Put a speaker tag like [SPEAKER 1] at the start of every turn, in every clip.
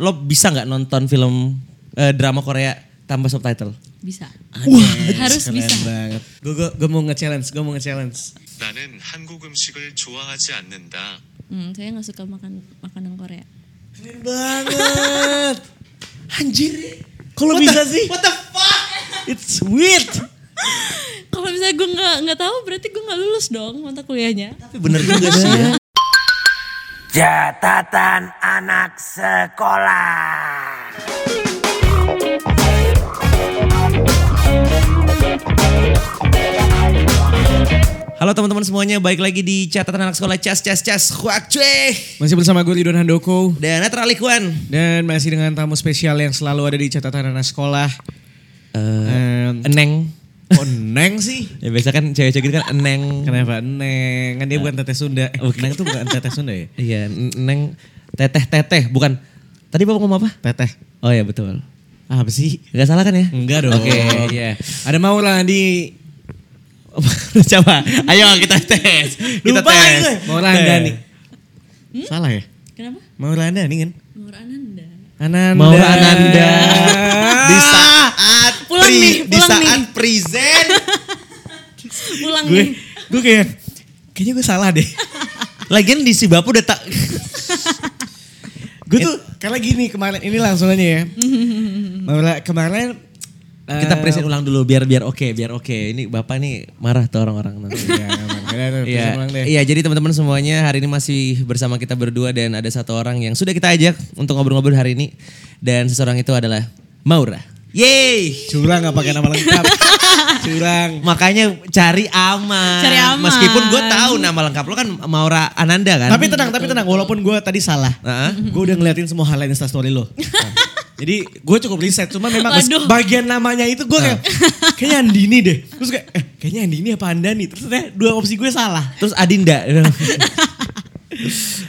[SPEAKER 1] lo bisa nggak nonton film eh, drama Korea tanpa subtitle?
[SPEAKER 2] Bisa.
[SPEAKER 1] Wah,
[SPEAKER 2] harus
[SPEAKER 1] keren
[SPEAKER 2] bisa.
[SPEAKER 1] banget. Gue gue gue mau nge-challenge, gue mau nge-challenge.
[SPEAKER 3] 나는 한국 음식을 좋아하지 않는다.
[SPEAKER 2] Hmm, saya nggak suka makan makanan Korea.
[SPEAKER 1] Keren banget. Anjir. Kalau
[SPEAKER 4] bisa sih?
[SPEAKER 1] What the fuck? It's weird.
[SPEAKER 2] Kalau misalnya gue nggak nggak tahu, berarti gue nggak lulus dong mata kuliahnya.
[SPEAKER 1] Tapi bener juga sih ya.
[SPEAKER 4] Catatan anak sekolah.
[SPEAKER 1] Halo teman-teman semuanya, balik lagi di catatan anak sekolah Cas Cas Cas Huak Cuy.
[SPEAKER 5] Masih bersama gue Ridwan Handoko
[SPEAKER 1] Dan Netra Likuan.
[SPEAKER 5] dan masih dengan tamu spesial yang selalu ada di catatan anak sekolah. Em,
[SPEAKER 1] Eneng.
[SPEAKER 5] kok Neng sih?
[SPEAKER 1] Eh, Ya biasa kan cewek-cewek gitu kan Eneng.
[SPEAKER 5] Kenapa Neng? Kan dia bukan teteh Sunda. Eh,
[SPEAKER 1] Bukan.
[SPEAKER 5] Neng tuh bukan teteh Sunda ya?
[SPEAKER 1] Iya, Eneng. Teteh-teteh, bukan. Tadi bapak ngomong apa?
[SPEAKER 5] Teteh.
[SPEAKER 1] Oh
[SPEAKER 5] Ah,
[SPEAKER 1] iya betul.
[SPEAKER 5] Apa sih?
[SPEAKER 1] Gak salah kan ya?
[SPEAKER 5] Enggak dong.
[SPEAKER 1] Oke, iya.
[SPEAKER 5] Ada Maura di
[SPEAKER 1] Coba, ayo kita tes. Kita
[SPEAKER 5] Lupa
[SPEAKER 1] tes.
[SPEAKER 5] gue. Maura
[SPEAKER 1] Tes.
[SPEAKER 5] Andani. Salah ya?
[SPEAKER 2] Kenapa?
[SPEAKER 5] Maura Andani kan?
[SPEAKER 2] Nur Ananda.
[SPEAKER 5] Ananda.
[SPEAKER 1] Maura Ananda.
[SPEAKER 5] di saat
[SPEAKER 2] Pulang
[SPEAKER 5] pri-
[SPEAKER 2] nih,
[SPEAKER 5] di
[SPEAKER 2] pulang nih.
[SPEAKER 5] saat present
[SPEAKER 2] Pulang
[SPEAKER 5] gue
[SPEAKER 2] nih.
[SPEAKER 5] gue kayak kayaknya gue salah deh.
[SPEAKER 1] Lagian di si Bapu udah tak
[SPEAKER 5] Gue tuh karena gini kemarin ini langsung aja ya. Malah kemarin eh,
[SPEAKER 1] kita present ulang dulu biar biar oke, biar oke. Ini Bapak nih marah tuh orang-orang nanti.
[SPEAKER 5] Iya, aman. Karena ada present
[SPEAKER 1] Iya,
[SPEAKER 5] ulang deh.
[SPEAKER 1] iya jadi teman-teman semuanya hari ini masih bersama kita berdua dan ada satu orang yang sudah kita ajak untuk ngobrol-ngobrol hari ini dan seseorang itu adalah Maura. Yeay!
[SPEAKER 5] Curang nggak pakai nama lengkap. Curang.
[SPEAKER 1] Makanya cari aman.
[SPEAKER 2] Cari aman.
[SPEAKER 1] Meskipun gue tahu nama lengkap lo kan Maura Ananda kan.
[SPEAKER 5] Tapi tenang, tapi tenang. Walaupun gue tadi salah,
[SPEAKER 1] Heeh.
[SPEAKER 5] gue udah ngeliatin semua hal Insta story lo. Jadi gue cukup riset, cuma memang
[SPEAKER 2] Waduh.
[SPEAKER 5] bagian namanya itu gue kayak kayaknya Andini deh. Terus kayak eh, kayaknya Andini apa Andani? Terus ternyata dua opsi gue salah.
[SPEAKER 1] Terus Adinda.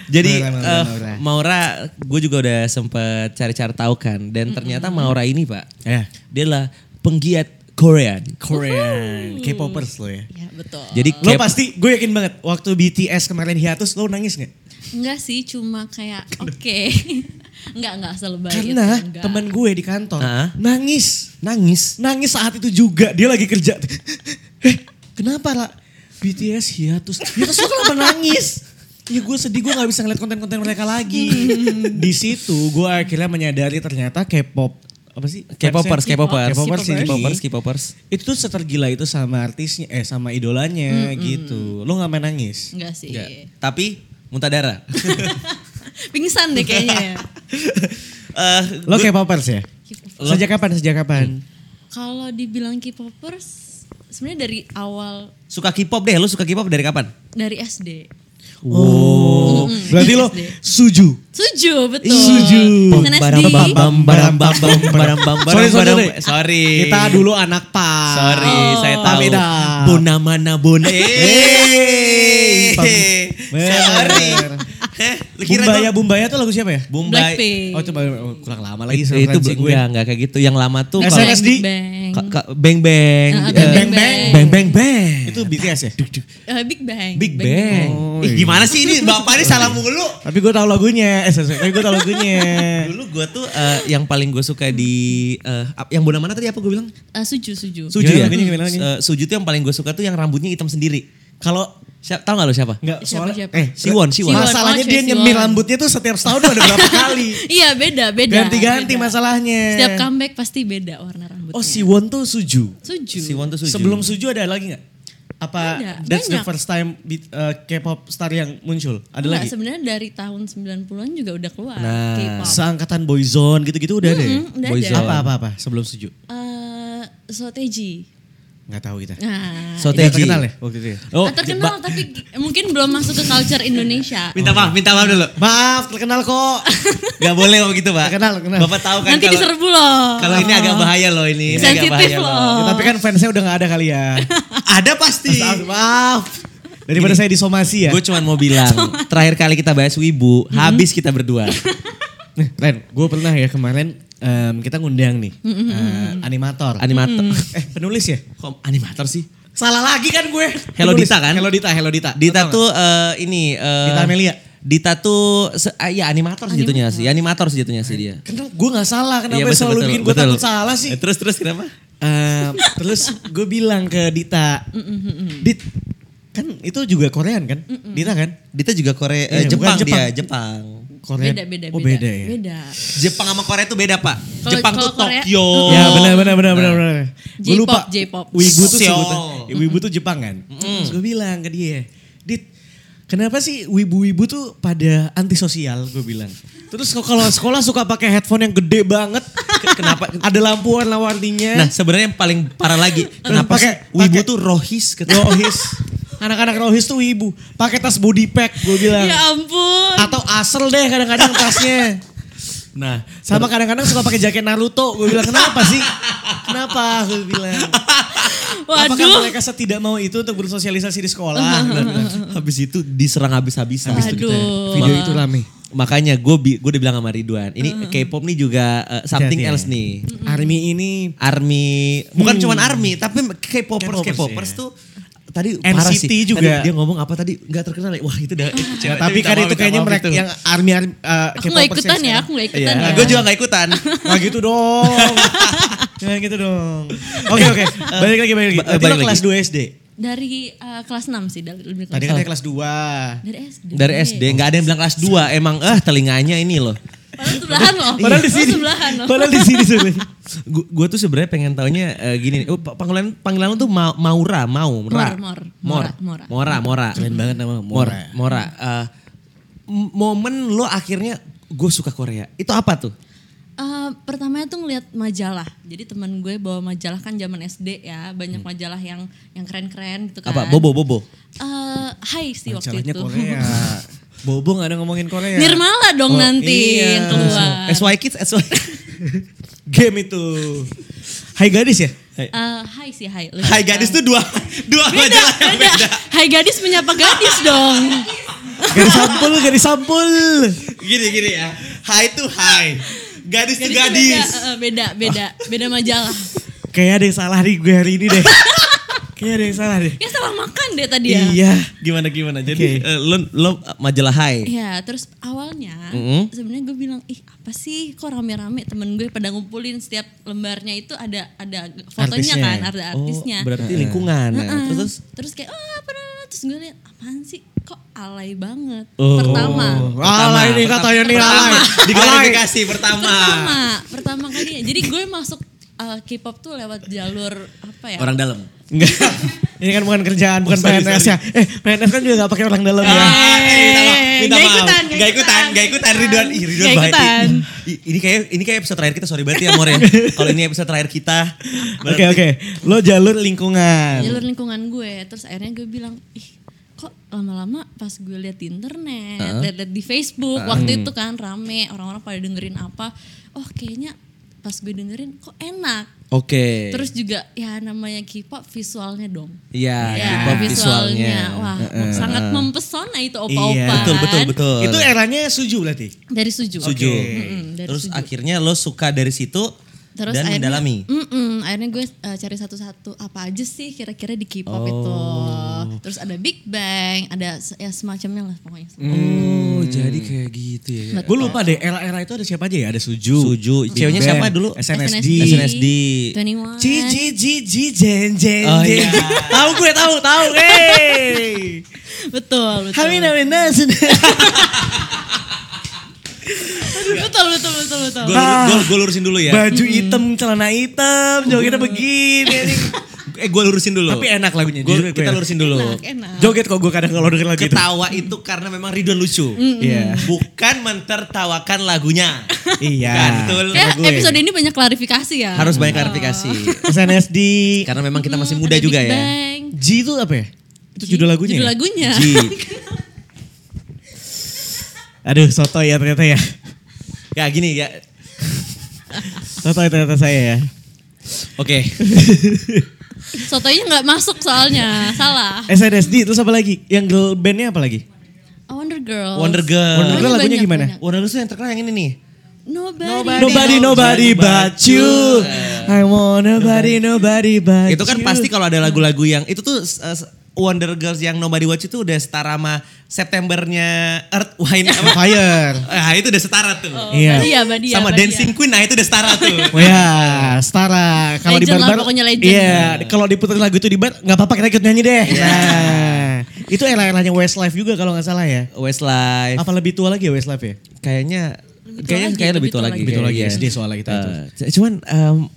[SPEAKER 1] Jadi
[SPEAKER 5] Maura, Maura,
[SPEAKER 1] eh,
[SPEAKER 5] Maura.
[SPEAKER 1] Maura, gue juga udah sempet cari-cari tahu kan. Dan ternyata Maura ini pak,
[SPEAKER 5] Ya.
[SPEAKER 1] dia lah penggiat Korean.
[SPEAKER 5] Korean, K-popers lo ya.
[SPEAKER 2] Ya betul.
[SPEAKER 1] Jadi
[SPEAKER 5] Lo
[SPEAKER 1] K-
[SPEAKER 5] pasti, gue yakin banget waktu BTS kemarin hiatus lo nangis gak?
[SPEAKER 2] Enggak sih, cuma kayak oke. enggak enggak selebar
[SPEAKER 5] Karena
[SPEAKER 2] itu. enggak.
[SPEAKER 5] teman gue di kantor
[SPEAKER 1] Ah.
[SPEAKER 5] nangis.
[SPEAKER 1] nangis.
[SPEAKER 5] Nangis saat itu juga. Dia lagi kerja. Eh kenapa lah? BTS hiatus. Hiatus lo kenapa nangis? Ya gue sedih gue gak bisa ngeliat konten-konten mereka lagi. di situ gue akhirnya menyadari ternyata K-pop. Apa sih?
[SPEAKER 1] K-popers,
[SPEAKER 5] Website-
[SPEAKER 1] K-popers,
[SPEAKER 5] K-popers,
[SPEAKER 1] K-popers, Iya.
[SPEAKER 5] ini.
[SPEAKER 1] K-popers, K-popers.
[SPEAKER 5] Itu tuh setergila itu sama artisnya, eh sama idolanya gitu. Lo gak main nangis?
[SPEAKER 2] enggak sih.
[SPEAKER 1] Enggak. Tapi muntah darah.
[SPEAKER 2] Pingsan deh kayaknya ya.
[SPEAKER 1] Eh,
[SPEAKER 5] Lo K-popers ya?
[SPEAKER 2] K-popers.
[SPEAKER 5] Sejak kapan? Sejak kapan?
[SPEAKER 2] Kalau dibilang K-popers, sebenarnya dari awal
[SPEAKER 1] suka K-pop deh, lu suka K-pop dari kapan?
[SPEAKER 2] dari SD.
[SPEAKER 5] Oh,
[SPEAKER 2] Mm-mm.
[SPEAKER 5] berarti lo
[SPEAKER 1] Iya,
[SPEAKER 2] SD.
[SPEAKER 5] suju.
[SPEAKER 2] Suju, betul.
[SPEAKER 5] Suju.
[SPEAKER 2] Dengan SD.
[SPEAKER 1] barang barang barang barang barang
[SPEAKER 5] Sorry, sorry,
[SPEAKER 1] barang-
[SPEAKER 5] sorry.
[SPEAKER 1] sorry.
[SPEAKER 5] Kita dulu anak pak.
[SPEAKER 1] Sorry, saya tahu.
[SPEAKER 5] Tapi dah.
[SPEAKER 1] Bona mana bona.
[SPEAKER 5] Eh,
[SPEAKER 1] Sorry.
[SPEAKER 5] bener.
[SPEAKER 1] Heh, lu kira
[SPEAKER 5] Bumbaya,
[SPEAKER 1] gua-
[SPEAKER 5] Bumbaya tuh lagu siapa ya?
[SPEAKER 1] Bumbay.
[SPEAKER 2] Blackpink.
[SPEAKER 5] Oh coba oh, kurang lama lagi
[SPEAKER 1] Itu,
[SPEAKER 5] referensi
[SPEAKER 1] itu kan gue enggak kayak gitu. Yang lama tuh kalau-
[SPEAKER 5] SNS. SNSD.
[SPEAKER 2] Bang.
[SPEAKER 1] Ka- ka- Bang bang.
[SPEAKER 2] Ah,
[SPEAKER 1] Eh,
[SPEAKER 2] Bang Bang.
[SPEAKER 1] Bang bang bang.
[SPEAKER 5] Itu BTS ya?
[SPEAKER 2] Eh, Big Bang.
[SPEAKER 1] Big Bang.
[SPEAKER 5] Oh,
[SPEAKER 1] Ih,
[SPEAKER 5] iya.
[SPEAKER 1] gimana sih ini bapak ini salah mulu.
[SPEAKER 5] Tapi gue tahu lagunya. Eh, sorry, sorry. tapi gue tahu lagunya.
[SPEAKER 1] Dulu gue tuh eh, yang paling gue suka di eh, ap- yang bona mana tadi apa gue bilang?
[SPEAKER 2] Eh, suju, suju.
[SPEAKER 1] Suju
[SPEAKER 5] Gimana
[SPEAKER 1] ya.
[SPEAKER 5] lagunya, gimana lagunya?
[SPEAKER 1] Eh, Suju tuh yang paling gue suka tuh yang rambutnya hitam sendiri. Kalau siapa tahu nggak lo siapa?
[SPEAKER 5] Enggak,
[SPEAKER 2] Siapa,
[SPEAKER 5] soalnya
[SPEAKER 2] siapa?
[SPEAKER 5] eh
[SPEAKER 1] Siwon, Siwon.
[SPEAKER 2] Siwon.
[SPEAKER 5] Masalahnya
[SPEAKER 2] Oh,
[SPEAKER 5] dia
[SPEAKER 2] Choi
[SPEAKER 5] nyemir
[SPEAKER 2] Siwon.
[SPEAKER 5] rambutnya tuh setiap setahun tuh ada berapa kali.
[SPEAKER 2] Iya, beda, beda.
[SPEAKER 5] Ganti-ganti
[SPEAKER 2] beda.
[SPEAKER 5] masalahnya.
[SPEAKER 2] Setiap comeback pasti beda warna rambutnya.
[SPEAKER 5] Oh, Siwon tuh suju.
[SPEAKER 2] Suju.
[SPEAKER 1] Siwon tuh Suju.
[SPEAKER 5] Sebelum Suju ada lagi nggak? Apa
[SPEAKER 2] Ada,
[SPEAKER 5] that's the
[SPEAKER 2] banyak.
[SPEAKER 5] first time beat- eh, K-pop star yang muncul? Ada
[SPEAKER 2] Enggak,
[SPEAKER 5] lagi?
[SPEAKER 2] sebenarnya dari tahun 90-an juga udah keluar
[SPEAKER 1] Nah.
[SPEAKER 2] K-pop.
[SPEAKER 5] Seangkatan Boyzone gitu-gitu udah deh.
[SPEAKER 2] Mm-mm, udah
[SPEAKER 1] Boyzone.
[SPEAKER 2] ada.
[SPEAKER 5] Apa apa apa sebelum Suju?
[SPEAKER 2] Eh, Soteji.
[SPEAKER 5] Nggak tahu kita.
[SPEAKER 2] Nah, Ah,
[SPEAKER 1] So-
[SPEAKER 5] Udah
[SPEAKER 1] Soteji.
[SPEAKER 5] terkenal ya waktu itu ya?
[SPEAKER 1] Oh,
[SPEAKER 2] terkenal tapi gi- mungkin belum masuk ke culture Indonesia.
[SPEAKER 1] minta maaf, minta maaf dulu.
[SPEAKER 5] Maaf, terkenal kok.
[SPEAKER 1] Gak boleh kok gitu, Pak.
[SPEAKER 5] Terkenal, terkenal.
[SPEAKER 1] Bapak tahu kan
[SPEAKER 2] Nanti
[SPEAKER 1] kalau-
[SPEAKER 2] diserbu loh.
[SPEAKER 1] Kalau ini agak bahaya loh ini. ini agak
[SPEAKER 2] sensitif
[SPEAKER 1] bahaya
[SPEAKER 2] loh.
[SPEAKER 5] Ya, tapi kan fansnya udah nggak ada kali ya.
[SPEAKER 1] Ada pasti.
[SPEAKER 5] Maaf, maaf. Daripada saya disomasi ya.
[SPEAKER 1] Gue cuman mau bilang, terakhir kali kita bahas Wibu, habis kita berdua.
[SPEAKER 5] Nih, eh, Ren, gue pernah ya kemarin em, kita ngundang nih
[SPEAKER 2] Mm,
[SPEAKER 5] eh, animator.
[SPEAKER 1] Animator.
[SPEAKER 5] eh, penulis ya?
[SPEAKER 1] Kok animator sih?
[SPEAKER 5] Salah lagi kan gue.
[SPEAKER 1] Hello
[SPEAKER 5] Penulis.
[SPEAKER 1] Dita kan?
[SPEAKER 5] Hello Dita, Hello Dita.
[SPEAKER 1] Dita
[SPEAKER 5] Lo tau nggak?
[SPEAKER 1] tuh eh, ini eh,
[SPEAKER 5] Dita Amelia.
[SPEAKER 1] Dita tuh se- ah, ya animator sih jatuhnya sih, animator sih jatuhnya sih dia.
[SPEAKER 5] Kenapa gue gak salah? Kenapa
[SPEAKER 1] Iya,
[SPEAKER 5] yang
[SPEAKER 1] betul,
[SPEAKER 5] selalu
[SPEAKER 1] betul,
[SPEAKER 5] bikin gue
[SPEAKER 1] betul.
[SPEAKER 5] takut salah sih?
[SPEAKER 1] Eh, Terus terus kenapa?
[SPEAKER 5] Eh, terus gue bilang ke Dita, Dit, kan itu juga Korean kan? Dita kan?
[SPEAKER 1] Dita juga Korea eh,
[SPEAKER 5] Iya,
[SPEAKER 1] Jepang,
[SPEAKER 5] bukan Jepang.
[SPEAKER 1] dia, Jepang.
[SPEAKER 5] Korea.
[SPEAKER 2] Beda, beda,
[SPEAKER 5] Oh beda ya?
[SPEAKER 2] Beda.
[SPEAKER 1] Jepang sama Korea tuh beda, Pak.
[SPEAKER 2] Kalau-
[SPEAKER 1] Jepang
[SPEAKER 2] kalau
[SPEAKER 1] tuh
[SPEAKER 2] Korea-
[SPEAKER 1] Tokyo.
[SPEAKER 5] Ya benar benar benar benar benar. Gue
[SPEAKER 2] J-pop,
[SPEAKER 5] lupa.
[SPEAKER 2] J-pop.
[SPEAKER 5] Wibu tuh
[SPEAKER 1] Seoul.
[SPEAKER 5] sebutan. Wibu tuh Jepang kan? Terus gue bilang ke dia, Dit, kenapa sih wibu-wibu tuh pada antisosial? Gue bilang. Terus kok kalau sekolah suka pakai headphone yang gede banget, ke- kenapa? Ada lampu warna-warninya.
[SPEAKER 1] Nah, sebenarnya yang paling parah lagi, kenapa sih
[SPEAKER 5] pakai-
[SPEAKER 1] Wibu
[SPEAKER 5] pakai-
[SPEAKER 1] tuh rohis kata
[SPEAKER 5] rohis. Anak-anak rohis tuh wibu. Pakai tas body pack, gue
[SPEAKER 1] Ah.
[SPEAKER 5] bilang.
[SPEAKER 2] Ya ampun.
[SPEAKER 5] Atau asel deh kadang-kadang tasnya. Nah, sama kadang-kadang suka pakai jaket Naruto. Gue bilang kenapa sih? Kenapa? Gue bilang.
[SPEAKER 1] kan
[SPEAKER 5] Apakah
[SPEAKER 2] Waduh.
[SPEAKER 5] mereka setidak mau itu untuk bersosialisasi di sekolah? Gua bilang.
[SPEAKER 1] habis itu diserang habis-habisan.
[SPEAKER 2] Habis itu kita- Aduh.
[SPEAKER 5] Video itu rame.
[SPEAKER 1] Makanya gue bi- gue udah bilang sama Ridwan, ini K-pop nih juga uh, something
[SPEAKER 5] Hati-hati ya.
[SPEAKER 1] else nih.
[SPEAKER 5] Army ini Hmm.
[SPEAKER 1] Army, bukan cuman army, tapi K-popers
[SPEAKER 5] K-popers,
[SPEAKER 1] K-popers
[SPEAKER 5] iya.
[SPEAKER 1] tuh tadi
[SPEAKER 5] NCT
[SPEAKER 1] parah sih. Tadi
[SPEAKER 5] juga.
[SPEAKER 1] dia ngomong apa tadi nggak terkenal ya. Wah, itu udah
[SPEAKER 5] Ya, tapi kan itu kayaknya mereka yang army army uh,
[SPEAKER 2] Aku gak ikutan ya, aku gak ikutan ya.
[SPEAKER 1] gue Iya. juga nggak ikutan.
[SPEAKER 5] Nah gitu dong. Jangan gitu dong. Oke oke, balik lagi Eh, balik lagi.
[SPEAKER 1] Ba-
[SPEAKER 5] Berarti
[SPEAKER 1] balik
[SPEAKER 5] lo kelas 2 SD.
[SPEAKER 2] Dari eh, kelas 6 sih, dari lebih
[SPEAKER 5] Tadi
[SPEAKER 2] kelas
[SPEAKER 5] katanya kelas 2.
[SPEAKER 2] Dari SD.
[SPEAKER 1] Dari SD nggak ada yang bilang kelas 2 emang eh telinganya ini loh.
[SPEAKER 2] Padahal sebelahan loh.
[SPEAKER 1] Iya.
[SPEAKER 5] Padahal di
[SPEAKER 2] Iya.
[SPEAKER 5] sini.
[SPEAKER 2] Oh, Sebelahan loh.
[SPEAKER 5] Padahal di sini sebenarnya.
[SPEAKER 1] Gu- Gua tuh sebenarnya pengen taunya eh, gini, nih. oh, pa- panggilan panggilan lu tuh Ma- Maura, Maura.
[SPEAKER 2] Mor,
[SPEAKER 1] Mor,
[SPEAKER 2] Mor.
[SPEAKER 1] Mora,
[SPEAKER 2] Mora, Mora.
[SPEAKER 1] Mora.
[SPEAKER 5] Keren banget
[SPEAKER 1] Mor,
[SPEAKER 5] nama Mora.
[SPEAKER 1] Mora. Eh, m- momen lo akhirnya gue suka Korea. Itu apa tuh?
[SPEAKER 2] Eh, pertamanya tuh ngeliat majalah. Jadi teman gue bawa majalah kan zaman SD ya, banyak majalah yang yang keren-keren gitu kan.
[SPEAKER 1] Hmm. Apa? Bobo, Bobo.
[SPEAKER 2] Eh, Hai sih waktu
[SPEAKER 5] Masalahnya
[SPEAKER 2] itu.
[SPEAKER 5] Korea. Iya. Bobo gak ada ngomongin Korea.
[SPEAKER 2] Nirmala dong
[SPEAKER 5] Oh,
[SPEAKER 2] nanti
[SPEAKER 5] iya.
[SPEAKER 2] yang keluar.
[SPEAKER 1] SY Kids, SY.
[SPEAKER 5] Game itu. Hai gadis ya?
[SPEAKER 2] Eh, hai sih hai. Lebih
[SPEAKER 1] Hai
[SPEAKER 2] ke-
[SPEAKER 1] gadis tuh dua dua
[SPEAKER 2] Beda,
[SPEAKER 1] majalah yang
[SPEAKER 2] beda.
[SPEAKER 1] beda.
[SPEAKER 2] Hai gadis menyapa gadis dong.
[SPEAKER 5] Gadis sampul, gadis sampul.
[SPEAKER 1] Gini gini ya. Hai tuh hai. Gadis tuh
[SPEAKER 2] Gadis
[SPEAKER 1] gadis.
[SPEAKER 2] tuh Beda, eh, beda, beda, beda majalah.
[SPEAKER 5] Kayaknya ada yang salah nih gue hari ini deh. Kayaknya ada yang salah deh.
[SPEAKER 2] Ya salah makan deh tadi ya.
[SPEAKER 5] Iya.
[SPEAKER 1] Gimana gimana?
[SPEAKER 5] Oke.
[SPEAKER 1] Jadi eh, lo lo eh, majalah hai.
[SPEAKER 2] Ya, terus awalnya
[SPEAKER 1] Mm-mm.
[SPEAKER 2] sebenarnya gue bilang, ih apa sih kok rame-rame temen gue pada ngumpulin setiap lembarnya itu ada ada fotonya
[SPEAKER 5] Artisnya.
[SPEAKER 2] kan, ada artisnya.
[SPEAKER 1] berarti lingkungan. Nah,
[SPEAKER 2] Heeh.
[SPEAKER 1] Oh, Terus terus,
[SPEAKER 2] terus kayak oh apa terus gue liat apaan sih kok alay banget
[SPEAKER 1] Oh.
[SPEAKER 2] pertama
[SPEAKER 5] Ala ini katanya nih alay.
[SPEAKER 1] diklarifikasi pertama.
[SPEAKER 2] pertama
[SPEAKER 1] Ah.
[SPEAKER 2] pertama kali ya jadi gue masuk eh, K-pop tuh lewat jalur apa ya
[SPEAKER 1] Orang dalam.
[SPEAKER 5] Enggak. Ini kan bukan kerjaan, bukan
[SPEAKER 1] Sorry,
[SPEAKER 5] PNS ya. Eh, PNS kan juga gak pakai orang dalam ya.
[SPEAKER 1] Ah, eh, minta maaf, minta maaf.
[SPEAKER 2] Nggak ikutan, nggak
[SPEAKER 1] Nggak ikutan,
[SPEAKER 2] ikutan.
[SPEAKER 1] nggak ikutan, Ridwan. Ih, Ridwan
[SPEAKER 2] Nggak
[SPEAKER 1] baik.
[SPEAKER 2] ikutan.
[SPEAKER 1] I- Ini kayak ini kayak episode terakhir kita sorry banget ya Mor ya. Kalau ini episode terakhir kita.
[SPEAKER 5] Oke oke. Lo jalur lingkungan.
[SPEAKER 1] Iya.
[SPEAKER 2] jalur lingkungan gue terus akhirnya gue bilang ih kok lama-lama pas gue liat di internet liat-liat di Facebook waktu itu
[SPEAKER 1] Hmm.
[SPEAKER 2] kan rame orang-orang pada dengerin apa oh kayaknya pas gue dengerin kok enak
[SPEAKER 1] Oke.
[SPEAKER 2] terus juga ya namanya K-pop visualnya dong
[SPEAKER 1] Iya,
[SPEAKER 2] Ya,
[SPEAKER 1] K-pop visualnya.
[SPEAKER 2] Wah,
[SPEAKER 1] Heeh.
[SPEAKER 2] sangat mempesona itu opa-opa. kan.
[SPEAKER 5] Iya,
[SPEAKER 1] Betul, betul, betul.
[SPEAKER 5] Itu eranya Suju berarti.
[SPEAKER 2] Dari Suju.
[SPEAKER 1] Suju.
[SPEAKER 2] Mm-mm, dari
[SPEAKER 1] Terus
[SPEAKER 2] Suju.
[SPEAKER 1] akhirnya lo suka dari situ
[SPEAKER 2] Terus
[SPEAKER 1] dan
[SPEAKER 2] akhirnya,
[SPEAKER 1] mendalami.
[SPEAKER 2] mm-mm, akhirnya gue eh, cari satu-satu apa aja sih kira-kira di K-pop itu.
[SPEAKER 1] Oh.
[SPEAKER 2] Terus ada Big Bang, ada se- ya semacamnya lah pokoknya. Nah,
[SPEAKER 1] Oh, jadi kayak gitu ya.
[SPEAKER 5] Gue lupa deh era-era itu ada siapa aja ya? Ada Suju.
[SPEAKER 1] Suju,
[SPEAKER 5] Big
[SPEAKER 1] ceweknya
[SPEAKER 5] Bang,
[SPEAKER 1] siapa dulu?
[SPEAKER 5] SNSD.
[SPEAKER 1] SNSD.
[SPEAKER 2] 21.
[SPEAKER 5] Ji ji ji ji jen jen
[SPEAKER 1] Oh,
[SPEAKER 5] jen.
[SPEAKER 1] iya.
[SPEAKER 5] tahu gue tahu tahu. Hey. Iya.
[SPEAKER 2] Betul, betul.
[SPEAKER 5] Hamin hamin nasin.
[SPEAKER 2] betul, betul, betul, betul, betul.
[SPEAKER 1] Gue lur, gua lurusin dulu ya.
[SPEAKER 5] Baju hitam, celana hitam, jogetnya begini. nih.
[SPEAKER 1] Eh, gue lurusin dulu.
[SPEAKER 5] Tapi enak lagunya.
[SPEAKER 1] Gua-
[SPEAKER 5] jujur gue
[SPEAKER 1] kita
[SPEAKER 5] enak.
[SPEAKER 1] lurusin dulu.
[SPEAKER 2] Enak, enak.
[SPEAKER 5] Joget kok gue kadang kalau denger lagu itu.
[SPEAKER 1] Ketawa itu karena memang Ridwan lucu.
[SPEAKER 5] Iya.
[SPEAKER 1] Bukan mentertawakan lagunya.
[SPEAKER 5] Iya.
[SPEAKER 1] Kan, betul.
[SPEAKER 2] Kayak
[SPEAKER 5] gue.
[SPEAKER 2] episode ini banyak klarifikasi ya.
[SPEAKER 1] Harus banyak klarifikasi.
[SPEAKER 5] SNSD.
[SPEAKER 1] karena memang kita masih
[SPEAKER 2] Hmm,
[SPEAKER 1] muda
[SPEAKER 2] ada
[SPEAKER 1] juga ya.
[SPEAKER 2] Big Bang.
[SPEAKER 5] G itu apa ya? Itu judul lagunya.
[SPEAKER 2] Judul
[SPEAKER 5] ya?
[SPEAKER 2] lagunya.
[SPEAKER 1] Ji.
[SPEAKER 5] Aduh, soto ya ternyata ya.
[SPEAKER 1] Ya gini ya.
[SPEAKER 5] Soto ya ternyata saya ya.
[SPEAKER 1] Oke.
[SPEAKER 2] Sotonya nggak masuk soalnya, salah.
[SPEAKER 5] SNSD terus apa lagi? Yang girl bandnya apa lagi?
[SPEAKER 2] Oh, Wonder Girls.
[SPEAKER 1] Wonder Girl.
[SPEAKER 5] Wonder Girl
[SPEAKER 2] Banyak,
[SPEAKER 5] lagunya
[SPEAKER 2] banyak,
[SPEAKER 5] gimana?
[SPEAKER 2] banyak.
[SPEAKER 1] Warna lucu yang terkenal yang ini nih.
[SPEAKER 2] Nobody.
[SPEAKER 5] Nobody nobody but you. I want nobody nobody but
[SPEAKER 1] itu kan
[SPEAKER 5] you.
[SPEAKER 1] pasti kalau ada lagu-lagu yang itu tuh eh, Wonder Girls yang Nobody Watch itu udah setara sama Septembernya Earth Wine apa?
[SPEAKER 5] Fire.
[SPEAKER 1] Ah, itu udah setara tuh.
[SPEAKER 5] Iya.
[SPEAKER 2] Badia, Badia,
[SPEAKER 1] sama
[SPEAKER 2] Badia.
[SPEAKER 1] Dancing Queen, nah itu udah setara tuh.
[SPEAKER 5] Oh ya, setara. Kalau di
[SPEAKER 2] Legend lah,
[SPEAKER 5] barbar,
[SPEAKER 2] pokoknya legend.
[SPEAKER 5] iya. Kalau diputar lagu itu di bar, nggak apa-apa kita ikut nyanyi deh.
[SPEAKER 2] Iya.
[SPEAKER 5] Nah, itu era-eranya Westlife juga kalau nggak salah ya.
[SPEAKER 1] Westlife.
[SPEAKER 5] Apa lebih tua lagi ya Westlife ya?
[SPEAKER 1] kayaknya
[SPEAKER 2] Lebih tua
[SPEAKER 1] kayaknya
[SPEAKER 2] lagi,
[SPEAKER 1] kayak lebih tua lagi,
[SPEAKER 5] Lebih tua lagi,
[SPEAKER 1] kayaknya.
[SPEAKER 5] SD soalnya kita itu.
[SPEAKER 1] Eh, cuman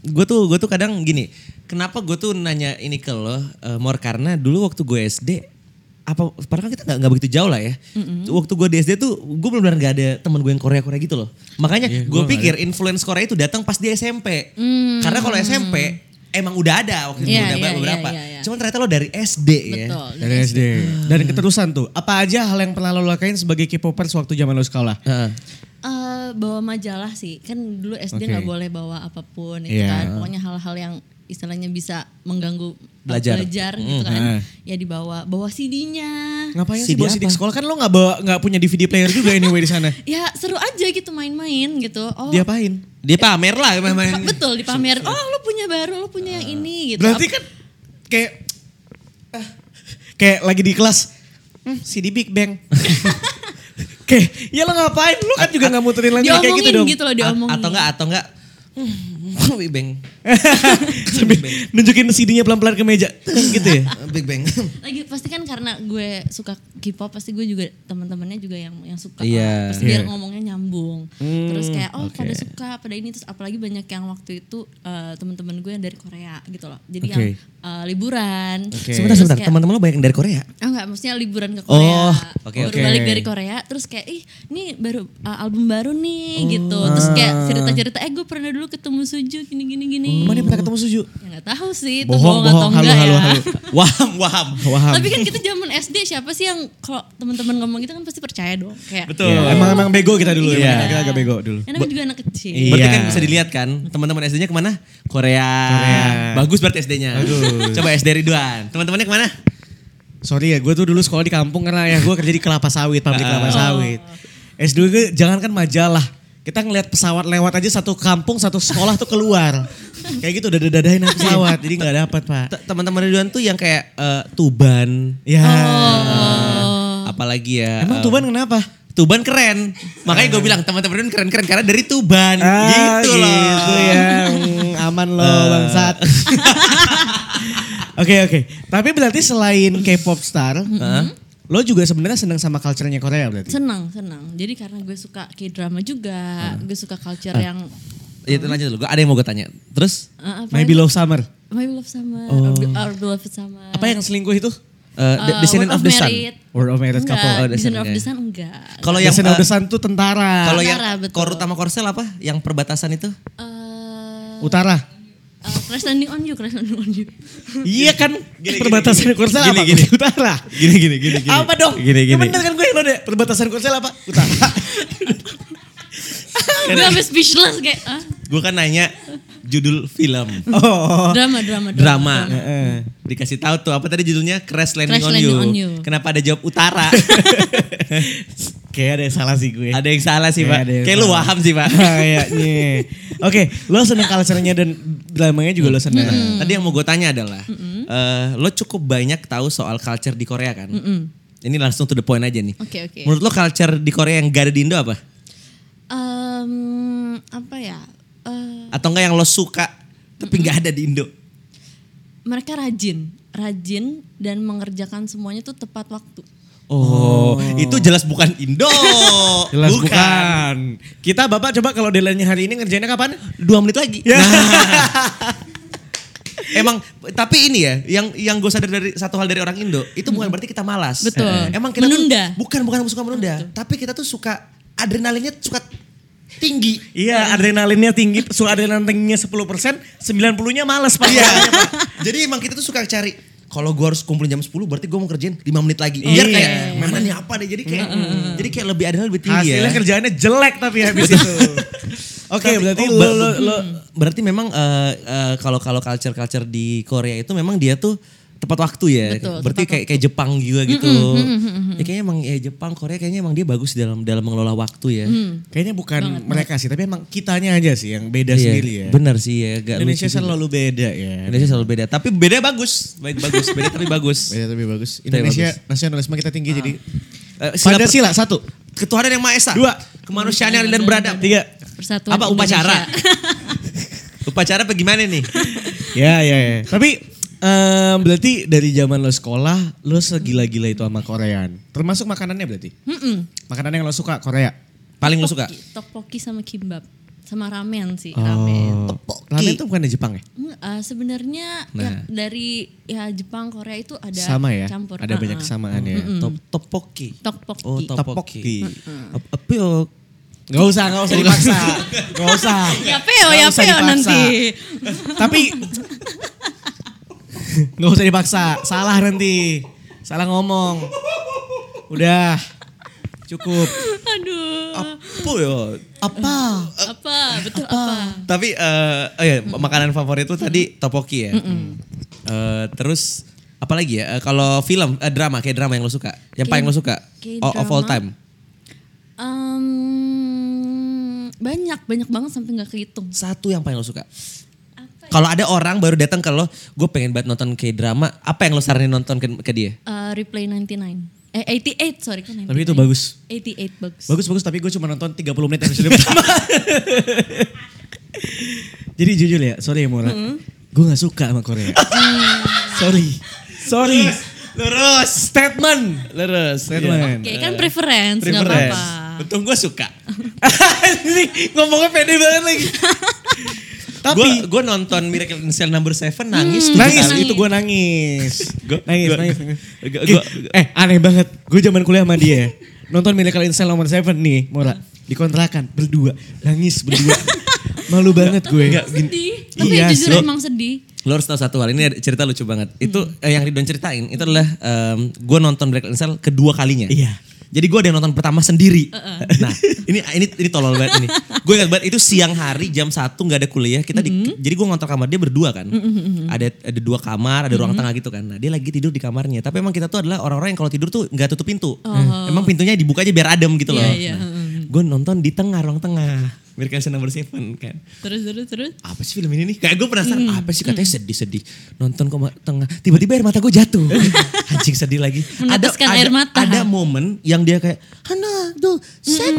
[SPEAKER 1] gue tuh gue tuh kadang gini, kenapa gue tuh nanya ini ke lo, eh, more karena dulu waktu gue SD apa padahal kan kita nggak nggak begitu jauh lah ya. Waktu gue di SD tuh gue benar-benar nggak ada teman gue yang Korea Korea gitu loh. Makanya
[SPEAKER 5] Iya,
[SPEAKER 1] gue pikir influence Korea itu datang pas di SMP. Karena kalau SMP emang udah ada waktu itu
[SPEAKER 2] Mm. Iya,
[SPEAKER 1] udah
[SPEAKER 2] iya, iya,
[SPEAKER 1] beberapa.
[SPEAKER 2] iya, iya.
[SPEAKER 1] Cuman ternyata lo dari SD ya.
[SPEAKER 2] Betul.
[SPEAKER 5] Dari SD. Dan keterusan tuh. Apa aja hal yang pernah lo lakuin sebagai K-popers waktu zaman lo sekolah?
[SPEAKER 1] Heeh.
[SPEAKER 2] Eh, bawa majalah sih kan dulu SD
[SPEAKER 5] Oke.
[SPEAKER 2] nggak boleh bawa apapun itu
[SPEAKER 5] Iya.
[SPEAKER 2] kan pokoknya hal-hal yang istilahnya bisa mengganggu
[SPEAKER 1] Belajar.
[SPEAKER 2] gitu kan
[SPEAKER 5] Mm,
[SPEAKER 2] ya dibawa bawa CD-nya
[SPEAKER 5] Ngapain sih
[SPEAKER 1] CD
[SPEAKER 5] bawa
[SPEAKER 1] apa?
[SPEAKER 5] CD ke sekolah kan lo nggak bawa nggak punya DVD player juga anyway di sana?
[SPEAKER 2] ya seru aja gitu main-main gitu oh
[SPEAKER 5] Diapain?
[SPEAKER 1] Dia pamer lah main-main.
[SPEAKER 2] pa- betul dipamerin oh lu punya baru lu punya yang ini gitu
[SPEAKER 5] Ah. Berarti
[SPEAKER 2] Ap-
[SPEAKER 5] kan kayak ah, kayak lagi di kelas hmm, CD Big Bang. Kayak, ya lo ngapain? Lo kan juga gak muterin lagu kayak
[SPEAKER 2] diomongin
[SPEAKER 5] gitu
[SPEAKER 2] gitu, loh
[SPEAKER 5] dong.
[SPEAKER 2] diomongin
[SPEAKER 1] A- atau enggak atau enggak hmm, Big Bang.
[SPEAKER 5] Sambil nunjukin CD-nya pelan-pelan ke meja. gitu ya.
[SPEAKER 1] Big Bang.
[SPEAKER 2] lagi pasti kan karena gue suka K-pop pasti gue juga teman-temannya juga yang yang suka
[SPEAKER 1] Iya.
[SPEAKER 2] pasti biar
[SPEAKER 5] Iya. Hmm,
[SPEAKER 2] ngomongnya nyambung terus kayak oh pada suka pada ini terus apalagi banyak yang waktu itu eh, teman-teman gue yang dari Korea gitu loh jadi yang
[SPEAKER 5] Oke.
[SPEAKER 2] eh, liburan
[SPEAKER 1] Sebentar
[SPEAKER 2] Terus
[SPEAKER 1] sebentar,
[SPEAKER 2] kayak-
[SPEAKER 1] teman-teman lo banyak yang dari Korea.
[SPEAKER 2] Oh enggak, maksudnya liburan ke Korea.
[SPEAKER 1] Oh, oke,
[SPEAKER 2] baru
[SPEAKER 5] oke.
[SPEAKER 2] balik dari Korea, terus kayak ih, ini baru uh, album baru nih
[SPEAKER 5] Oh.
[SPEAKER 2] gitu. Terus kayak
[SPEAKER 5] Ah.
[SPEAKER 2] cerita-cerita eh gue pernah dulu ketemu Suju gini gini gini.
[SPEAKER 5] Mana pernah ketemu Suju?
[SPEAKER 2] Ya enggak tahu sih, itu bohong,
[SPEAKER 5] Bohong,
[SPEAKER 2] atau
[SPEAKER 5] bohong, halu,
[SPEAKER 2] enggak
[SPEAKER 5] halu,
[SPEAKER 2] ya.
[SPEAKER 5] halu.
[SPEAKER 1] Waham, waham.
[SPEAKER 5] Waham.
[SPEAKER 2] Tapi kan kita zaman SD siapa sih yang kalau teman-teman ngomong gitu kan pasti percaya dong kayak.
[SPEAKER 1] Betul.
[SPEAKER 5] Iya, Emang emang bego kita dulu.
[SPEAKER 1] Iya.
[SPEAKER 5] Emang kita agak bego dulu.
[SPEAKER 2] Karena gue juga anak kecil.
[SPEAKER 5] Iya.
[SPEAKER 1] Berarti kan bisa dilihat kan, teman-teman SD-nya kemana? Korea.
[SPEAKER 5] Korea.
[SPEAKER 1] Bagus berarti SD-nya.
[SPEAKER 5] Bagus.
[SPEAKER 1] Coba SD Ridwan. Teman-temannya kemana?
[SPEAKER 5] Sorry ya, gue tuh dulu sekolah di kampung karena ya gue kerja di kelapa sawit, pabrik kelapa sawit. S2 gue jangankan kan majalah. Kita ngelihat pesawat lewat aja satu kampung, satu sekolah tuh keluar. Kayak gitu udah dadahin pesawat, jadi nggak dapat pak.
[SPEAKER 1] T- Teman-teman Ridwan tuh yang kayak eh, Tuban.
[SPEAKER 5] Ya.
[SPEAKER 2] Oh.
[SPEAKER 1] Iya. Apalagi ya.
[SPEAKER 5] Emang
[SPEAKER 1] eh,
[SPEAKER 5] Tuban kenapa?
[SPEAKER 1] Tuban keren. Makanya gue bilang teman-teman Ridwan keren-keren karena dari Tuban.
[SPEAKER 5] Ah,
[SPEAKER 1] gitu loh. Eh.
[SPEAKER 5] gitu ya. Hmm, aman loh bangsat. Oke oke. Tapi berarti selain K-pop star, lo juga sebenarnya seneng sama culture-nya Korea berarti?
[SPEAKER 2] Senang, senang. Jadi karena gue suka K-drama juga, gue suka culture yang
[SPEAKER 1] Iya, lanjut dulu. Gua- Ada yang mau gue tanya. Terus
[SPEAKER 2] eh, apa?
[SPEAKER 5] My Beloved Summer.
[SPEAKER 2] My Beloved Summer, Our Beloved Summer.
[SPEAKER 5] Apa ya? yang selingkuh itu?
[SPEAKER 1] eh, The
[SPEAKER 2] Eh,
[SPEAKER 1] Descendant
[SPEAKER 2] Word
[SPEAKER 1] of the Sun.
[SPEAKER 2] Merit.
[SPEAKER 5] Word of Married
[SPEAKER 2] Enggak,
[SPEAKER 5] Couple.
[SPEAKER 1] Oh, Descendant,
[SPEAKER 2] Descendant of
[SPEAKER 1] ya.
[SPEAKER 2] the Sun enggak.
[SPEAKER 1] Kalau
[SPEAKER 5] yang
[SPEAKER 1] yang
[SPEAKER 5] Senang
[SPEAKER 1] eh,
[SPEAKER 5] Desan tuh tentara.
[SPEAKER 1] Kalau yang
[SPEAKER 2] Utara, betul.
[SPEAKER 1] korut sama korsel apa? Yang perbatasan itu?
[SPEAKER 2] Eh,
[SPEAKER 5] Utara.
[SPEAKER 2] eh, crash landing on you, crash landing on you.
[SPEAKER 5] iya kan perbatasan Korsel apa? Gini, Utara.
[SPEAKER 1] Gini gini gini
[SPEAKER 5] Apa dong?
[SPEAKER 1] Gini
[SPEAKER 5] Ya
[SPEAKER 1] gini.
[SPEAKER 5] Bener kan gue yang nanya, perbatasan Korsel apa? Utara.
[SPEAKER 2] gue sampai speechless kayak ah,
[SPEAKER 1] Gue kan nanya judul film
[SPEAKER 5] oh. Eh.
[SPEAKER 2] drama, drama, drama.
[SPEAKER 1] drama. Dikasih tahu tuh apa tadi judulnya Crash Landing,
[SPEAKER 2] Crash
[SPEAKER 1] on,
[SPEAKER 2] Landing
[SPEAKER 1] you.
[SPEAKER 2] on You.
[SPEAKER 1] Kenapa ada jawab utara?
[SPEAKER 5] Kayak ada yang salah sih gue.
[SPEAKER 1] Iya, ada yang salah sih,
[SPEAKER 5] Kayak
[SPEAKER 1] Pak.
[SPEAKER 5] ada yang
[SPEAKER 1] Kayak lu
[SPEAKER 5] salah.
[SPEAKER 1] waham sih, Pak.
[SPEAKER 5] Kayaknya. Oke, lo seneng culture-nya dan dramanya juga lo seneng.
[SPEAKER 1] Tadi yang mau gue tanya adalah eh, lo cukup banyak tahu soal culture di Korea kan? Ini langsung to the point aja nih.
[SPEAKER 2] Oke, oke.
[SPEAKER 1] Menurut lo culture di Korea yang gak ada di Indo apa?
[SPEAKER 2] Em, apa ya? Eh,
[SPEAKER 1] Atau enggak yang lo suka tapi nggak ada di Indo?
[SPEAKER 2] mereka rajin, rajin dan mengerjakan semuanya tuh tepat waktu.
[SPEAKER 1] Oh, itu jelas bukan Indo.
[SPEAKER 5] Jelas bukan. Kita Bapak coba kalau deadline-nya hari ini ngerjainnya kapan?
[SPEAKER 1] Dua menit lagi. Nah.
[SPEAKER 5] Ya.
[SPEAKER 1] Emang tapi ini ya yang yang gue sadar dari satu hal dari orang Indo itu bukan berarti kita malas.
[SPEAKER 2] Betul.
[SPEAKER 1] Eh, Emang kita
[SPEAKER 2] Menunda.
[SPEAKER 1] Tuh, bukan bukan suka menunda, tapi kita tuh suka adrenalinnya suka tinggi.
[SPEAKER 5] Iya, adrenalinnya tinggi, suhu adrenalin tingginya 10%, 90-nya males Pak.
[SPEAKER 1] Iya. Jadi emang kita tuh suka cari kalau gue harus kumpulin jam 10 berarti gue mau kerjain 5 menit lagi. Biar
[SPEAKER 5] Iya.
[SPEAKER 1] kayak mana nih apa deh. Jadi kayak jadi kayak lebih adrenalin lebih tinggi
[SPEAKER 5] Hasilnya
[SPEAKER 1] ya.
[SPEAKER 5] kerjaannya jelek tapi habis itu. Oke,
[SPEAKER 1] Tapi-
[SPEAKER 5] hmm. berarti
[SPEAKER 1] oh,
[SPEAKER 5] lo,
[SPEAKER 1] ba-
[SPEAKER 5] lo, lo
[SPEAKER 1] berarti memang eh, eh, kalau kalau culture culture di Korea itu memang dia tuh tepat tepat waktu ya.
[SPEAKER 2] Betul,
[SPEAKER 1] Berarti
[SPEAKER 2] tepat Hmm,
[SPEAKER 1] kayak kayak Jepang juga gitu. Ya kayaknya emang ya Jepang, Korea kayaknya emang dia bagus dalam dalam mengelola waktu ya.
[SPEAKER 2] Hmm.
[SPEAKER 5] Kayaknya bukan mereka sih, tapi emang kitanya aja sih yang beda
[SPEAKER 1] Iya,
[SPEAKER 5] sendiri ya.
[SPEAKER 1] Benar sih ya, agak
[SPEAKER 5] Indonesia
[SPEAKER 1] lucu juga.
[SPEAKER 5] selalu beda ya.
[SPEAKER 1] Indonesia selalu beda, tapi beda bagus. Baik bagus, beda tapi bagus.
[SPEAKER 5] Beda tapi bagus. Ah.
[SPEAKER 1] Tapi
[SPEAKER 5] Indonesia
[SPEAKER 1] bagus.
[SPEAKER 5] nasionalisme kita tinggi jadi.
[SPEAKER 1] Eh, sila per-
[SPEAKER 5] Pancasila satu.
[SPEAKER 1] ketuhanan yang maha esa.
[SPEAKER 5] Dua.
[SPEAKER 1] Kemanusiaan yang adil dan beradab. Tiga.
[SPEAKER 2] Persatuan
[SPEAKER 1] Apa upacara? upacara apa gimana nih?
[SPEAKER 5] ya ya ya. Tapi em, berarti dari zaman lo sekolah lo segila-gila itu sama Korean. Termasuk makanannya berarti. Makanan yang lo suka Korea.
[SPEAKER 1] Paling lo suka?
[SPEAKER 2] Tteokbokki sama kimbab sama ramen sih,
[SPEAKER 5] Oh.
[SPEAKER 2] ramen.
[SPEAKER 5] Ramen itu bukan dari Jepang ya?
[SPEAKER 2] Hmm, eh, sebenarnya ya,
[SPEAKER 1] Nah.
[SPEAKER 2] dari ya Jepang Korea itu ada
[SPEAKER 5] Sama ya.
[SPEAKER 2] campur.
[SPEAKER 5] Ada banyak
[SPEAKER 2] sama.
[SPEAKER 5] kesamaan ya.
[SPEAKER 1] Top Topoki.
[SPEAKER 2] Tteokbokki.
[SPEAKER 1] Oh,
[SPEAKER 5] Tteokbokki.
[SPEAKER 1] topoki. Apio.
[SPEAKER 5] Gak usah, gak usah dipaksa. gak usah.
[SPEAKER 2] Ya peo,
[SPEAKER 5] Gak
[SPEAKER 2] ya
[SPEAKER 5] usah
[SPEAKER 2] peo
[SPEAKER 5] dipaksa.
[SPEAKER 2] nanti.
[SPEAKER 5] Tapi gak usah dipaksa. Salah nanti. Salah ngomong. Udah. Cukup.
[SPEAKER 2] Aduh.
[SPEAKER 5] Oh,
[SPEAKER 1] Apa ya?
[SPEAKER 5] Apa?
[SPEAKER 2] Apa? Betul apa?
[SPEAKER 1] Tapi eh oh ya, makanan favorit itu tadi topoki ya. Eh, terus apalagi ya? Eh, Kalau film eh, drama kayak drama yang lo suka, yang
[SPEAKER 2] Kayak-
[SPEAKER 1] paling lo suka
[SPEAKER 2] kayak
[SPEAKER 1] O- of all
[SPEAKER 2] drama.
[SPEAKER 1] time.
[SPEAKER 2] Em, banyak, banyak banget sampai nggak kehitung.
[SPEAKER 1] Satu yang paling lo suka.
[SPEAKER 2] ya?
[SPEAKER 1] Kalau ada orang baru datang ke lo, gue pengen banget nonton kayak drama. Apa yang lo saranin nonton ke, ke dia?
[SPEAKER 2] Eh, replay 99. Eh 88 sorry kan 99.
[SPEAKER 5] Tapi itu bagus.
[SPEAKER 2] 88 bagus.
[SPEAKER 5] Bagus-bagus tapi gue cuma nonton 30 menit episode pertama. Jadi jujur ya, sorry ya Mora. Gue gak suka sama Korea. sorry. Sorry.
[SPEAKER 1] Lurus.
[SPEAKER 5] Statement.
[SPEAKER 1] Lurus.
[SPEAKER 5] Statement.
[SPEAKER 2] Oke kan preference nggak
[SPEAKER 5] Preference.
[SPEAKER 2] apa-apa.
[SPEAKER 1] Iya. Untung gue suka.
[SPEAKER 5] Anjing, Ngomongnya pede banget lagi.
[SPEAKER 1] Gue
[SPEAKER 5] tapi
[SPEAKER 1] gue nonton Miracle in Cell Number Seven nangis.
[SPEAKER 2] Hmm.
[SPEAKER 1] tujuh
[SPEAKER 5] nangis,
[SPEAKER 1] kali.
[SPEAKER 5] itu gue nangis.
[SPEAKER 1] Gua-
[SPEAKER 5] nangis,
[SPEAKER 1] gua-
[SPEAKER 5] nangis,
[SPEAKER 1] gua- gua-
[SPEAKER 5] Gih, eh aneh banget. Gue zaman kuliah sama dia. Nonton Miracle in Cell nomor 7 nih, Mora. Dikontrakan berdua, nangis berdua. Malu banget gue.
[SPEAKER 2] Sedih. Tapi
[SPEAKER 5] Iya,
[SPEAKER 2] jujur
[SPEAKER 5] lo-
[SPEAKER 2] emang sedih.
[SPEAKER 1] Lo harus tahu satu hal ini ada cerita lucu banget. Itu
[SPEAKER 2] Hmm.
[SPEAKER 1] eh, yang Ridwan ceritain itu adalah gue nonton Black Cell kedua kalinya.
[SPEAKER 5] Iya.
[SPEAKER 1] Jadi gue ada yang nonton pertama sendiri. Nah ini ini ini tolol banget ini. Gue ingat banget itu siang hari jam satu nggak ada kuliah kita di,
[SPEAKER 2] Hmm.
[SPEAKER 1] jadi gue ngontrak kamar dia berdua kan. Ada ada dua kamar ada ruang
[SPEAKER 2] Hmm.
[SPEAKER 1] tengah gitu kan. Nah dia lagi tidur di kamarnya. Tapi emang kita tuh adalah orang-orang yang kalau tidur tuh nggak tutup pintu. Emang pintunya dibuka aja biar adem gitu
[SPEAKER 2] Oh. Iya,
[SPEAKER 1] loh.
[SPEAKER 5] Oh.
[SPEAKER 2] iya.
[SPEAKER 1] gue nonton di tengah ruang tengah. Miracle Cell number seven kan
[SPEAKER 2] Terus terus terus.
[SPEAKER 1] apa sih film ini nih? Kayak gue penasaran apa sih katanya sedih-sedih. Nonton kok ma- tengah, tiba-tiba air mata gue jatuh. Anjing sedih lagi.
[SPEAKER 2] Meneteskan air mata.
[SPEAKER 1] Ada momen yang dia kayak, Hana, tuh, set,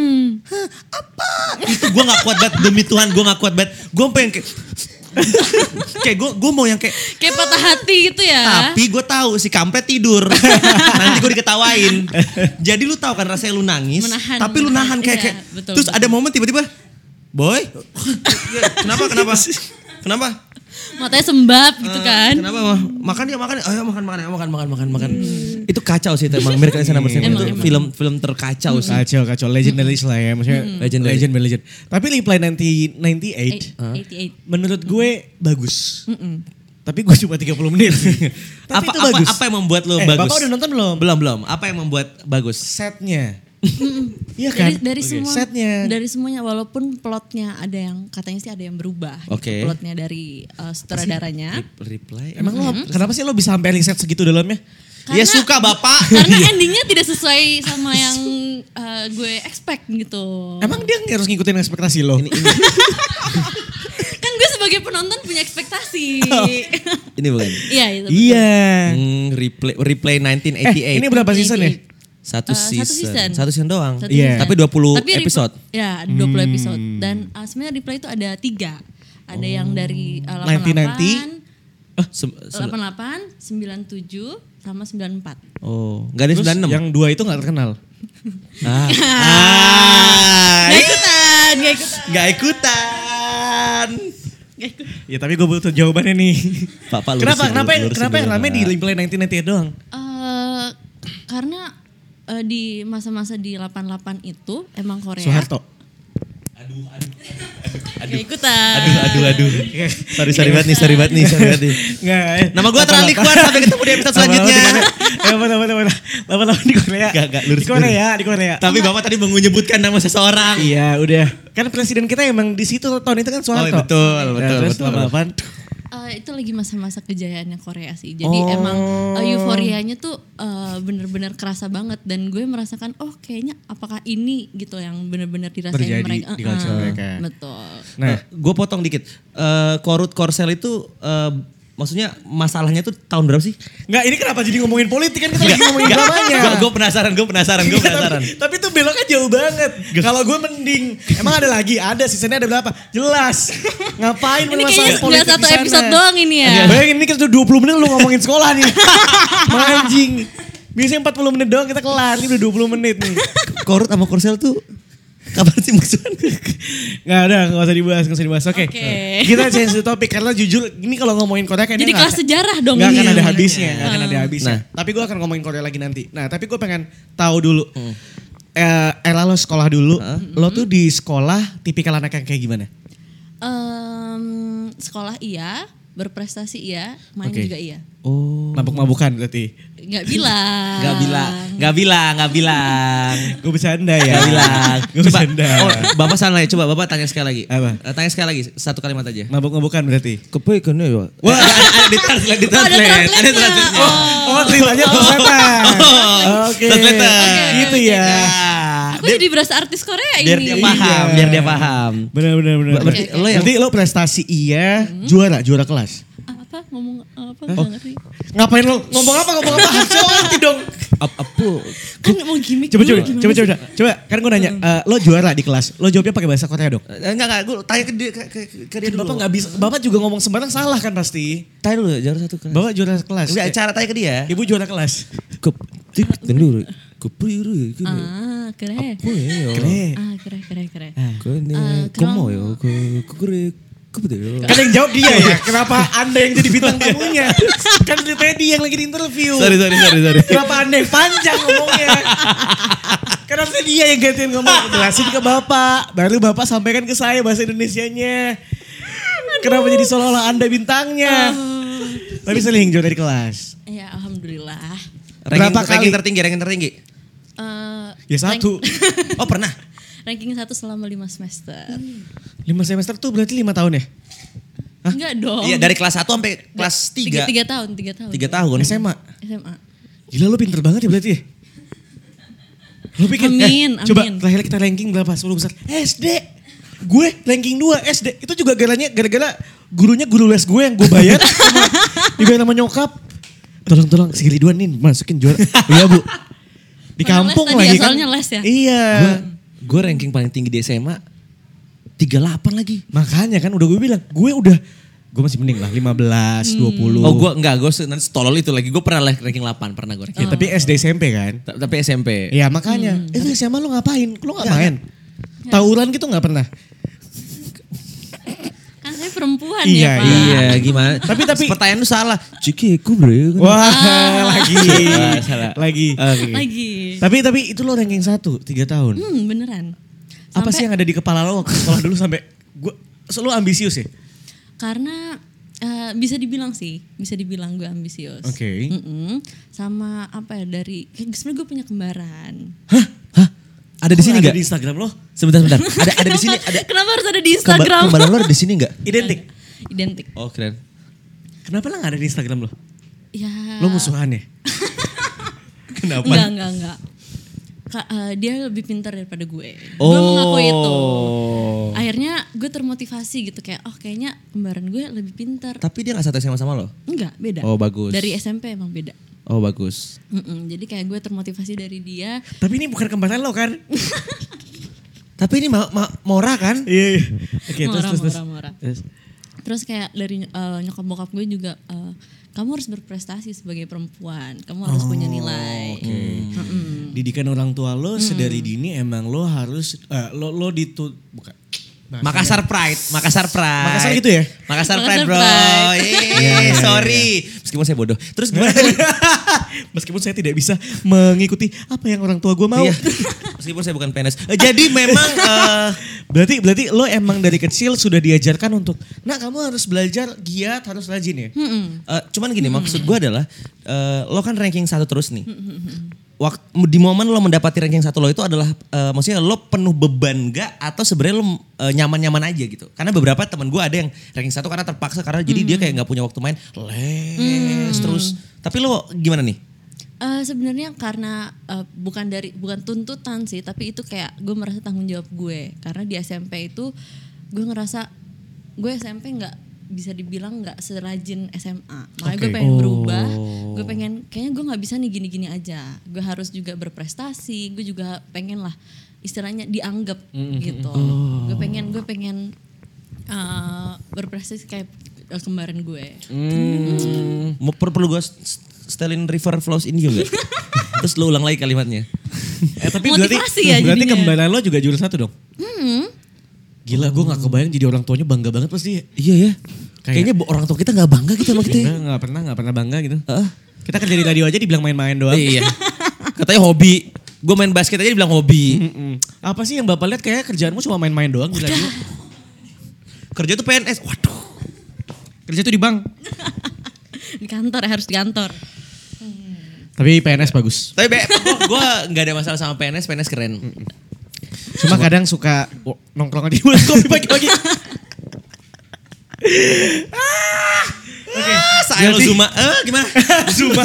[SPEAKER 1] hah, apa? Itu gue gak kuat banget, demi Tuhan gue gak kuat banget. Gue pengen kayak, kayak gue gue mau yang kayak,
[SPEAKER 2] Kayak patah hati gitu ya.
[SPEAKER 1] tapi gue tahu si kampret tidur. Nanti gue diketawain. Jadi lu tahu kan rasanya lu nangis,
[SPEAKER 2] Menahan,
[SPEAKER 1] tapi lu nahan
[SPEAKER 2] menahan.
[SPEAKER 1] kayak
[SPEAKER 2] Iya,
[SPEAKER 1] kayak.
[SPEAKER 2] betul,
[SPEAKER 1] terus
[SPEAKER 2] betul.
[SPEAKER 1] ada momen tiba-tiba, boy, Iya, kenapa kenapa kenapa?
[SPEAKER 2] Matanya sembab
[SPEAKER 5] Eh,
[SPEAKER 2] gitu kan.
[SPEAKER 1] Kenapa mah? Makan ya makan, ayo makan makan ayo makan makan makan makan. Itu kacau sih itu emang American Insanity Number Seven
[SPEAKER 2] Hmm. Emang,
[SPEAKER 1] itu
[SPEAKER 2] emang. Hmm.
[SPEAKER 1] film film terkacau sih.
[SPEAKER 5] Kacau, kacau. Legendaris lah ya. Maksudnya
[SPEAKER 1] Legendary.
[SPEAKER 5] legend, by legend. Tapi Reply 90,
[SPEAKER 2] Eh,
[SPEAKER 5] 98,
[SPEAKER 2] 88.
[SPEAKER 5] menurut gue bagus. Tapi gue cuma 30 menit. Tapi
[SPEAKER 1] Apa,
[SPEAKER 5] itu
[SPEAKER 1] apa,
[SPEAKER 5] bagus.
[SPEAKER 1] apa yang membuat lo
[SPEAKER 5] Eh,
[SPEAKER 1] bagus?
[SPEAKER 5] Bapak udah nonton belum?
[SPEAKER 1] Belum belum. Apa yang membuat bagus?
[SPEAKER 5] Setnya. Iya kan?
[SPEAKER 2] Dari, dari
[SPEAKER 5] Oke.
[SPEAKER 2] semua
[SPEAKER 5] Setnya.
[SPEAKER 2] dari semuanya walaupun plotnya ada yang katanya sih ada yang berubah
[SPEAKER 1] Oke.
[SPEAKER 2] gitu, plotnya dari uh, sutradaranya
[SPEAKER 1] Re- Reply.
[SPEAKER 5] Emang lo, kenapa sih lo bisa sampai riset segitu dalamnya?
[SPEAKER 1] Ya suka bapak.
[SPEAKER 2] karena endingnya tidak sesuai sama yang uh, gue expect gitu
[SPEAKER 5] Emang dia nggak harus ngikutin ekspektasi lo?
[SPEAKER 2] kan gue sebagai penonton punya ekspektasi
[SPEAKER 1] Ini bukan.
[SPEAKER 2] iya itu
[SPEAKER 5] Oh. iya.
[SPEAKER 1] Hmm, replay replay 1988.
[SPEAKER 5] Eh, ini berapa season ya?
[SPEAKER 1] Satu,
[SPEAKER 2] Eh,
[SPEAKER 1] season.
[SPEAKER 2] satu season.
[SPEAKER 1] Satu season doang.
[SPEAKER 2] Satu
[SPEAKER 5] Iya.
[SPEAKER 2] season.
[SPEAKER 1] Tapi 20
[SPEAKER 2] Replay-
[SPEAKER 1] episode. Hmm.
[SPEAKER 2] ya 20 episode dan uh, sebenarnya replay itu ada tiga ada yang dari uh,
[SPEAKER 5] 1990,
[SPEAKER 2] 88
[SPEAKER 1] Eh, Oh. se- se-
[SPEAKER 2] 88 97 sama 94
[SPEAKER 1] oh, enggak ada
[SPEAKER 5] Terus
[SPEAKER 1] 96.
[SPEAKER 5] yang dua itu nggak terkenal.
[SPEAKER 1] ah.
[SPEAKER 2] Gak ikutan, gak ikutan.
[SPEAKER 1] Enggak ikutan.
[SPEAKER 2] Gak ikutan.
[SPEAKER 5] Ya tapi gue butuh jawabannya nih.
[SPEAKER 1] Bapak lurusin
[SPEAKER 5] kenapa
[SPEAKER 1] dulu,
[SPEAKER 5] kenapa
[SPEAKER 1] lurusin
[SPEAKER 5] kenapa yang
[SPEAKER 1] dulu,
[SPEAKER 5] rame
[SPEAKER 1] Pak.
[SPEAKER 5] di Replay 1998 doang?
[SPEAKER 2] Eh, karena eh, di masa-masa di 88 itu emang
[SPEAKER 1] Iya.
[SPEAKER 2] Korea.
[SPEAKER 5] Soeharto.
[SPEAKER 2] Gak ikutan.
[SPEAKER 1] Aduh, aduh, aduh. sorry, sorry banget nih, sorry banget nih, sorry banget nih.
[SPEAKER 5] Nggak. eh.
[SPEAKER 1] Nama gua Terali Kuan, sampai ketemu di episode selanjutnya.
[SPEAKER 5] Lama-lama di Korea. Lama-lama, lama-lama di Korea.
[SPEAKER 1] Nggak, nggak, lurus
[SPEAKER 5] Di Korea, di Korea.
[SPEAKER 1] Tapi Bapak tadi menyebutkan nama seseorang.
[SPEAKER 5] Iya udah. Kan presiden kita emang di situ tahun itu kan Soeharto.
[SPEAKER 1] Oh, betul,
[SPEAKER 5] Ya,
[SPEAKER 1] betul,
[SPEAKER 5] terus
[SPEAKER 1] betul.
[SPEAKER 5] lama-lamaan,
[SPEAKER 2] Eh, eh, itu lagi masa-masa kejayaannya Korea sih. Jadi
[SPEAKER 5] Oh.
[SPEAKER 2] emang eh, euforianya tuh eh, bener-bener kerasa banget dan gue merasakan oh kayaknya apakah ini gitu yang bener-bener dirasain
[SPEAKER 5] Terjadi
[SPEAKER 2] mereka.
[SPEAKER 5] di
[SPEAKER 2] Eh,
[SPEAKER 5] culture mereka. ya?
[SPEAKER 2] Betul.
[SPEAKER 1] Nah, gue potong dikit. Eh, korut Korsel itu eh, maksudnya masalahnya tuh tahun berapa sih?
[SPEAKER 5] Nggak, ini kenapa jadi ngomongin politik kan kita lagi ngomongin dramanya.
[SPEAKER 1] Gue penasaran, gue penasaran, gue
[SPEAKER 5] Iya, tapi-
[SPEAKER 1] penasaran.
[SPEAKER 5] Tapi itu beloknya jauh banget. Kalau gue mending, emang ada lagi? Ada, seasonnya ada berapa? Jelas. Ngapain
[SPEAKER 2] Ini
[SPEAKER 5] permasalahan
[SPEAKER 2] kayaknya nggak
[SPEAKER 5] politik
[SPEAKER 2] satu
[SPEAKER 5] di sana? Iya.
[SPEAKER 2] episode doang ini ya.
[SPEAKER 5] Bayangin ini kita udah 20 menit lu ngomongin sekolah nih. Manjing. Biasanya 40 menit doang kita kelar, ini udah 20 menit nih.
[SPEAKER 1] Korut sama Korsel tuh kapan sih musuhan?
[SPEAKER 5] Gak ada, gak usah dibahas, gak usah dibahas. Oke.
[SPEAKER 2] Oke.
[SPEAKER 5] Kita change the topic karena jujur ini kalau ngomongin Korea kayaknya
[SPEAKER 2] Jadi
[SPEAKER 5] nggak-
[SPEAKER 2] kelas sejarah dong
[SPEAKER 5] nggak akan
[SPEAKER 2] ini. ya.
[SPEAKER 5] ada habisnya, nggak akan ada habisnya.
[SPEAKER 1] Nah.
[SPEAKER 5] Tapi gue akan ngomongin Korea lagi nanti. Nah, tapi gue pengen tahu dulu. Eh, Ella lo sekolah dulu. Lo tuh di sekolah tipikal anak yang kayak gimana?
[SPEAKER 2] Em, sekolah iya, berprestasi iya, main
[SPEAKER 5] Oke.
[SPEAKER 2] juga iya.
[SPEAKER 1] Oh,
[SPEAKER 5] Mabuk-mabukan berarti.
[SPEAKER 2] Nggak bilang.
[SPEAKER 1] nggak bilang, nggak bilang, nggak bilang.
[SPEAKER 5] Gue bercanda ya.
[SPEAKER 1] Nggak bilang.
[SPEAKER 5] Gue
[SPEAKER 1] Coba,
[SPEAKER 5] bercanda.
[SPEAKER 1] oh, bapak salah ya. Coba bapak tanya sekali lagi.
[SPEAKER 5] Apa?
[SPEAKER 1] Eh, Tanya sekali lagi, satu kalimat aja.
[SPEAKER 5] Mabuk-mabukan berarti.
[SPEAKER 1] Kepeikannya ya. Wah, ada, ada di translate, di
[SPEAKER 2] Oh, ada
[SPEAKER 1] translate.
[SPEAKER 2] translate-nya.
[SPEAKER 1] translate-nya.
[SPEAKER 5] Oh, ceritanya translator. Oke.
[SPEAKER 1] Translator.
[SPEAKER 5] Gitu ya.
[SPEAKER 2] Aku jadi berasa artis Korea
[SPEAKER 1] Biar dia
[SPEAKER 2] ini.
[SPEAKER 1] paham, biar dia paham.
[SPEAKER 5] Benar benar benar.
[SPEAKER 1] Ber- berarti lo yang-
[SPEAKER 5] berarti lo prestasi iya, juara, juara kelas.
[SPEAKER 2] Ah, Apa ngomong eh, apa
[SPEAKER 5] Oh.
[SPEAKER 2] nggak ngerti.
[SPEAKER 5] Ngapain lo? Ngomong apa? Ngomong apa? Coba ngerti dong.
[SPEAKER 1] Ap- Apa?
[SPEAKER 2] Kan mau gimmick
[SPEAKER 5] Coba
[SPEAKER 2] dulu
[SPEAKER 5] coba,
[SPEAKER 2] gimana
[SPEAKER 5] coba
[SPEAKER 2] sih?
[SPEAKER 5] coba, coba. Kan gue nanya, eh, lo juara di kelas. Lo jawabnya pakai bahasa Korea dong.
[SPEAKER 1] Eh, Enggak, enggak. Gue tanya ke dia, ke, ke, ke dia dulu.
[SPEAKER 5] Bapak nggak bisa. Bapak juga ngomong sembarang salah kan pasti.
[SPEAKER 1] Tanya dulu, jangan satu kali.
[SPEAKER 5] Bapak juara kelas.
[SPEAKER 1] Enggak,
[SPEAKER 5] Eh,
[SPEAKER 1] cara tanya ke dia.
[SPEAKER 5] Ibu juara kelas.
[SPEAKER 1] Kep, tik, tendur, kepiru, ya, kepiru.
[SPEAKER 2] Ah, keren.
[SPEAKER 1] Keren.
[SPEAKER 5] ya.
[SPEAKER 2] Ah, keren keren keren.
[SPEAKER 1] ya, Kene, komo ya, ke- kekere, kepede ya.
[SPEAKER 5] Kan yang jawab dia ya. Kenapa Iya. anda yang jadi bintang tamunya? kan ceritanya dia yang lagi di interview.
[SPEAKER 1] Sorry, sorry, sorry, sorry.
[SPEAKER 5] Kenapa anda yang panjang ngomongnya? Kenapa dia yang gantiin ngomong? Jelasin ke bapak. Baru bapak sampaikan ke saya bahasa Indonesianya. Kenapa jadi seolah-olah anda bintangnya? Tapi seling juara di kelas.
[SPEAKER 2] Ya alhamdulillah.
[SPEAKER 1] Ranking,
[SPEAKER 5] Berapa
[SPEAKER 1] ranking
[SPEAKER 5] kali?
[SPEAKER 1] tertinggi, ranking tertinggi.
[SPEAKER 2] Eh,
[SPEAKER 5] Ya satu.
[SPEAKER 1] Oh pernah?
[SPEAKER 2] ranking satu selama lima semester.
[SPEAKER 5] Lima semester tuh berarti lima tahun ya?
[SPEAKER 2] Enggak dong.
[SPEAKER 1] Iya, dari kelas 1 sampai kelas 3.
[SPEAKER 2] Oh. tiga tahun, tiga tahun.
[SPEAKER 1] 3 tahun.
[SPEAKER 5] SMA.
[SPEAKER 2] SMA.
[SPEAKER 5] Gila lo pinter banget ya berarti ya? Lo pikir,
[SPEAKER 2] Amin,
[SPEAKER 5] eh, coba
[SPEAKER 2] amin.
[SPEAKER 5] terakhir kita ranking berapa? 10 besar. SD. Gue ranking 2 SD. Itu juga garanya gara-gara gurunya guru les gue yang gue bayar. sama, dibayar sama nyokap. Tolong-tolong si Ridwan nih masukin juara. Iya bu. Di
[SPEAKER 2] Padahal
[SPEAKER 5] kampung
[SPEAKER 2] les tadi
[SPEAKER 5] lagi
[SPEAKER 2] ya,
[SPEAKER 5] kan.
[SPEAKER 2] soalnya les ya.
[SPEAKER 5] Iya.
[SPEAKER 1] Gue ranking paling tinggi di SMA 38 lagi.
[SPEAKER 5] Makanya kan udah gue bilang, gue udah gue masih mending lah
[SPEAKER 2] Hmm.
[SPEAKER 5] 15, 20.
[SPEAKER 1] Oh gue enggak, gue nanti tolol itu lagi. Gue pernah lah ranking 8, pernah gue ranking.
[SPEAKER 5] Ya,
[SPEAKER 2] Oh.
[SPEAKER 5] tapi SD SMP kan.
[SPEAKER 1] Ta- Tapi SMP.
[SPEAKER 5] Iya makanya. Itu SMA lo ngapain? Lo nggak main? Tawuran gitu nggak pernah.
[SPEAKER 2] Kan saya perempuan
[SPEAKER 5] Iya,
[SPEAKER 2] ya, Pak.
[SPEAKER 1] Iya, gimana? ya, tapi tapi pertanyaan lu salah. Ciki, aku bro.
[SPEAKER 5] Wah lagi,
[SPEAKER 1] Salah, salah. Ah,
[SPEAKER 5] lagi.
[SPEAKER 2] Lagi.
[SPEAKER 5] Tapi tapi itu lo ranking satu tiga tahun.
[SPEAKER 2] Hmm, beneran.
[SPEAKER 5] Apa sih yang ada di kepala lo waktu sekolah dulu sampai gue selalu ambisius ya?
[SPEAKER 2] Karena eh, bisa dibilang sih, bisa dibilang gue ambisius.
[SPEAKER 5] Oke.
[SPEAKER 2] Mm-mm. Sama apa ya dari kayak sebenarnya gue punya kembaran.
[SPEAKER 1] Hah? Hah? Ada di
[SPEAKER 5] Kok
[SPEAKER 1] sini
[SPEAKER 5] ada
[SPEAKER 1] enggak?
[SPEAKER 5] Di Instagram lo
[SPEAKER 1] Sebentar, sebentar. Ada ada di sini, ada
[SPEAKER 2] Kenapa harus ada di
[SPEAKER 1] kembar-
[SPEAKER 2] Instagram?
[SPEAKER 1] kembaran lu ada di sini enggak?
[SPEAKER 5] identik.
[SPEAKER 2] Identik.
[SPEAKER 1] Oh, keren.
[SPEAKER 5] Kenapa lah nggak ada di Instagram lo?
[SPEAKER 2] Ya.
[SPEAKER 5] Lo musuhan ya?
[SPEAKER 2] Enggak,
[SPEAKER 5] Kenapa?
[SPEAKER 2] enggak, enggak. Ka- eh, dia lebih pintar daripada gue. Gue
[SPEAKER 1] Oh.
[SPEAKER 2] mengakui itu. Akhirnya gue termotivasi gitu kayak, oh kayaknya kembaran gue lebih pintar.
[SPEAKER 1] Tapi dia gak satu SMA sama lo?
[SPEAKER 2] Enggak, beda.
[SPEAKER 1] Oh, bagus.
[SPEAKER 2] Dari SMP emang beda.
[SPEAKER 1] Oh, bagus.
[SPEAKER 2] Mm-mm, Jadi kayak gue termotivasi dari dia.
[SPEAKER 5] Tapi ini bukan kembaran lo kan?
[SPEAKER 1] Tapi ini ma- ma- Mora kan?
[SPEAKER 5] Iya. iya. Oke terus
[SPEAKER 2] Mora,
[SPEAKER 5] terus terus.
[SPEAKER 2] mora, mora.
[SPEAKER 5] Terus.
[SPEAKER 2] Terus kayak dari eh, nyokap bokap gue juga eh, kamu harus berprestasi sebagai perempuan, kamu harus punya
[SPEAKER 5] Oh,
[SPEAKER 2] nilai. Mm-mm.
[SPEAKER 5] Didikan orang tua lo sedari dini emang lo harus eh, lo lo ditu bukan
[SPEAKER 1] Makassar Pride, Makassar Pride.
[SPEAKER 5] Nah, iya. Makassar gitu ya? Iya,
[SPEAKER 1] Makassar
[SPEAKER 2] Makassar
[SPEAKER 1] Pride, bro.
[SPEAKER 2] Pride.
[SPEAKER 1] Yeay, sorry. Meskipun saya bodoh. Terus gimana?
[SPEAKER 5] Meskipun saya tidak bisa mengikuti apa yang orang tua gue mau.
[SPEAKER 1] Iya. Meskipun saya bukan PNS. Eh, Jadi memang eh,
[SPEAKER 5] Berarti berarti lo emang dari kecil sudah diajarkan untuk, nah kamu harus belajar giat, harus rajin ya.
[SPEAKER 1] Eh, cuman gini maksud gue adalah eh, lo kan ranking satu terus nih. waktu di momen lo mendapati ranking satu lo itu adalah eh, maksudnya lo penuh beban gak atau sebenarnya lo eh, nyaman-nyaman aja gitu karena beberapa teman gue ada yang ranking satu karena terpaksa karena jadi dia kayak nggak punya waktu main les terus tapi lo gimana nih
[SPEAKER 2] Eh, sebenarnya karena eh, bukan dari bukan tuntutan sih tapi itu kayak gue merasa tanggung jawab gue karena di SMP itu gue ngerasa gue SMP nggak bisa dibilang nggak serajin SMA makanya gue
[SPEAKER 5] Oke.
[SPEAKER 2] pengen berubah gue pengen kayaknya gue nggak bisa nih gini-gini aja gue harus juga berprestasi gue juga pengen lah istilahnya dianggap gitu gue pengen gue pengen eh, berprestasi kayak eh, kembaran gue
[SPEAKER 1] mau per- perlu gue s- stelin river flows in you gak terus lo ulang lagi kalimatnya
[SPEAKER 5] Eh, tapi berarti,
[SPEAKER 2] Motivasi ya
[SPEAKER 5] berarti
[SPEAKER 2] jadinya.
[SPEAKER 5] kembaran lo juga juara satu dong?
[SPEAKER 2] Hmm.
[SPEAKER 5] Gila, gue gak kebayang jadi orang tuanya bangga banget pasti.
[SPEAKER 1] iya ya
[SPEAKER 5] Kayaknya
[SPEAKER 1] kayaknya bo- orang tua kita nggak bangga gitu sama kita ya.
[SPEAKER 5] Kita gak pernah, gak pernah bangga gitu. Kita kerja di radio aja dibilang main-main doang.
[SPEAKER 1] iya katanya hobi gue main basket aja dibilang hobi
[SPEAKER 5] Mm-mm. Apa sih yang bapak lihat kayak kerjaanmu cuma main-main doang di radio?
[SPEAKER 1] kerja tuh PNS waduh
[SPEAKER 5] Kerja tuh di bank.
[SPEAKER 2] di kantor harus di kantor
[SPEAKER 5] Tapi PNS bagus.
[SPEAKER 1] Tapi Beb, gue gak ada masalah sama PNS, PNS keren.
[SPEAKER 5] Cuma kadang suka wo- nongkrong aja di bulan kopi pagi-pagi. Oke,
[SPEAKER 1] Ah, saya lo
[SPEAKER 5] jadi-
[SPEAKER 1] Zuma. Eh, gimana?
[SPEAKER 5] Zuma.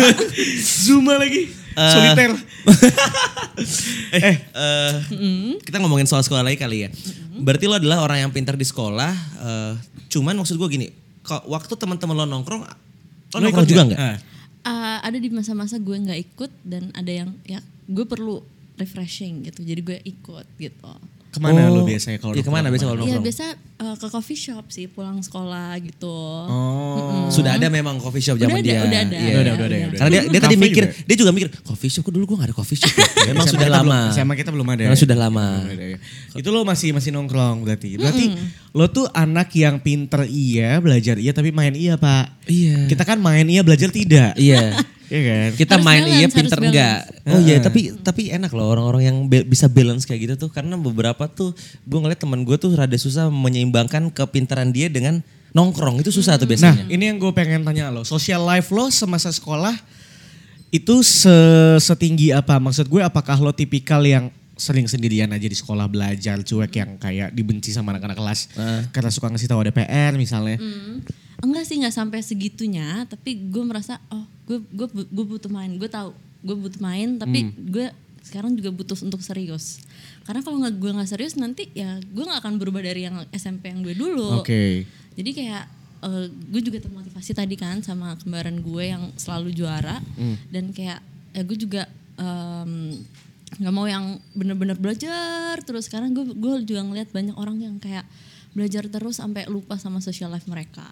[SPEAKER 5] Zuma lagi.
[SPEAKER 1] Eh.
[SPEAKER 5] Soliter.
[SPEAKER 1] eh, eh, kita ngomongin soal sekolah lagi kali ya. Berarti lo adalah orang yang pintar di sekolah. eh, cuman maksud gue gini, kok waktu teman-teman lo nongkrong, lo
[SPEAKER 5] Lo
[SPEAKER 1] nongkrong
[SPEAKER 5] ikut
[SPEAKER 1] juga nggak?
[SPEAKER 5] Ah.
[SPEAKER 2] Uh, ada di masa-masa gue nggak ikut dan ada yang ya gue perlu refreshing gitu jadi gue ikut gitu
[SPEAKER 5] Kemana
[SPEAKER 1] Oh.
[SPEAKER 5] lo biasanya kalau
[SPEAKER 1] Iya,
[SPEAKER 5] nongkrong?
[SPEAKER 1] kemana biasanya kalau
[SPEAKER 2] Iya
[SPEAKER 1] nongkrong?
[SPEAKER 2] biasa uh, ke coffee shop sih pulang sekolah gitu
[SPEAKER 5] Oh.
[SPEAKER 1] Sudah ada memang coffee shop zaman
[SPEAKER 2] Udah ada,
[SPEAKER 1] dia.
[SPEAKER 2] udah ada.
[SPEAKER 1] Iya.
[SPEAKER 5] Udah ada, udah ada, udah ada.
[SPEAKER 1] Karena dia, dia tadi
[SPEAKER 5] Cafe
[SPEAKER 1] mikir,
[SPEAKER 5] juga
[SPEAKER 1] dia juga mikir, coffee shop kok dulu gue gak ada coffee shop. ya?" Memang
[SPEAKER 5] SMA
[SPEAKER 1] sudah
[SPEAKER 5] kita
[SPEAKER 1] lama.
[SPEAKER 5] belum- SMA kita belum ada.
[SPEAKER 1] Memang
[SPEAKER 5] ya?
[SPEAKER 1] sudah lama.
[SPEAKER 5] Belum ada, ya. Itu lo masih masih nongkrong berarti. Berarti lo tuh anak yang pinter iya, belajar iya tapi main iya, Pak.
[SPEAKER 1] Iya.
[SPEAKER 5] Kita kan main iya, belajar tidak.
[SPEAKER 1] Iya.
[SPEAKER 5] Iya kan?
[SPEAKER 1] kita
[SPEAKER 2] Harus
[SPEAKER 1] main
[SPEAKER 2] balance,
[SPEAKER 1] iya
[SPEAKER 2] harus
[SPEAKER 1] pinter
[SPEAKER 2] balance.
[SPEAKER 1] enggak oh iya tapi tapi enak loh orang-orang yang be- bisa balance kayak gitu tuh karena beberapa tuh gue ngeliat teman gue tuh rada susah menyeimbangkan kepintaran dia dengan nongkrong itu susah tuh
[SPEAKER 2] Hmm.
[SPEAKER 5] Nah,
[SPEAKER 1] biasanya
[SPEAKER 5] ini yang gue pengen tanya lo. Social life lo semasa sekolah itu se setinggi apa? Maksud gue apakah lo tipikal yang sering sendirian aja di sekolah belajar cuek yang kayak dibenci sama anak-anak kelas karena suka ngasih tahu ada PR misalnya.
[SPEAKER 2] Hmm. enggak sih nggak sampai segitunya tapi gue merasa oh gue gue bu- gue butuh main gue tahu gue butuh main tapi
[SPEAKER 5] Hmm.
[SPEAKER 2] gue sekarang juga butuh untuk serius karena kalau nggak gue nggak serius nanti ya gue nggak akan berubah dari yang SMP yang gue dulu
[SPEAKER 5] Oke.
[SPEAKER 2] Jadi kayak eh, gue juga termotivasi tadi kan sama kembaran gue yang selalu juara dan kayak ya gue juga em, nggak mau yang bener-bener belajar terus sekarang gue gue juga ngeliat banyak orang yang kayak belajar terus sampai lupa sama social life mereka.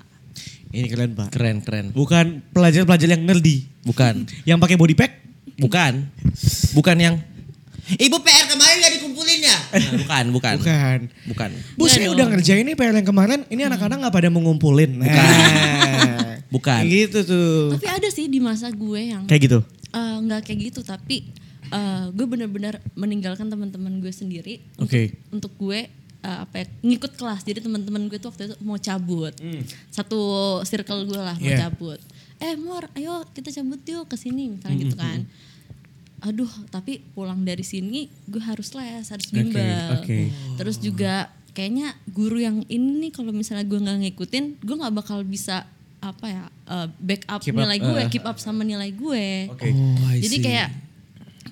[SPEAKER 5] Ini keren, Pak.
[SPEAKER 1] keren keren
[SPEAKER 5] Bukan pelajar-pelajar yang nerdy,
[SPEAKER 1] bukan
[SPEAKER 5] yang pakai body pack.
[SPEAKER 1] bukan bukan yang ibu PR kemarin gak dikumpulin ya Nah, bukan bukan
[SPEAKER 5] Bukan.
[SPEAKER 1] bukan
[SPEAKER 5] Bu, saya udah ngerjain nih PR yang kemarin. Ini anak-anak nggak pada mau ngumpulin. Nah.
[SPEAKER 1] Bukan.
[SPEAKER 5] Gitu tuh.
[SPEAKER 2] Tapi ada sih di masa gue yang
[SPEAKER 5] Kayak gitu.
[SPEAKER 2] eh, nggak kayak gitu tapi eh, gue bener-bener meninggalkan teman-teman gue sendiri
[SPEAKER 5] Oke.
[SPEAKER 2] untuk gue uh, apa ya, ngikut kelas jadi teman-teman gue tuh waktu itu mau cabut
[SPEAKER 5] Hmm.
[SPEAKER 2] satu circle gue lah mau
[SPEAKER 5] Yeah.
[SPEAKER 2] cabut eh mor ayo kita cabut yuk ke sini misalnya
[SPEAKER 5] Hmm,
[SPEAKER 2] gitu kan aduh tapi pulang dari sini gue harus les harus bimbel
[SPEAKER 5] oke.
[SPEAKER 2] terus juga kayaknya guru yang ini nih kalau misalnya gue nggak ngikutin gue nggak bakal bisa apa ya uh, backup
[SPEAKER 5] Keep up,
[SPEAKER 2] nilai gue
[SPEAKER 5] uh.
[SPEAKER 2] keep up sama nilai gue
[SPEAKER 5] Oke. Oh,
[SPEAKER 2] jadi kayak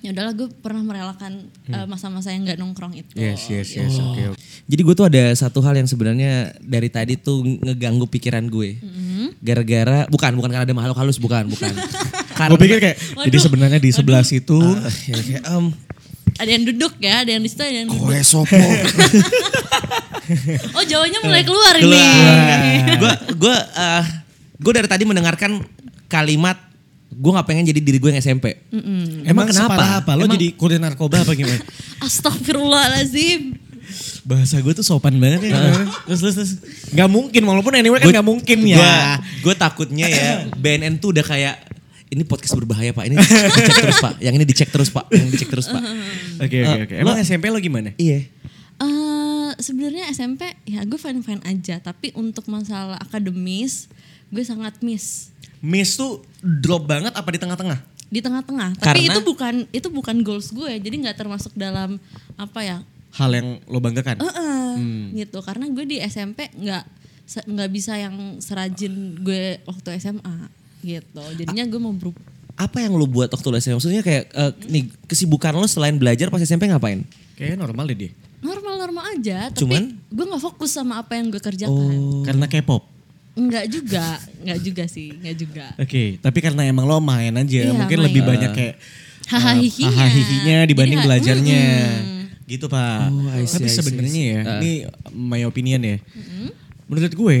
[SPEAKER 2] ya udahlah gue pernah merelakan uh, masa-masa yang nggak nongkrong itu
[SPEAKER 5] Yes, yes, yes. Oke. oke.
[SPEAKER 1] Jadi gue tuh ada satu hal yang sebenarnya dari tadi tuh ngeganggu pikiran gue.
[SPEAKER 2] Hmm.
[SPEAKER 1] Gara-gara bukan bukan karena ada makhluk halus bukan bukan.
[SPEAKER 5] Gue pikir kayak, jadi sebenarnya di sebelah situ iya.
[SPEAKER 1] Ya, kayak, em,
[SPEAKER 2] ada yang duduk ya, ada yang di situ, ada yang duduk.
[SPEAKER 4] Koe sopo.
[SPEAKER 2] Oh, Jawanya mulai keluar, nih.
[SPEAKER 5] Iya.
[SPEAKER 1] gue gue eh, gue dari tadi mendengarkan kalimat gue nggak pengen jadi diri gue yang SMP. Emang
[SPEAKER 5] Emang, kenapa?
[SPEAKER 1] kenapa?
[SPEAKER 5] apa? Lo
[SPEAKER 1] Emang-
[SPEAKER 5] jadi kurir narkoba apa gimana?
[SPEAKER 2] Astagfirullahalazim.
[SPEAKER 5] Bahasa gue tuh sopan banget ya. terus, terus, terus. Gak mungkin, walaupun anyway kan
[SPEAKER 1] Gua-
[SPEAKER 5] gak mungkin
[SPEAKER 1] Gua-
[SPEAKER 5] ya.
[SPEAKER 1] Gue takutnya ya BNN tuh udah kayak ini podcast berbahaya pak. Ini dicek terus pak. Yang ini dicek terus pak. Yang dicek terus pak. Eh,
[SPEAKER 5] Oke, oke, oke. Emang SMP lo gimana?
[SPEAKER 1] Iya.
[SPEAKER 2] Eh, sebenarnya SMP ya gue fine fine aja, tapi untuk masalah akademis gue sangat miss.
[SPEAKER 5] Miss tuh drop banget apa di tengah-tengah?
[SPEAKER 2] di tengah-tengah. Tapi
[SPEAKER 1] Karena-
[SPEAKER 2] itu bukan itu bukan goals gue, jadi nggak termasuk dalam apa ya?
[SPEAKER 5] Hal yang lo banggakan?
[SPEAKER 2] eh,
[SPEAKER 5] Hmm.
[SPEAKER 2] gitu. Karena gue di SMP nggak se- nggak bisa yang serajin gue waktu SMA gitu. Jadinya gue mau berubah.
[SPEAKER 1] Apa yang lu buat waktu lu SMP? Maksudnya kayak eh, nih kesibukan lu selain belajar pas SMP ngapain?
[SPEAKER 5] Kayaknya normal deh dia.
[SPEAKER 2] Normal-normal aja, tapi
[SPEAKER 1] Cuman?
[SPEAKER 2] gue nggak fokus sama apa yang gue kerjakan.
[SPEAKER 5] Karena K-pop.
[SPEAKER 2] Enggak juga, enggak juga sih, enggak juga.
[SPEAKER 5] Oke, tapi karena emang lo main aja,
[SPEAKER 2] Iya,
[SPEAKER 5] mungkin
[SPEAKER 2] main.
[SPEAKER 5] lebih banyak kayak
[SPEAKER 2] Hahaha hihinya.
[SPEAKER 5] hahaha hihinya dibanding
[SPEAKER 2] Jadi nggak-
[SPEAKER 5] belajarnya. Gitu, Pak.
[SPEAKER 1] Oh, I see, I
[SPEAKER 5] tapi
[SPEAKER 1] see, Uh. I
[SPEAKER 5] sebenarnya
[SPEAKER 1] see.
[SPEAKER 5] ya, ini my opinion ya. Menurut gue,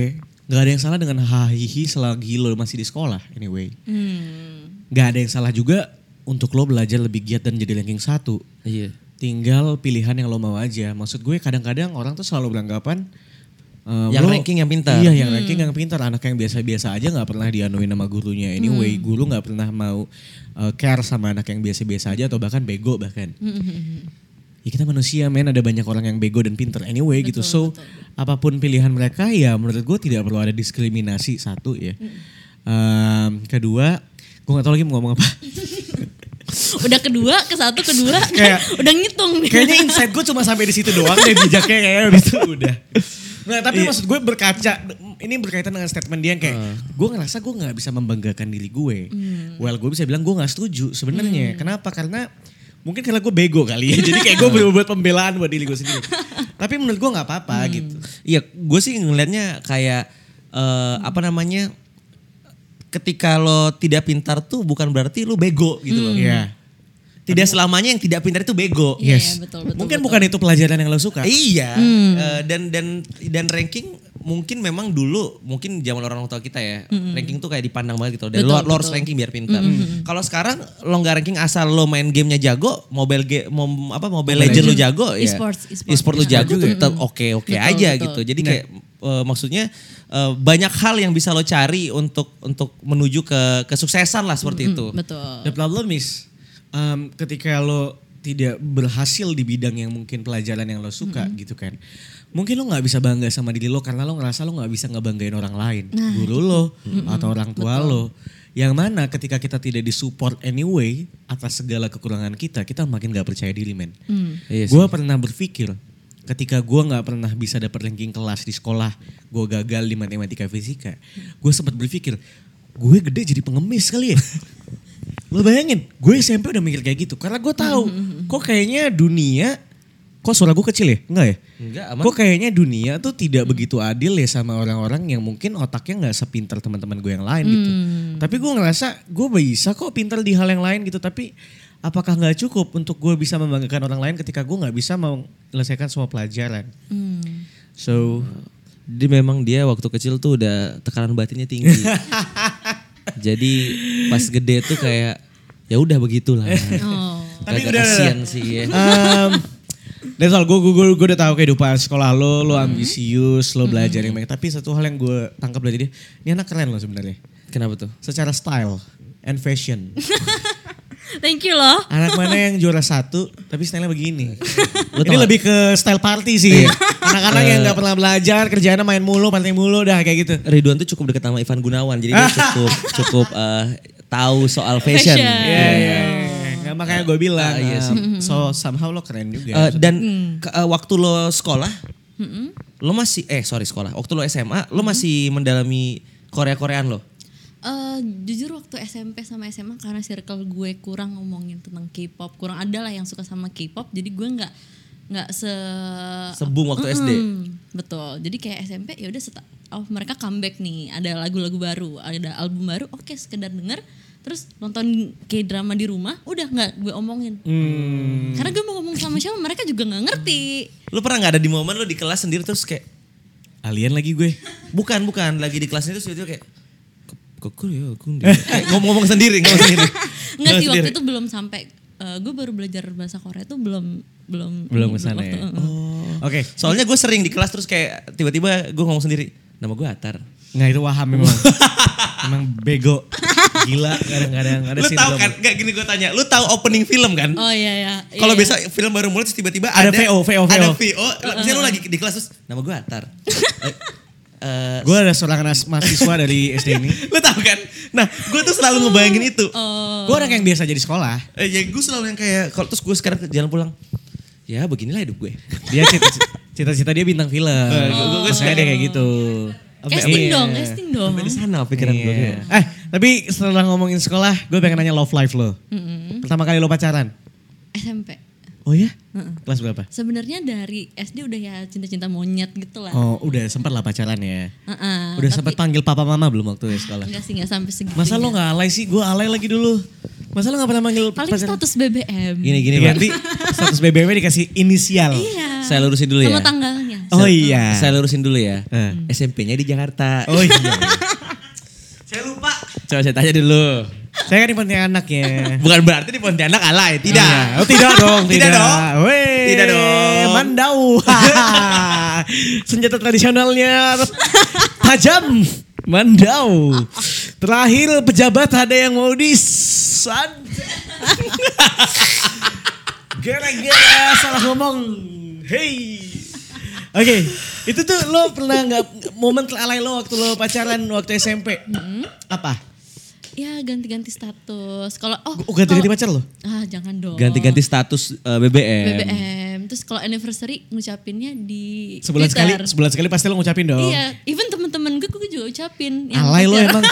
[SPEAKER 5] nggak ada yang salah dengan hahaha hihi selagi lo masih di sekolah anyway.
[SPEAKER 2] Hmm.
[SPEAKER 5] Nggak ada yang salah juga untuk lo belajar lebih giat dan jadi ranking satu.
[SPEAKER 1] Iya.
[SPEAKER 5] Tinggal pilihan yang lo mau aja. Maksud gue kadang-kadang orang tuh selalu beranggapan eh,
[SPEAKER 1] Yang
[SPEAKER 5] lo-
[SPEAKER 1] ranking yang pintar.
[SPEAKER 5] Iya, yang ranking yang pintar. Anak yang biasa-biasa aja nggak pernah dianuin sama gurunya. Anyway, guru nggak pernah mau eh, care sama anak yang biasa-biasa aja atau bahkan bego bahkan. Ya kita manusia men, ada banyak orang yang bego dan pintar anyway gitu. So, apapun pilihan mereka ya menurut gue tidak perlu ada diskriminasi satu ya. Em, kedua, gue gak tau lagi mau ngomong apa.
[SPEAKER 2] Udah kedua, ke satu, kedua,
[SPEAKER 5] Kayak-
[SPEAKER 2] udah ngitung.
[SPEAKER 5] Kayaknya insight gue cuma sampai di situ doang deh bijaknya kayaknya habis itu udah. Nah tapi maksud gue berkaca, ini berkaitan dengan statement dia yang kayak gue ngerasa gue nggak bisa membanggakan diri gue.
[SPEAKER 2] Hmm.
[SPEAKER 5] Well gue bisa bilang gue nggak setuju sebenarnya. Kenapa? Karena mungkin karena gue bego kali ya. Jadi kayak gue belum buat pembelaan buat diri gue sendiri. tapi menurut gue nggak apa-apa
[SPEAKER 2] Hmm.
[SPEAKER 5] gitu.
[SPEAKER 1] Iya, gue sih ngelihatnya kayak eh, apa namanya? Ketika lo tidak pintar tuh bukan berarti lo bego gitu loh.
[SPEAKER 5] Iya.
[SPEAKER 1] Tidak selamanya yang tidak pintar itu bego.
[SPEAKER 2] Iya, Yes. betul, betul,
[SPEAKER 5] mungkin bukan itu pelajaran yang lo suka.
[SPEAKER 1] Iya.
[SPEAKER 2] Hmm.
[SPEAKER 1] eh, dan dan dan ranking mungkin memang dulu mungkin zaman orang tua kita ya ranking tuh kayak dipandang banget gitu. Dan lo,
[SPEAKER 2] Hmm. Betul, Hmm.
[SPEAKER 1] lo harus ranking biar pintar. Kalau sekarang lo nggak ranking asal lo main gamenya jago, mobile game mom- apa mobile, legend lo jago ya.
[SPEAKER 2] E-sports, e-sports.
[SPEAKER 1] E-sport lo
[SPEAKER 2] Iya.
[SPEAKER 1] jago tuh tetap oke oke
[SPEAKER 2] Betul,
[SPEAKER 1] aja
[SPEAKER 2] betul.
[SPEAKER 1] gitu. Jadi kayak eh, maksudnya eh, banyak hal yang bisa lo cari untuk untuk menuju ke kesuksesan lah seperti
[SPEAKER 2] Hmm.
[SPEAKER 1] itu.
[SPEAKER 2] Betul.
[SPEAKER 5] The problem is um, ketika lo tidak berhasil di bidang yang mungkin pelajaran yang lo suka gitu kan. Mungkin lo nggak bisa bangga sama diri lo karena lo ngerasa lo nggak bisa ngebanggain orang lain. Guru lo atau orang tua lo. Yang mana ketika kita tidak disupport anyway atas segala kekurangan kita, kita makin gak percaya diri men.
[SPEAKER 1] Iya
[SPEAKER 5] Gue pernah berpikir ketika gue nggak pernah bisa dapat ranking kelas di sekolah, gue gagal di matematika fisika, gue sempat berpikir gue gede jadi pengemis kali ya. Lo bayangin, gue SMP udah mikir kayak gitu. Karena gue tahu, kok kayaknya dunia, kok suara gue kecil ya? Enggak ya?
[SPEAKER 1] Enggak, aman.
[SPEAKER 5] Kok kayaknya dunia tuh tidak begitu adil ya sama orang-orang yang mungkin otaknya nggak sepintar teman-teman gue yang lain gitu. Tapi gue ngerasa gue bisa kok pintar di hal yang lain gitu. Tapi apakah nggak cukup untuk gue bisa membanggakan orang lain ketika gue nggak bisa menyelesaikan semua pelajaran?
[SPEAKER 2] Hmm.
[SPEAKER 5] So,
[SPEAKER 1] Jadi memang dia waktu kecil tuh udah tekanan batinnya tinggi. Jadi pas gede tuh kayak ya udah begitulah.
[SPEAKER 2] Oh.
[SPEAKER 1] Tapi
[SPEAKER 5] udah,
[SPEAKER 1] kasihan sih ya.
[SPEAKER 5] um, That's all. Gue gue gue udah tahu kehidupan sekolah lo, lo ambisius, lo belajar yang banyak. Tapi satu hal yang gue tangkap dari dia, ini anak keren lo sebenarnya.
[SPEAKER 1] Kenapa tuh?
[SPEAKER 5] Secara style and fashion.
[SPEAKER 2] Thank you loh.
[SPEAKER 5] Anak mana yang juara satu, tapi stylenya begini.
[SPEAKER 1] Lo tau
[SPEAKER 5] ini
[SPEAKER 1] gak?
[SPEAKER 5] lebih ke style party sih. Anak-anak yang nggak pernah belajar, kerjaannya main mulu, pantai mulu, dah kayak gitu.
[SPEAKER 1] Ridwan tuh cukup deket sama Ivan Gunawan, jadi dia cukup cukup eh, tahu soal fashion.
[SPEAKER 2] Fashion.
[SPEAKER 5] Iya, iya, iya. Nggak, makanya gue bilang.
[SPEAKER 1] Ah, iya sih.
[SPEAKER 5] um, So somehow lo keren juga.
[SPEAKER 1] Eh, dan
[SPEAKER 5] Hmm.
[SPEAKER 1] ke- eh, waktu lo sekolah, lo masih eh sorry sekolah, waktu lo SMA, lo masih mendalami Korea Koreaan lo.
[SPEAKER 2] Eh, jujur waktu SMP sama SMA karena circle gue kurang ngomongin tentang K-pop, kurang ada lah yang suka sama K-pop, jadi gue nggak nggak se
[SPEAKER 5] Uh,
[SPEAKER 1] Sebung waktu SD.
[SPEAKER 2] betul. Jadi kayak SMP ya udah seta- oh mereka comeback nih, ada lagu-lagu baru, ada album baru, oke sekedar denger, terus nonton K-drama di rumah, udah nggak gue omongin.
[SPEAKER 5] Hmm.
[SPEAKER 2] Karena gue mau ngomong sama siapa mereka juga nggak ngerti.
[SPEAKER 1] Lo pernah nggak ada di momen lo di kelas sendiri terus kayak
[SPEAKER 5] Alien lagi gue.
[SPEAKER 1] Bukan, bukan. Lagi di kelasnya itu tiba-tiba kayak "Ke- ke- ya, aku di-" Kayak ngomong-ngomong sendiri, ngomong sendiri.
[SPEAKER 2] Enggak sih waktu
[SPEAKER 1] sendiri.
[SPEAKER 2] itu belum sampai eh, gue baru belajar bahasa Korea tuh belum belum
[SPEAKER 5] Belum kesana
[SPEAKER 2] waktu-
[SPEAKER 5] ya.
[SPEAKER 2] eh, eh.
[SPEAKER 5] Oke.
[SPEAKER 1] Oh. Soalnya gue sering di kelas terus kayak tiba-tiba gue ngomong sendiri. Nama gue Atar.
[SPEAKER 5] Nggak itu waham memang. memang bego. Gila kadang-kadang ada
[SPEAKER 1] lu tahu
[SPEAKER 5] sindrom.
[SPEAKER 1] kan? Gak gini gue tanya. Lu tahu opening film kan?
[SPEAKER 2] Oh iya ya.
[SPEAKER 1] Kalau biasa film baru mulai terus tiba-tiba ada,
[SPEAKER 5] Ada VO, VO.
[SPEAKER 1] Ada VO. Misalnya lu lagi di kelas terus nama gue Atar. Eh, eh,
[SPEAKER 5] Gue ada seorang anak mahasiswa dari SD ini.
[SPEAKER 1] Lo tau kan? Nah gue tuh selalu ngebayangin itu.
[SPEAKER 5] Gue orang yang biasa aja di sekolah.
[SPEAKER 1] Eh, ya gue selalu yang kayak, kalau terus gue sekarang ke jalan pulang. Ya beginilah hidup gue.
[SPEAKER 5] Dia cita- cita-cita dia bintang film.
[SPEAKER 1] Oh.
[SPEAKER 5] Makanya dia kayak gitu.
[SPEAKER 2] Casting
[SPEAKER 5] Iya.
[SPEAKER 2] dong, casting dong.
[SPEAKER 1] Sampai di sana pikiran gue.
[SPEAKER 5] Iya. Eh, tapi setelah ngomongin sekolah, gue pengen nanya love life lo. Pertama kali lo pacaran?
[SPEAKER 2] SMP.
[SPEAKER 5] Oh ya? Kelas berapa?
[SPEAKER 2] Sebenarnya dari SD udah ya cinta-cinta monyet gitu lah.
[SPEAKER 5] Oh, udah sempat lah pacaran ya.
[SPEAKER 2] Heeh, Ah,
[SPEAKER 5] Udah
[SPEAKER 2] tapi
[SPEAKER 5] sempat panggil papa mama belum waktu di sekolah?
[SPEAKER 2] Enggak sih, enggak sampai segitu.
[SPEAKER 5] Masa lo gak alay sih? Gue alay lagi dulu. Masa lo gak pernah manggil
[SPEAKER 2] Paling status BBM.
[SPEAKER 1] Gini gini Pak.
[SPEAKER 5] Ganti status BBM dikasih inisial.
[SPEAKER 2] Iya.
[SPEAKER 1] Saya lurusin dulu
[SPEAKER 2] Sama
[SPEAKER 1] ya.
[SPEAKER 2] tanggalnya.
[SPEAKER 5] Oh iya.
[SPEAKER 1] Saya lurusin dulu ya.
[SPEAKER 5] Eh.
[SPEAKER 1] SMP-nya di Jakarta.
[SPEAKER 5] Oh iya.
[SPEAKER 1] Saya lupa. Coba saya tanya dulu.
[SPEAKER 5] Saya kan di Pontianak ya.
[SPEAKER 1] Bukan berarti di Pontianak alay, tidak.
[SPEAKER 5] Oh tidak dong,
[SPEAKER 1] Tidak dong.
[SPEAKER 5] Wey,
[SPEAKER 1] Tidak dong.
[SPEAKER 5] Mandau. Senjata tradisionalnya tajam. Mandau. Terakhir pejabat ada yang mau disan. Gara-gara salah ngomong. Hey. Oke, itu tuh lo pernah nggak momen alay lo waktu lo pacaran waktu SMP?
[SPEAKER 1] Mm-hmm.
[SPEAKER 5] Apa?
[SPEAKER 2] Ya ganti-ganti status. Kalau oh,
[SPEAKER 5] Oh, ganti-ganti
[SPEAKER 2] kalau-
[SPEAKER 5] pacar lo?
[SPEAKER 2] Ah, jangan dong.
[SPEAKER 1] Ganti-ganti status eh, BBM.
[SPEAKER 2] BBM. Terus kalau anniversary ngucapinnya di
[SPEAKER 5] Sebulan sekali,
[SPEAKER 2] Twitter.
[SPEAKER 5] sebulan sekali pasti lo ngucapin dong.
[SPEAKER 2] Iya, even temen-temen gue gue juga ucapin. yang
[SPEAKER 5] Alay lo
[SPEAKER 2] Twitter.
[SPEAKER 5] emang.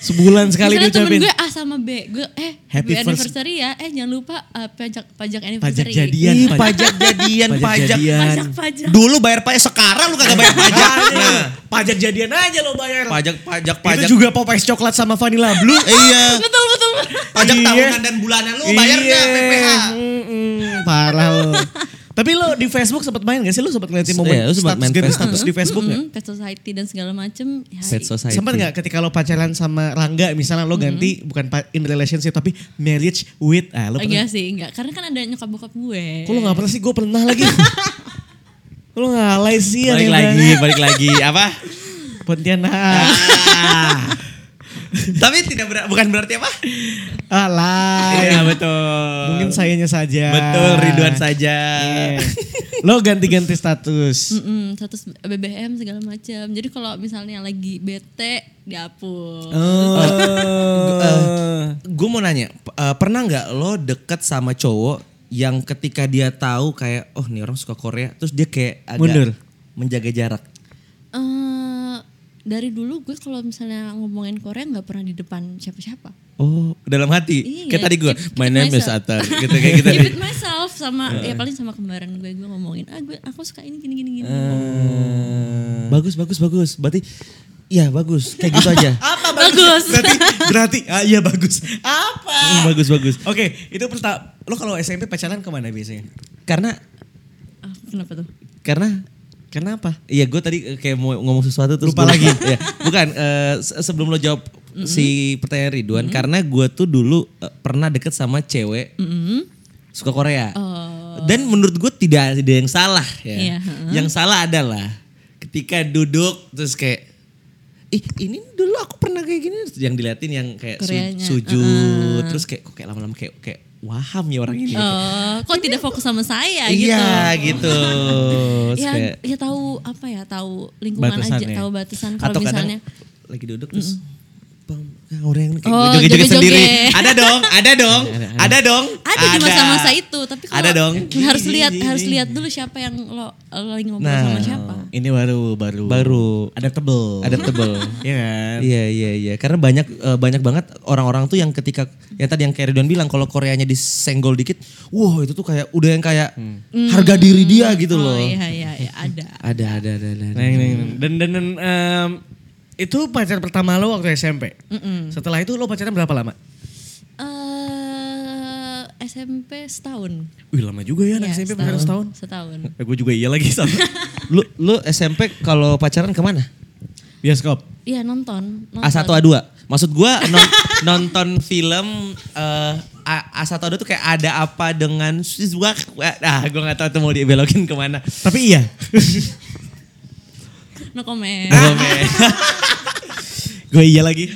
[SPEAKER 5] Sebulan sekali
[SPEAKER 2] Misalnya temen
[SPEAKER 5] diucapin.
[SPEAKER 2] gue A sama B, gue eh
[SPEAKER 5] Happy
[SPEAKER 2] Happy
[SPEAKER 5] first-
[SPEAKER 2] anniversary ya, eh jangan lupa eh, pajak pajak
[SPEAKER 5] Pajak
[SPEAKER 2] anniversary.
[SPEAKER 5] jadian.
[SPEAKER 1] Ih, pajak jadian,
[SPEAKER 5] Pajak
[SPEAKER 1] pajak.
[SPEAKER 5] jadian.
[SPEAKER 2] Pajak pajak.
[SPEAKER 1] Dulu bayar pajak sekarang lu kagak bayar pajak. Nah,
[SPEAKER 5] Pajak jadian aja lo bayar.
[SPEAKER 1] pajak pajak
[SPEAKER 5] Itu
[SPEAKER 1] pajak.
[SPEAKER 5] juga Popeyes coklat sama vanilla blue.
[SPEAKER 1] Iya.
[SPEAKER 2] Betul betul.
[SPEAKER 1] Pajak
[SPEAKER 5] Iya.
[SPEAKER 1] tahunan dan bulanan lu bayar nggak
[SPEAKER 5] Iya.
[SPEAKER 1] PPH?
[SPEAKER 5] Mm-mm, Parah lo. Tapi lo di Facebook sempat main gak sih? Lo sempat ngeliatin momen
[SPEAKER 1] Iya, lo sempat
[SPEAKER 5] status,
[SPEAKER 1] main
[SPEAKER 5] ganti
[SPEAKER 1] Facebook.
[SPEAKER 5] status di Facebook gak?
[SPEAKER 2] Mm, pet society dan segala macem. Ya,
[SPEAKER 1] Set society.
[SPEAKER 5] Sempat gak ketika lo pacaran sama Rangga misalnya lo ganti bukan pa- in relationship tapi marriage with. Ah,
[SPEAKER 1] Oh
[SPEAKER 5] lo
[SPEAKER 1] iya.
[SPEAKER 5] pernah,
[SPEAKER 2] Enggak sih, enggak. Karena kan ada nyokap bokap gue.
[SPEAKER 5] Kok lo gak pernah sih? Gue pernah lagi. lo gak alay sih.
[SPEAKER 1] Balik
[SPEAKER 5] aneh
[SPEAKER 1] lagi,
[SPEAKER 5] banget.
[SPEAKER 1] balik lagi. Apa?
[SPEAKER 5] Pontianak.
[SPEAKER 1] Tapi tidak ber- bukan berarti apa?
[SPEAKER 5] Alay.
[SPEAKER 1] Iya, betul.
[SPEAKER 5] Ah,
[SPEAKER 1] Iya.
[SPEAKER 5] Mungkin sayanya saja.
[SPEAKER 1] Betul, Ridwan saja.
[SPEAKER 5] Iya. Lo ganti-ganti status.
[SPEAKER 2] Mm, status BBM segala macem. Jadi kalau misalnya lagi bete dihapus.
[SPEAKER 5] Oh.
[SPEAKER 1] Gue Eh, mau nanya, p- eh, pernah nggak lo deket sama cowok yang ketika dia tahu kayak, oh nih orang suka Korea, terus dia kayak agak
[SPEAKER 5] Mundur.
[SPEAKER 1] menjaga jarak.
[SPEAKER 2] Eh, dari dulu gue kalau misalnya ngomongin Korea nggak pernah di depan siapa-siapa.
[SPEAKER 1] Oh, dalam hati.
[SPEAKER 2] Iya,
[SPEAKER 1] kayak tadi gue,
[SPEAKER 2] keep-
[SPEAKER 1] my
[SPEAKER 2] keep
[SPEAKER 1] name is
[SPEAKER 2] myself."
[SPEAKER 1] Atan. Gitu kayak gitu.
[SPEAKER 2] Keep it myself sama ya paling sama kembaran gue gue ngomongin ah gue aku suka ini gini gini gini.
[SPEAKER 1] Eh. bagus, bagus, bagus. Berarti, iya bagus. Kayak gitu aja.
[SPEAKER 5] Apa
[SPEAKER 2] Bagus.
[SPEAKER 5] Berarti, berarti ah, iya bagus. Apa?
[SPEAKER 1] Hmm, bagus, bagus.
[SPEAKER 5] Oke, itu pertama. Lo kalau SMP pacaran kemana biasanya?
[SPEAKER 1] Karena,
[SPEAKER 2] Ah, kenapa tuh?
[SPEAKER 1] karena
[SPEAKER 5] Kenapa?
[SPEAKER 1] Iya gue tadi eh, kayak mau ngomong sesuatu terus
[SPEAKER 5] Lupa
[SPEAKER 1] gua-
[SPEAKER 5] lagi.
[SPEAKER 1] Iya. Bukan eh, se- sebelum lo jawab si pertanyaan Ridwan karena gue tuh dulu eh, pernah deket sama cewek suka Korea dan menurut gue tidak ada yang salah ya.
[SPEAKER 2] Oh. Iya, heeh.
[SPEAKER 1] Yang salah adalah ketika duduk terus kayak ih ini dulu aku pernah kayak gini yang diliatin yang kayak su-
[SPEAKER 2] Koreanya,
[SPEAKER 1] sujud terus kayak kok kayak lama-lama kayak kayak waham ya orang ini.
[SPEAKER 2] Eh, kok tidak fokus sama saya gitu?
[SPEAKER 1] Iya gitu. Terus
[SPEAKER 2] Ya,
[SPEAKER 1] kayak- ya?
[SPEAKER 2] ya tahu apa ya tahu lingkungan aja,
[SPEAKER 5] Batasannya.
[SPEAKER 2] tahu batasan kalau
[SPEAKER 1] atau kadang
[SPEAKER 2] misalnya.
[SPEAKER 1] lagi duduk terus bang
[SPEAKER 5] ya,
[SPEAKER 1] nah, orang yang kayak
[SPEAKER 2] Oh,
[SPEAKER 1] joget-joget
[SPEAKER 2] joget-joget.
[SPEAKER 1] sendiri ada dong ada dong ada dong
[SPEAKER 2] Ada, di masa-masa itu, tapi kalau
[SPEAKER 1] ada dong Iya,
[SPEAKER 2] harus
[SPEAKER 5] Gini,
[SPEAKER 2] lihat
[SPEAKER 5] gini,
[SPEAKER 2] harus
[SPEAKER 5] gini.
[SPEAKER 2] lihat dulu siapa yang lo, lo lagi ngobrol
[SPEAKER 1] Nah.
[SPEAKER 2] sama siapa.
[SPEAKER 5] Ini baru baru
[SPEAKER 1] baru
[SPEAKER 5] adaptable.
[SPEAKER 1] adaptable
[SPEAKER 5] Iya kan?
[SPEAKER 1] iya iya iya karena banyak eh, banyak banget orang-orang tuh yang ketika yang tadi yang kayak Ridwan bilang kalau Koreanya disenggol dikit wah itu tuh kayak udah yang kayak harga diri dia gitu
[SPEAKER 2] Oh
[SPEAKER 1] loh
[SPEAKER 2] iya iya iya ada.
[SPEAKER 1] ada ada ada ada, ada.
[SPEAKER 5] Neng, neng, neng. Dan dan, dan, em, itu pacar pertama lo waktu SMP. Setelah itu lo pacaran berapa lama?
[SPEAKER 2] eh SMP setahun.
[SPEAKER 5] Wih lama juga ya anak
[SPEAKER 2] Ya,
[SPEAKER 5] SMP pacaran setahun.
[SPEAKER 2] Setahun.
[SPEAKER 5] Eh, gue juga iya lagi sama.
[SPEAKER 1] lu lu SMP kalau pacaran kemana
[SPEAKER 5] Bioskop.
[SPEAKER 2] Iya nonton. nonton.
[SPEAKER 5] Ah,
[SPEAKER 1] A1 A2. Maksud gua non- nonton film eh, A, 1 A2 tuh kayak ada apa dengan Siswa. Ah, gua nggak tahu tuh mau dibelokin kemana.
[SPEAKER 5] Tapi iya.
[SPEAKER 2] No comment.
[SPEAKER 5] gue iya lagi.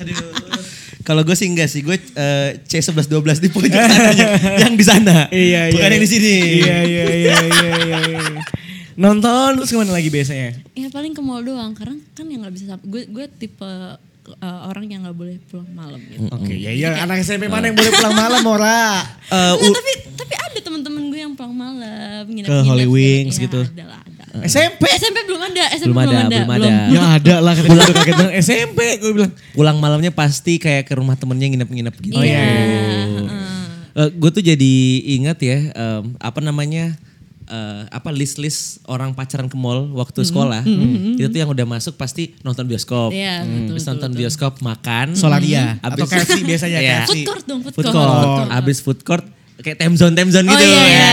[SPEAKER 1] Kalau gue sih eh, enggak sih, gue C1112 di pojok sananya, yang di sana.
[SPEAKER 5] Iya, iya.
[SPEAKER 1] Bukan yang di sini.
[SPEAKER 5] Iya, iya, iya, iya, iya. iya. Nonton terus kemana lagi biasanya?
[SPEAKER 2] Ya paling ke mall doang karena kan yang nggak bisa sampai gue gue tipe uh, orang yang nggak boleh pulang malam gitu.
[SPEAKER 5] Oke, ya iya anak SMP mana yang boleh pulang malam, Mora?
[SPEAKER 1] Eh,
[SPEAKER 2] Nggak,
[SPEAKER 1] u-
[SPEAKER 2] tapi tapi ada teman-teman gue yang pulang malam nginep
[SPEAKER 1] Holy Wings gitu.
[SPEAKER 2] Ada lah, ada.
[SPEAKER 5] SMP.
[SPEAKER 2] SMP belum ada, SMP
[SPEAKER 1] Belum ada, belum ada.
[SPEAKER 5] Ya ada lah kata gue kaget bilang SMP, gue bilang.
[SPEAKER 1] pulang malamnya pasti kayak ke rumah temennya nginep-nginep gitu.
[SPEAKER 2] Iya.
[SPEAKER 1] gue tuh jadi ingat ya em, apa namanya eh, apa list-list orang pacaran ke mall waktu
[SPEAKER 5] Mm-hmm.
[SPEAKER 1] sekolah itu tuh yang udah masuk pasti nonton bioskop,
[SPEAKER 2] Iya,
[SPEAKER 1] Hmm.
[SPEAKER 2] betul,
[SPEAKER 1] Habis
[SPEAKER 2] betul,
[SPEAKER 1] nonton
[SPEAKER 2] betul.
[SPEAKER 1] bioskop makan, Habis-
[SPEAKER 5] Solaria atau KFC biasanya
[SPEAKER 1] Iya.
[SPEAKER 5] KFC.
[SPEAKER 2] Food court dong, food
[SPEAKER 1] food
[SPEAKER 2] court.
[SPEAKER 1] court, abis food court kayak time zone time zone
[SPEAKER 2] Oh,
[SPEAKER 1] gitu,
[SPEAKER 2] iya, iya.
[SPEAKER 1] Ya,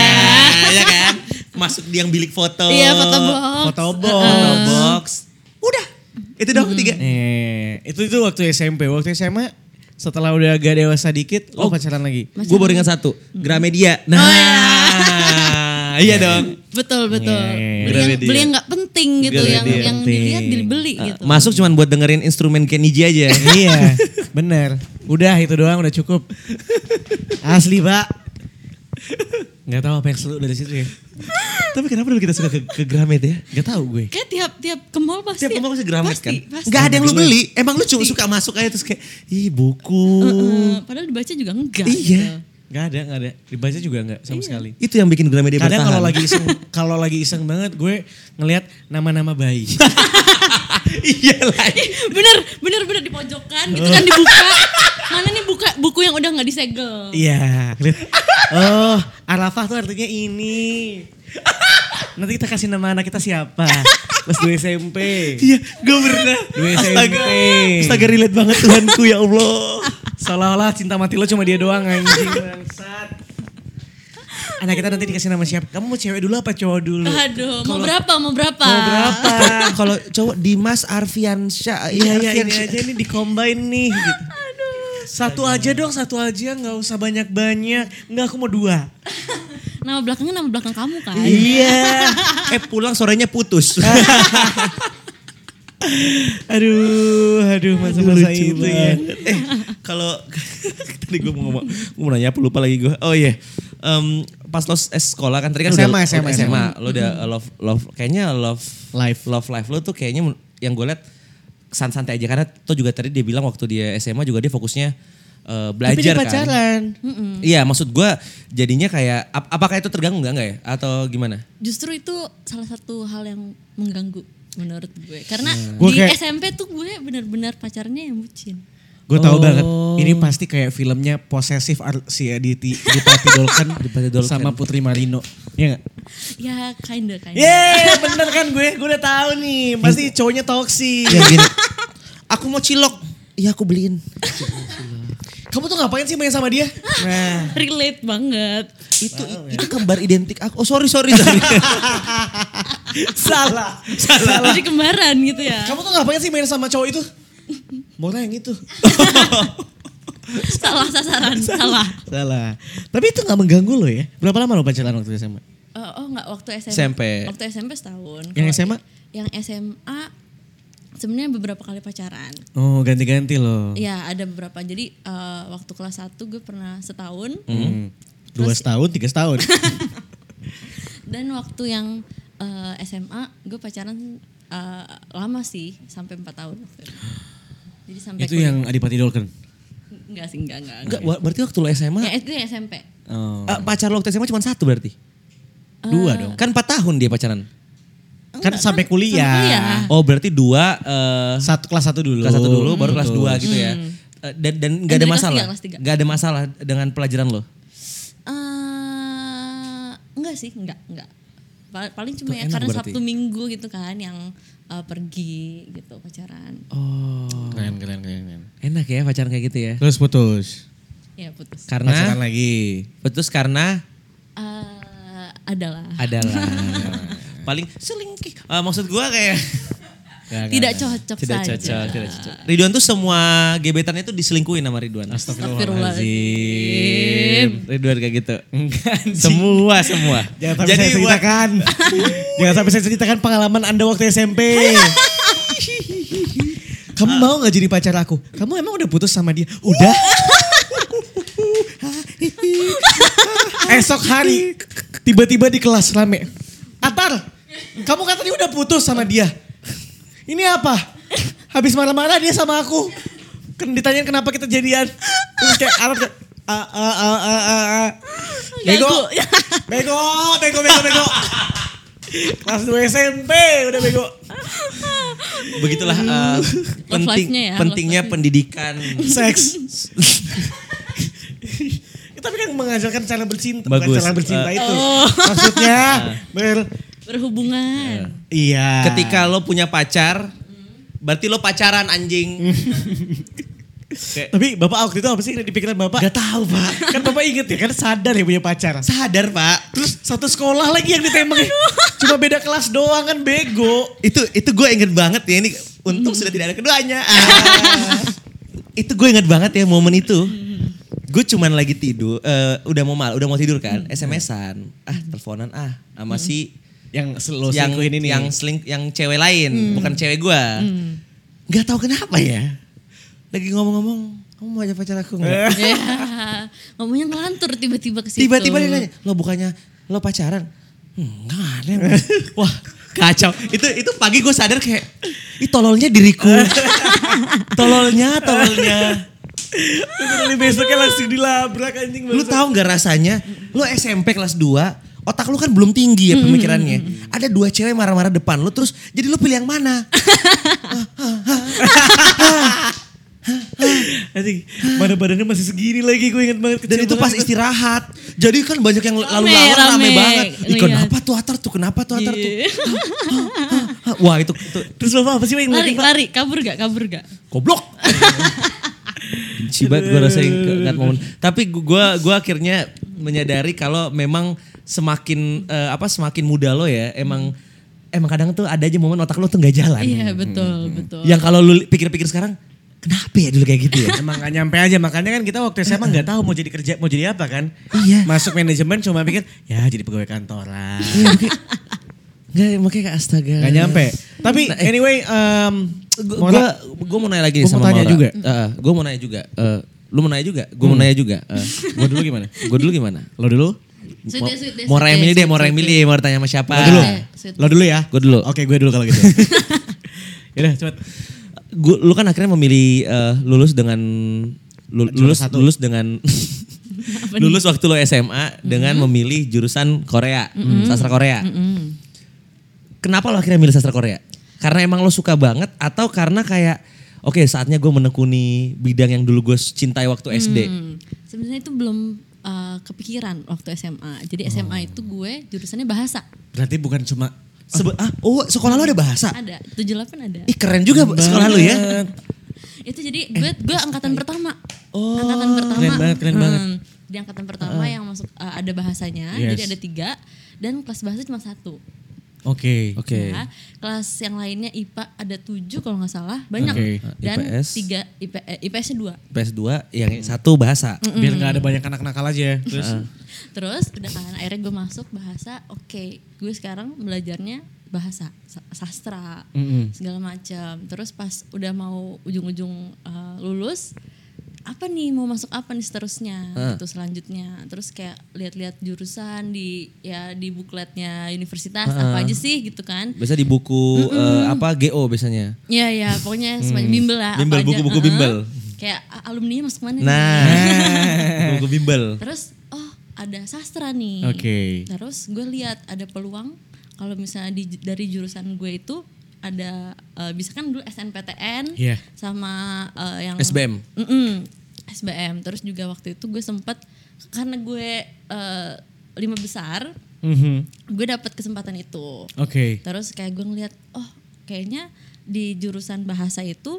[SPEAKER 1] iya kan, masuk di yang bilik foto,
[SPEAKER 2] Iya, foto box.
[SPEAKER 5] Foto box.
[SPEAKER 1] Photo box. udah itu dong tiga.
[SPEAKER 5] Eh, itu itu waktu SMP. Waktu SMA setelah udah agak dewasa dikit, oh,
[SPEAKER 1] Oh.
[SPEAKER 5] pacaran lagi.
[SPEAKER 1] Gue baru ingat satu,
[SPEAKER 2] Oh,
[SPEAKER 1] Gramedia. Nah, iya dong.
[SPEAKER 2] Betul, betul.
[SPEAKER 5] Iya, iya, iya.
[SPEAKER 2] Beli yang-
[SPEAKER 1] Gramedia.
[SPEAKER 2] Beli yang nggak penting gitu, yang
[SPEAKER 1] Gramedia.
[SPEAKER 2] yang
[SPEAKER 5] Penting.
[SPEAKER 2] dilihat dibeli
[SPEAKER 1] Uh,
[SPEAKER 2] gitu.
[SPEAKER 1] Masuk cuman buat dengerin instrumen Kenny G aja.
[SPEAKER 5] iya, bener. Udah itu doang udah cukup. Asli pak. Gak tahu apa yang seru dari situ ya.
[SPEAKER 1] Tapi kenapa dulu kita suka ke, ke Gramet ya?
[SPEAKER 5] Gak tahu gue.
[SPEAKER 2] Kayak tiap tiap ke mall pasti.
[SPEAKER 1] Siapa ngomong sih Gramet
[SPEAKER 2] pasti,
[SPEAKER 1] kan?
[SPEAKER 2] Pasti.
[SPEAKER 1] Gak ada yang lu beli. Emang lu cuma suka masuk aja terus kayak, ih buku.
[SPEAKER 2] Heeh, padahal dibaca juga enggak.
[SPEAKER 1] Iya.
[SPEAKER 2] gitu.
[SPEAKER 5] Gak ada, gak ada. Dibaca juga gak sama
[SPEAKER 2] Iya,
[SPEAKER 5] sekali.
[SPEAKER 1] Itu yang bikin Gramedia bertahan.
[SPEAKER 5] Kadang kalau lagi iseng, kalau lagi iseng banget gue ngelihat nama-nama bayi.
[SPEAKER 1] iya lah.
[SPEAKER 2] Eh, bener bener bener di pojokan gitu kan dibuka mana nih buka buku yang udah nggak disegel
[SPEAKER 5] Iya. ngeliat, Oh, Arafah tuh artinya ini. Nanti kita kasih nama anak kita siapa? Pas dua SMP.
[SPEAKER 1] Iya, gue pernah.
[SPEAKER 5] Dua SMP.
[SPEAKER 1] Astaga. Astaga relate banget Tuhanku ya Allah.
[SPEAKER 5] Seolah-olah cinta mati lo cuma dia doang anjing bangsat. Anak kita nanti dikasih nama siapa? Kamu mau cewek dulu apa cowok dulu?
[SPEAKER 2] aduh mau berapa mau berapa
[SPEAKER 5] Mau berapa?
[SPEAKER 1] Ah, kalau cowok Dimas Arfiansyah.
[SPEAKER 5] Iya, iya ini aja nih dikombin nih. Gitu. Satu aja dong, satu aja nggak usah banyak-banyak. Nggak aku mau dua.
[SPEAKER 2] nama belakangnya nama belakang kamu kan
[SPEAKER 1] Iya. Ah, eh pulang sorenya putus.
[SPEAKER 5] Aduh, aduh masa-masa
[SPEAKER 1] Lucu
[SPEAKER 5] itu ya.
[SPEAKER 1] banget. Eh, kalau tadi gue mau ngomong, gue mau nanya apa lupa lagi gue. Oh iya. Em, pas lo s- sekolah kan tadi kan
[SPEAKER 5] SMA,
[SPEAKER 1] udah,
[SPEAKER 5] SMA.
[SPEAKER 1] SMA, lo udah uh, love love kayaknya love
[SPEAKER 5] Life.
[SPEAKER 1] love life lo tuh kayaknya men- yang gue liat santai-santai aja karena tuh juga tadi dia bilang waktu dia SMA juga dia fokusnya uh,
[SPEAKER 5] Tapi dia
[SPEAKER 1] belajar kan.
[SPEAKER 5] pacaran.
[SPEAKER 1] Iya, maksud gue jadinya kayak ap- apakah itu terganggu nggak nggak ya atau gimana?
[SPEAKER 2] justru itu salah satu hal yang mengganggu menurut gue karena
[SPEAKER 5] Gue
[SPEAKER 2] di
[SPEAKER 5] Iya. kayak-
[SPEAKER 2] SMP tuh gue benar-benar pacarnya yang bucin
[SPEAKER 5] Gue
[SPEAKER 1] Oh.
[SPEAKER 5] tahu banget. Ini pasti kayak filmnya posesif Ar- si Aditi Dipati Dolken,
[SPEAKER 1] Dipati Dolken.
[SPEAKER 5] sama Putri Marino. Iya gak?
[SPEAKER 2] ya kinda kinda
[SPEAKER 5] Iya. Yeay bener kan gue, gue udah tahu nih. Pasti cowoknya toksi.
[SPEAKER 1] aku mau cilok. Iya aku beliin.
[SPEAKER 5] Kamu tuh ngapain sih main sama dia? Nah. ya.
[SPEAKER 2] relate banget
[SPEAKER 1] Itu itu gambar identik aku. Oh sorry sorry sorry.
[SPEAKER 5] Salah.
[SPEAKER 2] jadi kembaran gitu ya
[SPEAKER 5] Kamu tuh ngapain sih main sama cowok itu? Mora yang itu.
[SPEAKER 2] salah sasaran salah
[SPEAKER 5] Salah. Tapi itu gak mengganggu lo ya? Berapa lama lo pacaran waktu SMA?
[SPEAKER 2] Eh, oh enggak waktu SMP.
[SPEAKER 1] SMP.
[SPEAKER 2] Waktu SMP setahun.
[SPEAKER 5] Yang
[SPEAKER 2] Kalau
[SPEAKER 5] SMA?
[SPEAKER 2] Yang SMA sebenarnya beberapa kali pacaran.
[SPEAKER 5] Oh ganti-ganti lo.
[SPEAKER 2] Ya ada beberapa. Jadi eh, waktu kelas 1 gue pernah setahun.
[SPEAKER 5] Hmm. Dua setahun, tiga setahun.
[SPEAKER 2] Dan waktu yang eh, SMA gue pacaran eh, lama sih sampai 4 tahun. waktu itu. Jadi sampai
[SPEAKER 5] itu yang Adipati Dolken.
[SPEAKER 2] enggak sih enggak enggak.
[SPEAKER 1] Enggak,
[SPEAKER 2] enggak.
[SPEAKER 1] wa- berarti waktu lo SMA,
[SPEAKER 2] Ya itu yang SMP.
[SPEAKER 5] Oh.
[SPEAKER 1] eh, pacar lo waktu SMA cuma satu berarti?
[SPEAKER 2] Eh.
[SPEAKER 5] Dua dong.
[SPEAKER 1] Kan 4 tahun dia pacaran.
[SPEAKER 5] Kan sampai kuliah.
[SPEAKER 2] sampai kuliah.
[SPEAKER 1] Oh berarti dua, eh,
[SPEAKER 5] Satu kelas satu dulu.
[SPEAKER 1] kelas satu dulu baru kelas
[SPEAKER 5] Betul.
[SPEAKER 1] dua gitu ya. Eh, Dan, dan gak ada
[SPEAKER 2] dari Mm. kelas
[SPEAKER 1] masalah,
[SPEAKER 2] tiga, kelas tiga.
[SPEAKER 1] gak ada masalah dengan pelajaran lo.
[SPEAKER 2] eh enggak sih, enggak, enggak. Pa- Paling cuma
[SPEAKER 1] Tuh,
[SPEAKER 2] ya
[SPEAKER 1] enak
[SPEAKER 2] karena
[SPEAKER 1] berarti.
[SPEAKER 2] Sabtu Minggu gitu kan yang eh, pergi gitu pacaran.
[SPEAKER 1] Oh
[SPEAKER 5] Keren, keren, keren, keren.
[SPEAKER 1] enak ya pacaran kayak gitu ya.
[SPEAKER 5] Terus putus.
[SPEAKER 2] Ya putus.
[SPEAKER 1] Karena
[SPEAKER 5] lagi.
[SPEAKER 1] putus karena
[SPEAKER 2] Eh, adalah.
[SPEAKER 1] adalah paling selingki. Eh, maksud gua kayak
[SPEAKER 2] Tidak cocok
[SPEAKER 1] kan? tidak
[SPEAKER 2] saja. Nah.
[SPEAKER 1] cocok, tidak cocok. Ridwan tuh semua gebetannya tuh diselingkuin sama Ridwan.
[SPEAKER 2] Astagfirullahaladzim.
[SPEAKER 1] Ridwan kayak gitu. semua semua.
[SPEAKER 5] Jangan sampai saya
[SPEAKER 1] buat-
[SPEAKER 5] ceritakan. Jangan sampai saya ceritakan pengalaman Anda waktu SMP. Kamu mau gak jadi pacar aku? Kamu emang udah putus sama dia? Udah. Esok hari tiba-tiba di kelas rame. Atar, Kamu kan tadi udah putus sama dia. Ini apa? Habis marah-marah dia sama aku. Ken ditanyain kenapa kita jadian. Terus kayak Arab kayak, "A, a, a, a, a, a." Bego. Bego, bego, bego, bego. Kelas 2 SMP udah bego.
[SPEAKER 1] Begitulah eh, penting
[SPEAKER 2] life-nya ya,
[SPEAKER 1] pentingnya pendidikan.
[SPEAKER 5] Seks. Tapi kan mengajarkan cara bercinta, bukan
[SPEAKER 1] Bagus.
[SPEAKER 5] cara bercinta
[SPEAKER 1] Eh, Ah.
[SPEAKER 5] itu. Maksudnya ber
[SPEAKER 2] Berhubungan.
[SPEAKER 5] iya.
[SPEAKER 1] Ketika lo punya pacar,
[SPEAKER 2] Hmm.
[SPEAKER 1] berarti lo pacaran anjing.
[SPEAKER 5] Eh, Tapi bapak waktu itu apa sih yang di pikiran bapak?
[SPEAKER 1] Gak tahu pak.
[SPEAKER 5] Kan bapak inget ya, kan sadar ya punya pacar.
[SPEAKER 1] Sadar pak.
[SPEAKER 5] Terus satu sekolah lagi yang ditembak. Cuma beda kelas doang kan bego.
[SPEAKER 1] Itu itu gue inget banget ya ini. Untung sudah tidak ada keduanya. Ah. itu gue inget banget ya momen itu. Gue cuman lagi tidur, eh, udah mau mal, udah mau tidur kan, SMS-an, ah teleponan ah, sama si
[SPEAKER 5] Yang slow
[SPEAKER 1] yang
[SPEAKER 5] selingkuhin ini. ya?
[SPEAKER 1] yang seling yang cewek lain bukan cewek gue
[SPEAKER 2] Hmm.
[SPEAKER 1] nggak tahu kenapa ya Eh. lagi ngomong-ngomong kamu mau ajak pacar aku nggak
[SPEAKER 2] Ya. Ngomongnya ngelantur tiba-tiba ke situ.
[SPEAKER 1] tiba-tiba dia nanya lo bukannya lo pacaran "Hmm, nggak ada yang- wah kacau itu itu pagi gue sadar kayak ih tololnya diriku tololnya tololnya
[SPEAKER 5] Tapi besoknya langsung dilabrak anjing.
[SPEAKER 1] lu
[SPEAKER 5] bangsat.
[SPEAKER 1] tahu nggak rasanya lu SMP kelas 2 otak lu kan belum tinggi ya
[SPEAKER 2] Hmm.
[SPEAKER 1] pemikirannya ada dua cewek marah-marah depan lu terus jadi lu pilih yang mana
[SPEAKER 5] Anjing, mana badannya masih segini lagi gue inget banget.
[SPEAKER 1] Dan
[SPEAKER 5] kecil
[SPEAKER 1] itu pas
[SPEAKER 5] banget.
[SPEAKER 1] istirahat. Jadi kan banyak yang lalu lalang
[SPEAKER 2] Rame,
[SPEAKER 1] rame,
[SPEAKER 2] rame.
[SPEAKER 1] banget. Ih,
[SPEAKER 2] Ngeliat. Iya.
[SPEAKER 1] kenapa tuh atar tuh? Kenapa tuh atar tuh? Hah, Wah itu, itu
[SPEAKER 5] Terus bapak apa sih Pak, yang
[SPEAKER 2] Lari,
[SPEAKER 5] ngeliatin pak?
[SPEAKER 2] lari, kabur gak, kabur gak?
[SPEAKER 1] goblok. Benci banget gue rasanya ke- ngeliat momen. Tapi gue gua akhirnya menyadari kalau memang semakin eh, apa semakin muda lo ya emang emang kadang tuh ada aja momen otak lo tuh nggak jalan.
[SPEAKER 2] Iya
[SPEAKER 1] Hmm,
[SPEAKER 2] betul,
[SPEAKER 5] gitu.
[SPEAKER 2] betul.
[SPEAKER 1] Yang kalau lu pikir-pikir sekarang kenapa ya dulu kayak gitu ya?
[SPEAKER 5] Emang gak nyampe aja makanya kan kita waktu SMA nggak tahu mau jadi kerja mau jadi apa kan?
[SPEAKER 1] Iya.
[SPEAKER 5] Masuk manajemen cuma pikir ya jadi pegawai kantoran.
[SPEAKER 1] Gak, makanya kayak astaga. Nah, eh.
[SPEAKER 5] Gak nyampe. Tapi anyway, um,
[SPEAKER 1] gue
[SPEAKER 5] Mona,
[SPEAKER 1] gue mau nanya lagi nih
[SPEAKER 5] Gua mau
[SPEAKER 1] sama
[SPEAKER 5] tanya
[SPEAKER 1] Maura.
[SPEAKER 5] juga.
[SPEAKER 1] gue mau nanya juga. Eh, lu mau nanya juga. Gue mau nanya juga.
[SPEAKER 5] Eh,
[SPEAKER 1] gue dulu gimana? gue dulu gimana? Lo dulu?
[SPEAKER 2] Sweet
[SPEAKER 1] Mo-
[SPEAKER 2] deh, sweet deh,
[SPEAKER 1] Maura
[SPEAKER 2] sweet
[SPEAKER 1] yang
[SPEAKER 2] deh,
[SPEAKER 1] milih deh.
[SPEAKER 2] sweet,
[SPEAKER 1] Maura yang
[SPEAKER 2] sweet
[SPEAKER 1] milih. Maura tanya sama siapa?
[SPEAKER 5] lo dulu.
[SPEAKER 2] Sweet.
[SPEAKER 5] Lo dulu ya.
[SPEAKER 1] Gue dulu.
[SPEAKER 5] Oke, gue dulu kalau gitu. Yaudah, cepet.
[SPEAKER 1] Gua- lu kan akhirnya memilih eh, lulus dengan lu- lulus lulus dengan Ya, lulus waktu lo SMA dengan memilih jurusan Korea, sastra Korea. Kenapa lo akhirnya milih sastra Korea? Karena emang lo suka banget atau karena kayak oke saatnya gue menekuni bidang yang dulu gue cintai waktu SD.
[SPEAKER 5] Iya.
[SPEAKER 2] Hmm, Sebenarnya itu belum uh, kepikiran waktu SMA.
[SPEAKER 5] Oh.
[SPEAKER 2] Jadi SMA itu gue jurusannya bahasa.
[SPEAKER 5] Berarti bukan cuma
[SPEAKER 1] Sebe- ah, oh sekolah lo ada bahasa?
[SPEAKER 2] Ada, 78 ada.
[SPEAKER 1] Ih keren juga sekolah lo ya.
[SPEAKER 2] Itu jadi
[SPEAKER 5] Eh,
[SPEAKER 2] gue gue angkatan pertama. angkatan pertama.
[SPEAKER 5] Oh, keren banget, keren banget. Ah.
[SPEAKER 2] Hmm, Di angkatan pertama yang masuk uh, ada bahasanya,
[SPEAKER 5] Yes.
[SPEAKER 2] jadi ada tiga dan kelas bahasa cuma satu.
[SPEAKER 5] Oke.
[SPEAKER 1] Oke.
[SPEAKER 2] Ya, kelas yang lainnya IPA ada tujuh kalau nggak salah, banyak.
[SPEAKER 5] Oke.
[SPEAKER 2] Dan
[SPEAKER 1] IPS.
[SPEAKER 2] tiga IP, eh, IPS-nya dua.
[SPEAKER 1] PS2 yang satu bahasa.
[SPEAKER 5] Biar gak ada banyak anak nakal aja. ya. Terus
[SPEAKER 2] Terus udah kan akhirnya gue masuk bahasa, oke, gue sekarang belajarnya bahasa sa- sastra segala macam. Terus pas udah mau ujung-ujung uh, lulus, apa nih mau masuk apa nih seterusnya
[SPEAKER 1] Ah.
[SPEAKER 2] gitu selanjutnya. Terus kayak lihat-lihat jurusan di ya di bukletnya universitas
[SPEAKER 1] Ah.
[SPEAKER 2] apa aja sih gitu kan.
[SPEAKER 1] Biasa di buku eh, apa GO biasanya.
[SPEAKER 2] Ya ya pokoknya semacam bimbel lah. apa
[SPEAKER 1] Hmm. Bimbel,
[SPEAKER 2] aja.
[SPEAKER 1] buku-buku
[SPEAKER 2] Heeh.
[SPEAKER 1] bimbel.
[SPEAKER 2] Kayak "Ah, alumni masuk mana? nih?"
[SPEAKER 1] Nah, buku bimbel.
[SPEAKER 2] Terus oh ada sastra nih.
[SPEAKER 5] Oke.
[SPEAKER 2] Terus gue lihat ada peluang kalau misalnya di- dari jurusan gue itu ada eh, bisa kan dulu SNPTN
[SPEAKER 5] Iya.
[SPEAKER 2] sama eh, yang
[SPEAKER 1] SBM.
[SPEAKER 2] Mm-mm, SBM. Terus juga waktu itu gue sempet karena gue eh, lima besar,
[SPEAKER 5] Mhm.
[SPEAKER 2] gue dapet kesempatan itu.
[SPEAKER 5] Oke.
[SPEAKER 2] Terus kayak gue ngeliat, oh kayaknya di jurusan bahasa itu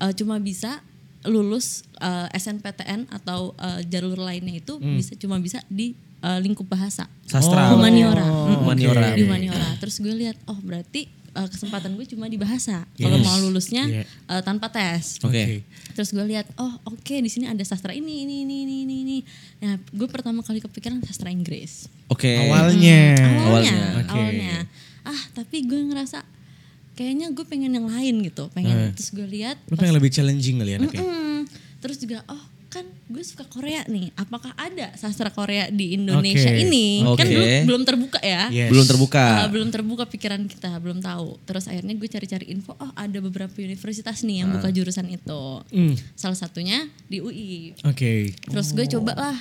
[SPEAKER 2] eh, cuma bisa lulus eh, SNPTN atau eh, jalur lainnya itu bisa cuma bisa di eh, lingkup bahasa.
[SPEAKER 1] Hmm. Sastra.
[SPEAKER 2] Humaniora. Hmm.
[SPEAKER 1] Oh, humaniora.
[SPEAKER 2] Di humaniora. Terus gue lihat, oh berarti eh, kesempatan gue cuma di bahasa. Kalau
[SPEAKER 5] Yes.
[SPEAKER 2] mau lulusnya
[SPEAKER 5] Yeah.
[SPEAKER 2] eh, tanpa tes.
[SPEAKER 1] Oke.
[SPEAKER 2] Terus gue lihat, oh oke di sini ada sastra ini ini ini ini ini, ini. Nah, gue pertama kali kepikiran sastra Inggris
[SPEAKER 1] Oke.
[SPEAKER 5] Awalnya.
[SPEAKER 2] awalnya
[SPEAKER 1] Awalnya.
[SPEAKER 5] Oke.
[SPEAKER 2] awalnya ah tapi gue ngerasa kayaknya gue
[SPEAKER 5] Eh.
[SPEAKER 2] pengen yang lain gitu pengen terus gue lihat
[SPEAKER 5] Lu pengen lebih challenging kali ya anaknya.
[SPEAKER 2] "Mm-mm." terus juga oh kan gue suka Korea nih. Apakah ada sastra Korea di Indonesia
[SPEAKER 5] Oke. Iya.
[SPEAKER 2] ini? Kan
[SPEAKER 1] Oke.
[SPEAKER 2] dulu belum terbuka ya.
[SPEAKER 5] Yes.
[SPEAKER 1] Belum terbuka.
[SPEAKER 2] Eh, belum terbuka pikiran kita, belum tahu. Terus akhirnya gue cari-cari info, oh ada beberapa universitas nih yang buka jurusan itu.
[SPEAKER 5] Ah. Hmm.
[SPEAKER 2] Salah satunya di UI.
[SPEAKER 5] Oke.
[SPEAKER 2] Terus
[SPEAKER 5] Oh.
[SPEAKER 2] gue coba lah,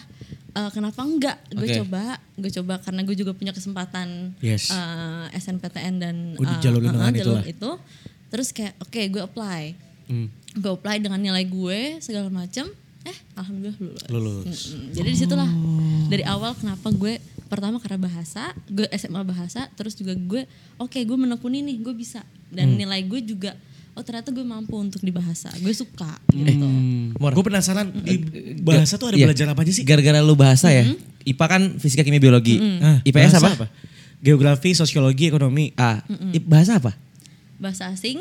[SPEAKER 2] eh, kenapa enggak? Gue
[SPEAKER 1] Oke.
[SPEAKER 2] coba, gue coba karena gue juga punya kesempatan
[SPEAKER 5] Yes.
[SPEAKER 2] eh, SNPTN dan
[SPEAKER 5] Oh, di
[SPEAKER 2] eh,
[SPEAKER 5] jalur
[SPEAKER 2] eh,
[SPEAKER 5] lenongan
[SPEAKER 2] jalur
[SPEAKER 5] itulah.
[SPEAKER 2] itu. Terus kayak oke gue apply,
[SPEAKER 5] Hmm.
[SPEAKER 2] gue apply dengan nilai gue segala macem. Eh alhamdulillah lulus.
[SPEAKER 5] Lulus. Oh.
[SPEAKER 2] Mm-mm. Jadi disitulah dari awal kenapa gue pertama karena bahasa, gue SMA bahasa, terus juga gue oke gue menekuni nih gue bisa
[SPEAKER 5] Hmm.
[SPEAKER 2] dan nilai gue juga oh ternyata gue mampu untuk di bahasa, gue suka
[SPEAKER 5] Hmm.
[SPEAKER 2] gitu.
[SPEAKER 1] Mor. Eh,
[SPEAKER 5] Gue penasaran di bahasa tuh ada
[SPEAKER 1] Iya.
[SPEAKER 5] belajar apa aja sih?
[SPEAKER 1] Gara-gara lu bahasa ya. IPA kan fisika kimia biologi.
[SPEAKER 5] Ah,
[SPEAKER 1] IPS
[SPEAKER 5] bahasa
[SPEAKER 1] apa?
[SPEAKER 5] Geografi, sosiologi, ekonomi.
[SPEAKER 1] Ah, i- bahasa apa?
[SPEAKER 2] Bahasa asing,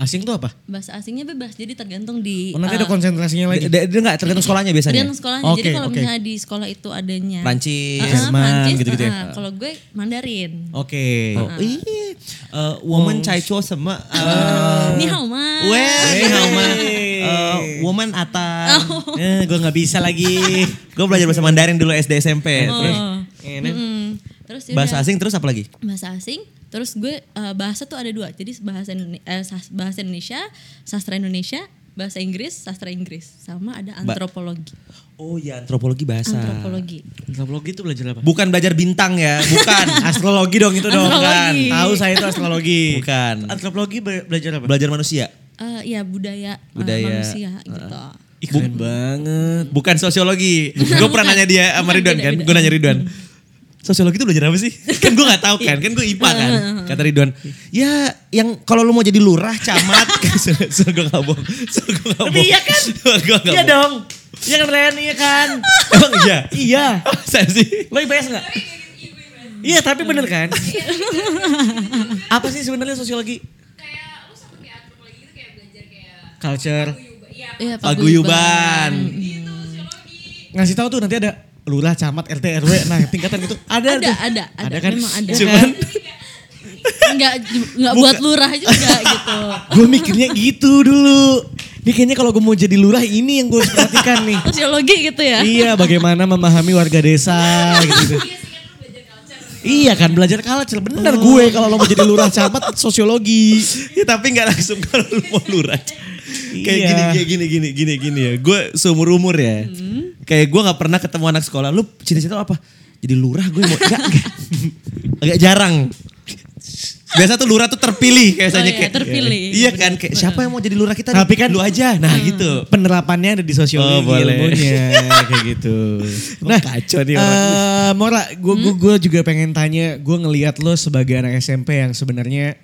[SPEAKER 5] Asing tuh apa?
[SPEAKER 2] bahasa asingnya bebas jadi tergantung di
[SPEAKER 5] Oh, nanti ada
[SPEAKER 2] eh,
[SPEAKER 5] konsentrasinya lagi.
[SPEAKER 1] Dia enggak tergantung sekolahnya biasanya.
[SPEAKER 2] tergantung sekolahnya. jadi
[SPEAKER 5] Oke,
[SPEAKER 2] kalau
[SPEAKER 5] oke.
[SPEAKER 2] misalnya di sekolah itu adanya
[SPEAKER 1] Prancis,
[SPEAKER 2] Eh, eh,
[SPEAKER 5] Jerman,
[SPEAKER 2] Prancis,
[SPEAKER 5] gitu-gitu ya?
[SPEAKER 2] eh, eh. Kalau gue Mandarin.
[SPEAKER 5] Oke.
[SPEAKER 2] Ah.
[SPEAKER 5] Oh.
[SPEAKER 1] Oh, iya. Eh, woman cai chuo sama eh,
[SPEAKER 2] Ni hao ma.
[SPEAKER 1] Well,
[SPEAKER 5] Ah. Hey.
[SPEAKER 1] hey. sama eh, woman atas.
[SPEAKER 2] Oh.
[SPEAKER 5] Eh, gue nggak bisa lagi.
[SPEAKER 1] Gue belajar bahasa Mandarin dulu SD SMP.
[SPEAKER 5] iya.
[SPEAKER 1] Terus
[SPEAKER 2] Oh.
[SPEAKER 5] Enak.
[SPEAKER 2] Mm-mm. Terus ya
[SPEAKER 1] bahasa
[SPEAKER 2] udah.
[SPEAKER 1] asing terus apa lagi?
[SPEAKER 2] bahasa asing terus gue eh, bahasa tuh ada dua jadi bahasa Indone- eh, sas- bahasa Indonesia sastra Indonesia bahasa Inggris sastra Inggris sama ada antropologi
[SPEAKER 1] Oh
[SPEAKER 5] iya,
[SPEAKER 1] ya antropologi bahasa.
[SPEAKER 2] antropologi
[SPEAKER 5] Antropologi itu belajar apa?
[SPEAKER 1] Bukan belajar bintang ya, bukan.
[SPEAKER 5] Astrologi dong itu dong kan.
[SPEAKER 2] Astrologi.
[SPEAKER 5] Tahu saya itu astrologi.
[SPEAKER 1] Bukan.
[SPEAKER 5] Antropologi be- belajar apa?
[SPEAKER 1] belajar manusia.
[SPEAKER 2] Eh, ya budaya, eh,
[SPEAKER 1] Budaya.
[SPEAKER 2] manusia gitu
[SPEAKER 5] Ih, keren banget.
[SPEAKER 1] Bukan sosiologi. Gue pernah nanya dia sama
[SPEAKER 2] Bukan,
[SPEAKER 1] Ridwan
[SPEAKER 2] beda,
[SPEAKER 1] kan.
[SPEAKER 2] beda.
[SPEAKER 1] Gue nanya Ridwan. Sosiologi itu belajar apa sih? Kan gue gak tahu kan. Kan gue IPA kan. Kata Ridwan. Ya yang kalau lu mau jadi lurah, camat. Kan Suruh gue gak bohong. Suruh gue gak bohong.
[SPEAKER 5] Tapi iya kan?
[SPEAKER 1] Gue gak
[SPEAKER 5] Iya
[SPEAKER 1] bohong.
[SPEAKER 5] dong. Iya kan Ren, iya kan.
[SPEAKER 1] Emang iya?
[SPEAKER 5] iya.
[SPEAKER 1] Masa sih?
[SPEAKER 5] Lo IPS nggak? Iya tapi bener kan? apa sih sebenarnya sosiologi?
[SPEAKER 6] kayak lu sama kayak antropologi gitu kayak belajar kayak
[SPEAKER 5] Culture.
[SPEAKER 6] iya
[SPEAKER 2] Iya,
[SPEAKER 1] Paguyuban.
[SPEAKER 6] gitu sosiologi
[SPEAKER 5] Ngasih tahu tuh nanti ada lurah, camat, RT, RW. Nah tingkatan gitu.
[SPEAKER 2] ada
[SPEAKER 5] Ada, tuh.
[SPEAKER 2] ada ada,
[SPEAKER 5] Ada kan?
[SPEAKER 2] memang ada
[SPEAKER 5] Cuman
[SPEAKER 2] nggak ju- nggak buat lurah juga gitu
[SPEAKER 5] gue mikirnya gitu dulu. Ini kayaknya kalau gue mau jadi lurah ini yang gue harus perhatikan nih.
[SPEAKER 2] sosiologi gitu ya
[SPEAKER 5] Iya, bagaimana memahami warga desa gitu. Iya kan belajar culture bener gue kalau lo mau jadi lurah camat sosiologi.
[SPEAKER 1] Ya tapi nggak langsung kalau lu mau lurah. Kayak
[SPEAKER 5] Iya.
[SPEAKER 1] gini, kayak gini, gini, gini, gini ya. Gue seumur umur ya.
[SPEAKER 5] Hmm.
[SPEAKER 1] Kayak gue nggak pernah ketemu anak sekolah. Lu cita-cita lu apa? Jadi lurah gue mau. Gak, Agak jarang. Biasa tuh lurah tuh terpilih biasanya
[SPEAKER 2] Oh iya,
[SPEAKER 1] kayak
[SPEAKER 2] terpilih.
[SPEAKER 1] Iya kan kayak siapa yang mau jadi lurah kita?
[SPEAKER 5] Tapi kan-
[SPEAKER 1] lu aja. Nah, gitu.
[SPEAKER 5] Penerapannya ada di
[SPEAKER 1] Oh,
[SPEAKER 5] sosiologi
[SPEAKER 1] boleh.
[SPEAKER 5] ilmunya kayak gitu. Nah,
[SPEAKER 1] kacau nih
[SPEAKER 5] eh,
[SPEAKER 1] orang. Hmm?
[SPEAKER 5] Mora, gue juga pengen tanya, gue ngelihat lo sebagai anak SMP yang sebenarnya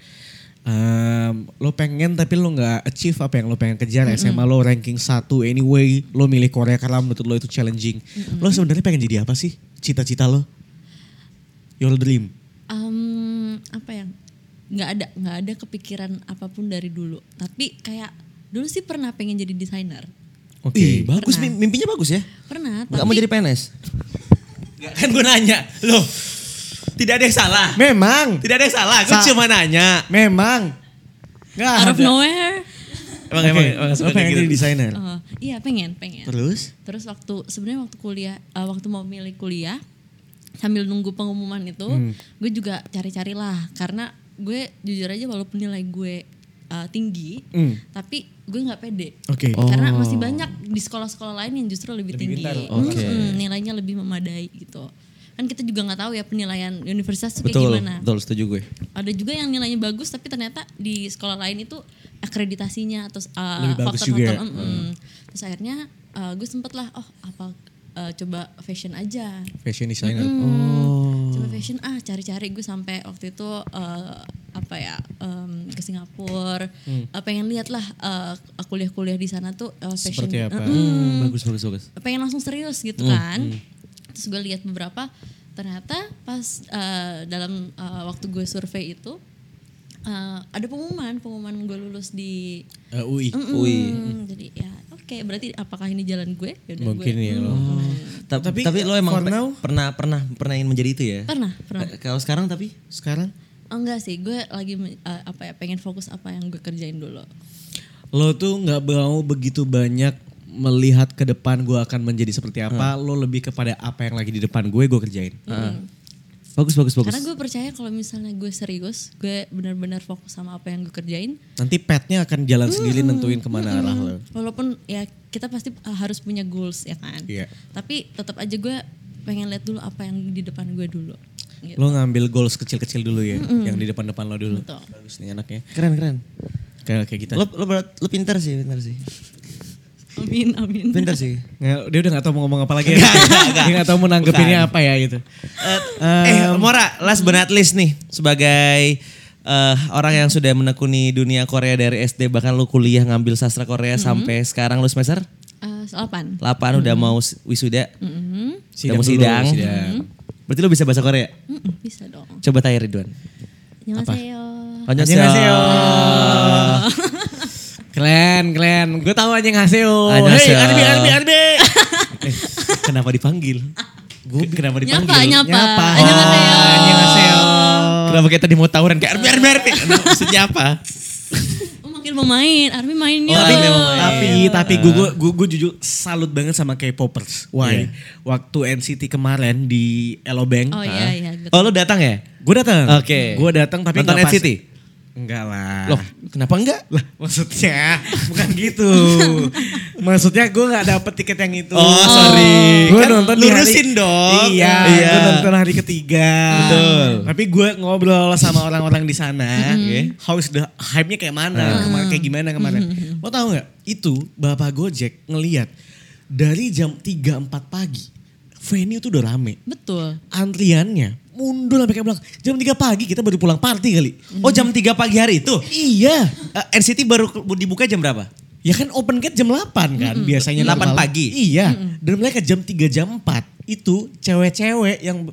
[SPEAKER 5] em, lo pengen tapi lo nggak achieve apa yang lo pengen
[SPEAKER 1] Hmm,
[SPEAKER 5] kejar SMA lo ranking 1 anyway lo milih Korea karena menurut lo itu challenging
[SPEAKER 1] Hmm,
[SPEAKER 5] lo sebenarnya pengen jadi apa sih cita-cita lo your dream
[SPEAKER 2] Em, apa ya nggak ada nggak ada kepikiran apapun dari dulu tapi kayak dulu sih pernah pengen jadi desainer
[SPEAKER 5] oke
[SPEAKER 1] Ih, bagus mim- mimpinya bagus ya.
[SPEAKER 2] pernah
[SPEAKER 1] Gak mau
[SPEAKER 2] tapi-
[SPEAKER 1] jadi PNS. Nggak, kan gue nanya, loh. Tidak ada yang salah.
[SPEAKER 5] Memang,
[SPEAKER 1] Tidak ada yang salah. Gue
[SPEAKER 5] Sa-
[SPEAKER 1] cuma nanya.
[SPEAKER 5] memang. Nggak
[SPEAKER 2] out of
[SPEAKER 5] ada.
[SPEAKER 2] nowhere
[SPEAKER 1] Emang
[SPEAKER 5] Oke,
[SPEAKER 1] emang, emang
[SPEAKER 5] lo
[SPEAKER 1] suka
[SPEAKER 5] pengen
[SPEAKER 1] gitu.
[SPEAKER 5] jadi desainer.
[SPEAKER 2] Oh, iya pengen pengen
[SPEAKER 5] Terus?
[SPEAKER 2] Terus waktu sebenarnya waktu kuliah eh, waktu mau milih kuliah sambil nunggu pengumuman itu,
[SPEAKER 5] Hmm.
[SPEAKER 2] gue juga cari-carilah karena gue jujur aja walaupun nilai gue eh, tinggi,
[SPEAKER 5] Hmm.
[SPEAKER 2] tapi gue nggak pede.
[SPEAKER 5] Oke.
[SPEAKER 2] Karena masih banyak di sekolah-sekolah lain yang justru lebih,
[SPEAKER 5] Lebih
[SPEAKER 2] tinggi.
[SPEAKER 5] pintar.
[SPEAKER 2] Mm,
[SPEAKER 1] Oh. Oke.
[SPEAKER 2] mm, nilainya lebih memadai gitu. Kan kita juga nggak tahu ya penilaian universitas tuh kayak
[SPEAKER 1] Betul,
[SPEAKER 2] gimana.
[SPEAKER 1] betul setuju gue.
[SPEAKER 2] Ada juga yang nilainya bagus tapi ternyata di sekolah lain itu akreditasinya atau uh,
[SPEAKER 5] Lebih bagus juga. ya? Hmm.
[SPEAKER 2] faktor, mm, mm. Terus akhirnya uh, gue sempet lah oh apa uh, coba fashion aja.
[SPEAKER 5] Fashion designer.
[SPEAKER 2] Hmm, Coba fashion ah cari-cari gue sampai waktu itu uh, apa ya um, ke Singapura
[SPEAKER 5] Hmm.
[SPEAKER 2] Uh, pengen lihat lah uh, kuliah-kuliah di sana tuh uh, fashion
[SPEAKER 1] Hmm.
[SPEAKER 2] Eh,
[SPEAKER 5] Seperti apa? Hmm,
[SPEAKER 1] Bagus, bagus, bagus.
[SPEAKER 2] pengen langsung serius gitu kan. Terus gue lihat beberapa ternyata pas eh, dalam eh, waktu gue survei itu eh, ada pengumuman pengumuman gue lulus di
[SPEAKER 5] Eh, UI.
[SPEAKER 2] Mm-mm.
[SPEAKER 1] Ui.
[SPEAKER 2] jadi ya oke berarti apakah ini jalan gue Yaudah gue- Hmm.
[SPEAKER 5] Mungkin ya lo.
[SPEAKER 1] Oh. Ta-
[SPEAKER 5] Tapi,
[SPEAKER 1] Tapi, lo emang
[SPEAKER 5] for
[SPEAKER 1] pe-
[SPEAKER 5] now-
[SPEAKER 1] pernah pernah pernah ingin menjadi itu ya?
[SPEAKER 2] pernah pernah
[SPEAKER 1] Eh, Kalau sekarang tapi
[SPEAKER 5] Sekarang
[SPEAKER 2] Oh, enggak sih gue lagi men- eh, apa ya pengen fokus apa yang gue kerjain dulu
[SPEAKER 5] lo tuh nggak mau begitu banyak melihat ke depan gue akan menjadi seperti apa, lo lebih kepada apa yang lagi di depan gue gue kerjain.
[SPEAKER 1] Bagus bagus bagus.
[SPEAKER 2] Karena gue percaya kalau misalnya gue serius, gue benar-benar fokus sama apa yang gue kerjain.
[SPEAKER 5] Nanti petnya akan jalan sendiri
[SPEAKER 2] Hmm.
[SPEAKER 5] nentuin kemana arah lo.
[SPEAKER 2] Walaupun ya kita pasti uh, harus punya goals ya kan.
[SPEAKER 5] Iya.
[SPEAKER 2] Tapi tetap aja gue pengen lihat dulu apa yang di depan gue dulu. Gitu.
[SPEAKER 5] Lo ngambil goals kecil-kecil dulu ya, yang di depan-depan lo dulu.
[SPEAKER 2] Hmm. Betul.
[SPEAKER 5] Bagus nih anaknya.
[SPEAKER 1] Keren keren.
[SPEAKER 5] Kayak kayak gitu. kita.
[SPEAKER 1] Lo lo berat- lo pintar sih pintar sih.
[SPEAKER 2] Amin amin.
[SPEAKER 1] Pintar sih.
[SPEAKER 5] Nggak, dia udah gak tau mau ngomong apa lagi ya. dia gak tau mau nanggepinnya apa ya gitu.
[SPEAKER 1] Eh, eh Mora, last but not least nih sebagai eh, orang yang sudah menekuni dunia Korea dari SD bahkan lu kuliah ngambil sastra Korea sampai sekarang lu semester
[SPEAKER 2] Eh, soal Mm-hmm. apaan?
[SPEAKER 1] 8 udah mau s- wisuda.
[SPEAKER 5] Sidang
[SPEAKER 1] Udah mau Mm-hmm.
[SPEAKER 5] dulu,
[SPEAKER 1] sidang. Mm-hmm.
[SPEAKER 5] sidang.
[SPEAKER 1] Berarti lu bisa bahasa Korea?
[SPEAKER 2] Mm-mm, bisa dong.
[SPEAKER 1] Coba tanya Ridwan.
[SPEAKER 2] Annyeonghaseyo.
[SPEAKER 1] Annyeonghaseyo.
[SPEAKER 5] Annyeonghaseyo. Keren, keren. Gue tahu aja ngaseo.
[SPEAKER 1] Annyeonghaseyo.
[SPEAKER 5] Arbi, Arbi, Arbi. Eh, kenapa dipanggil? Gue kenapa dipanggil?
[SPEAKER 2] Nyapa, nyapa.
[SPEAKER 5] Nyapa.
[SPEAKER 1] Ah,
[SPEAKER 2] Annyeonghaseyo.
[SPEAKER 5] Oh, annyeonghaseyo.
[SPEAKER 1] Kenapa kita di mau tawuran kayak Arbi Arbi Arbi? Nah, Maksudnya apa?
[SPEAKER 2] Oh manggil mau main, Army main yuk.
[SPEAKER 5] tapi, tapi,
[SPEAKER 1] Iya.
[SPEAKER 5] tapi gue gue gue jujur salut banget sama K-popers. Why? Waktu NCT kemarin di Elo Bank,
[SPEAKER 2] Oh iya iya. betul.
[SPEAKER 1] Oh lu datang ya?
[SPEAKER 5] gue datang.
[SPEAKER 1] Oke.
[SPEAKER 5] Gue datang tapi
[SPEAKER 1] Nonton
[SPEAKER 5] nggak pas-
[SPEAKER 1] NCT?
[SPEAKER 5] Enggak lah.
[SPEAKER 1] Loh, kenapa enggak?
[SPEAKER 5] Ah. Lah, maksudnya bukan gitu. maksudnya gue nggak dapet tiket yang itu.
[SPEAKER 1] Oh, sorry.
[SPEAKER 5] Gue
[SPEAKER 1] Kan
[SPEAKER 5] nonton di
[SPEAKER 1] lurusin dong.
[SPEAKER 5] Iya,
[SPEAKER 1] Iya.
[SPEAKER 5] gue nonton hari ketiga. Betul. Tapi gue ngobrol sama orang-orang di sana. ya. How is the hype-nya kayak mana? Kemarin kayak gimana kemarin? Lo tau nggak? Itu bapak Gojek ngeliat dari jam 3-4 pagi venue tuh udah rame
[SPEAKER 2] Betul.
[SPEAKER 5] antriannya mundur sampai kayak bilang jam 3 pagi kita baru pulang party kali.
[SPEAKER 1] Oh jam 3 pagi hari itu?
[SPEAKER 5] Iya.
[SPEAKER 1] Eh, NCT baru ke- dibuka jam berapa?
[SPEAKER 5] Ya kan open gate jam 8 kan biasanya.
[SPEAKER 1] 8
[SPEAKER 5] normal.
[SPEAKER 1] pagi.
[SPEAKER 5] Iya. Dan mereka jam 3 jam 4 itu cewek-cewek yang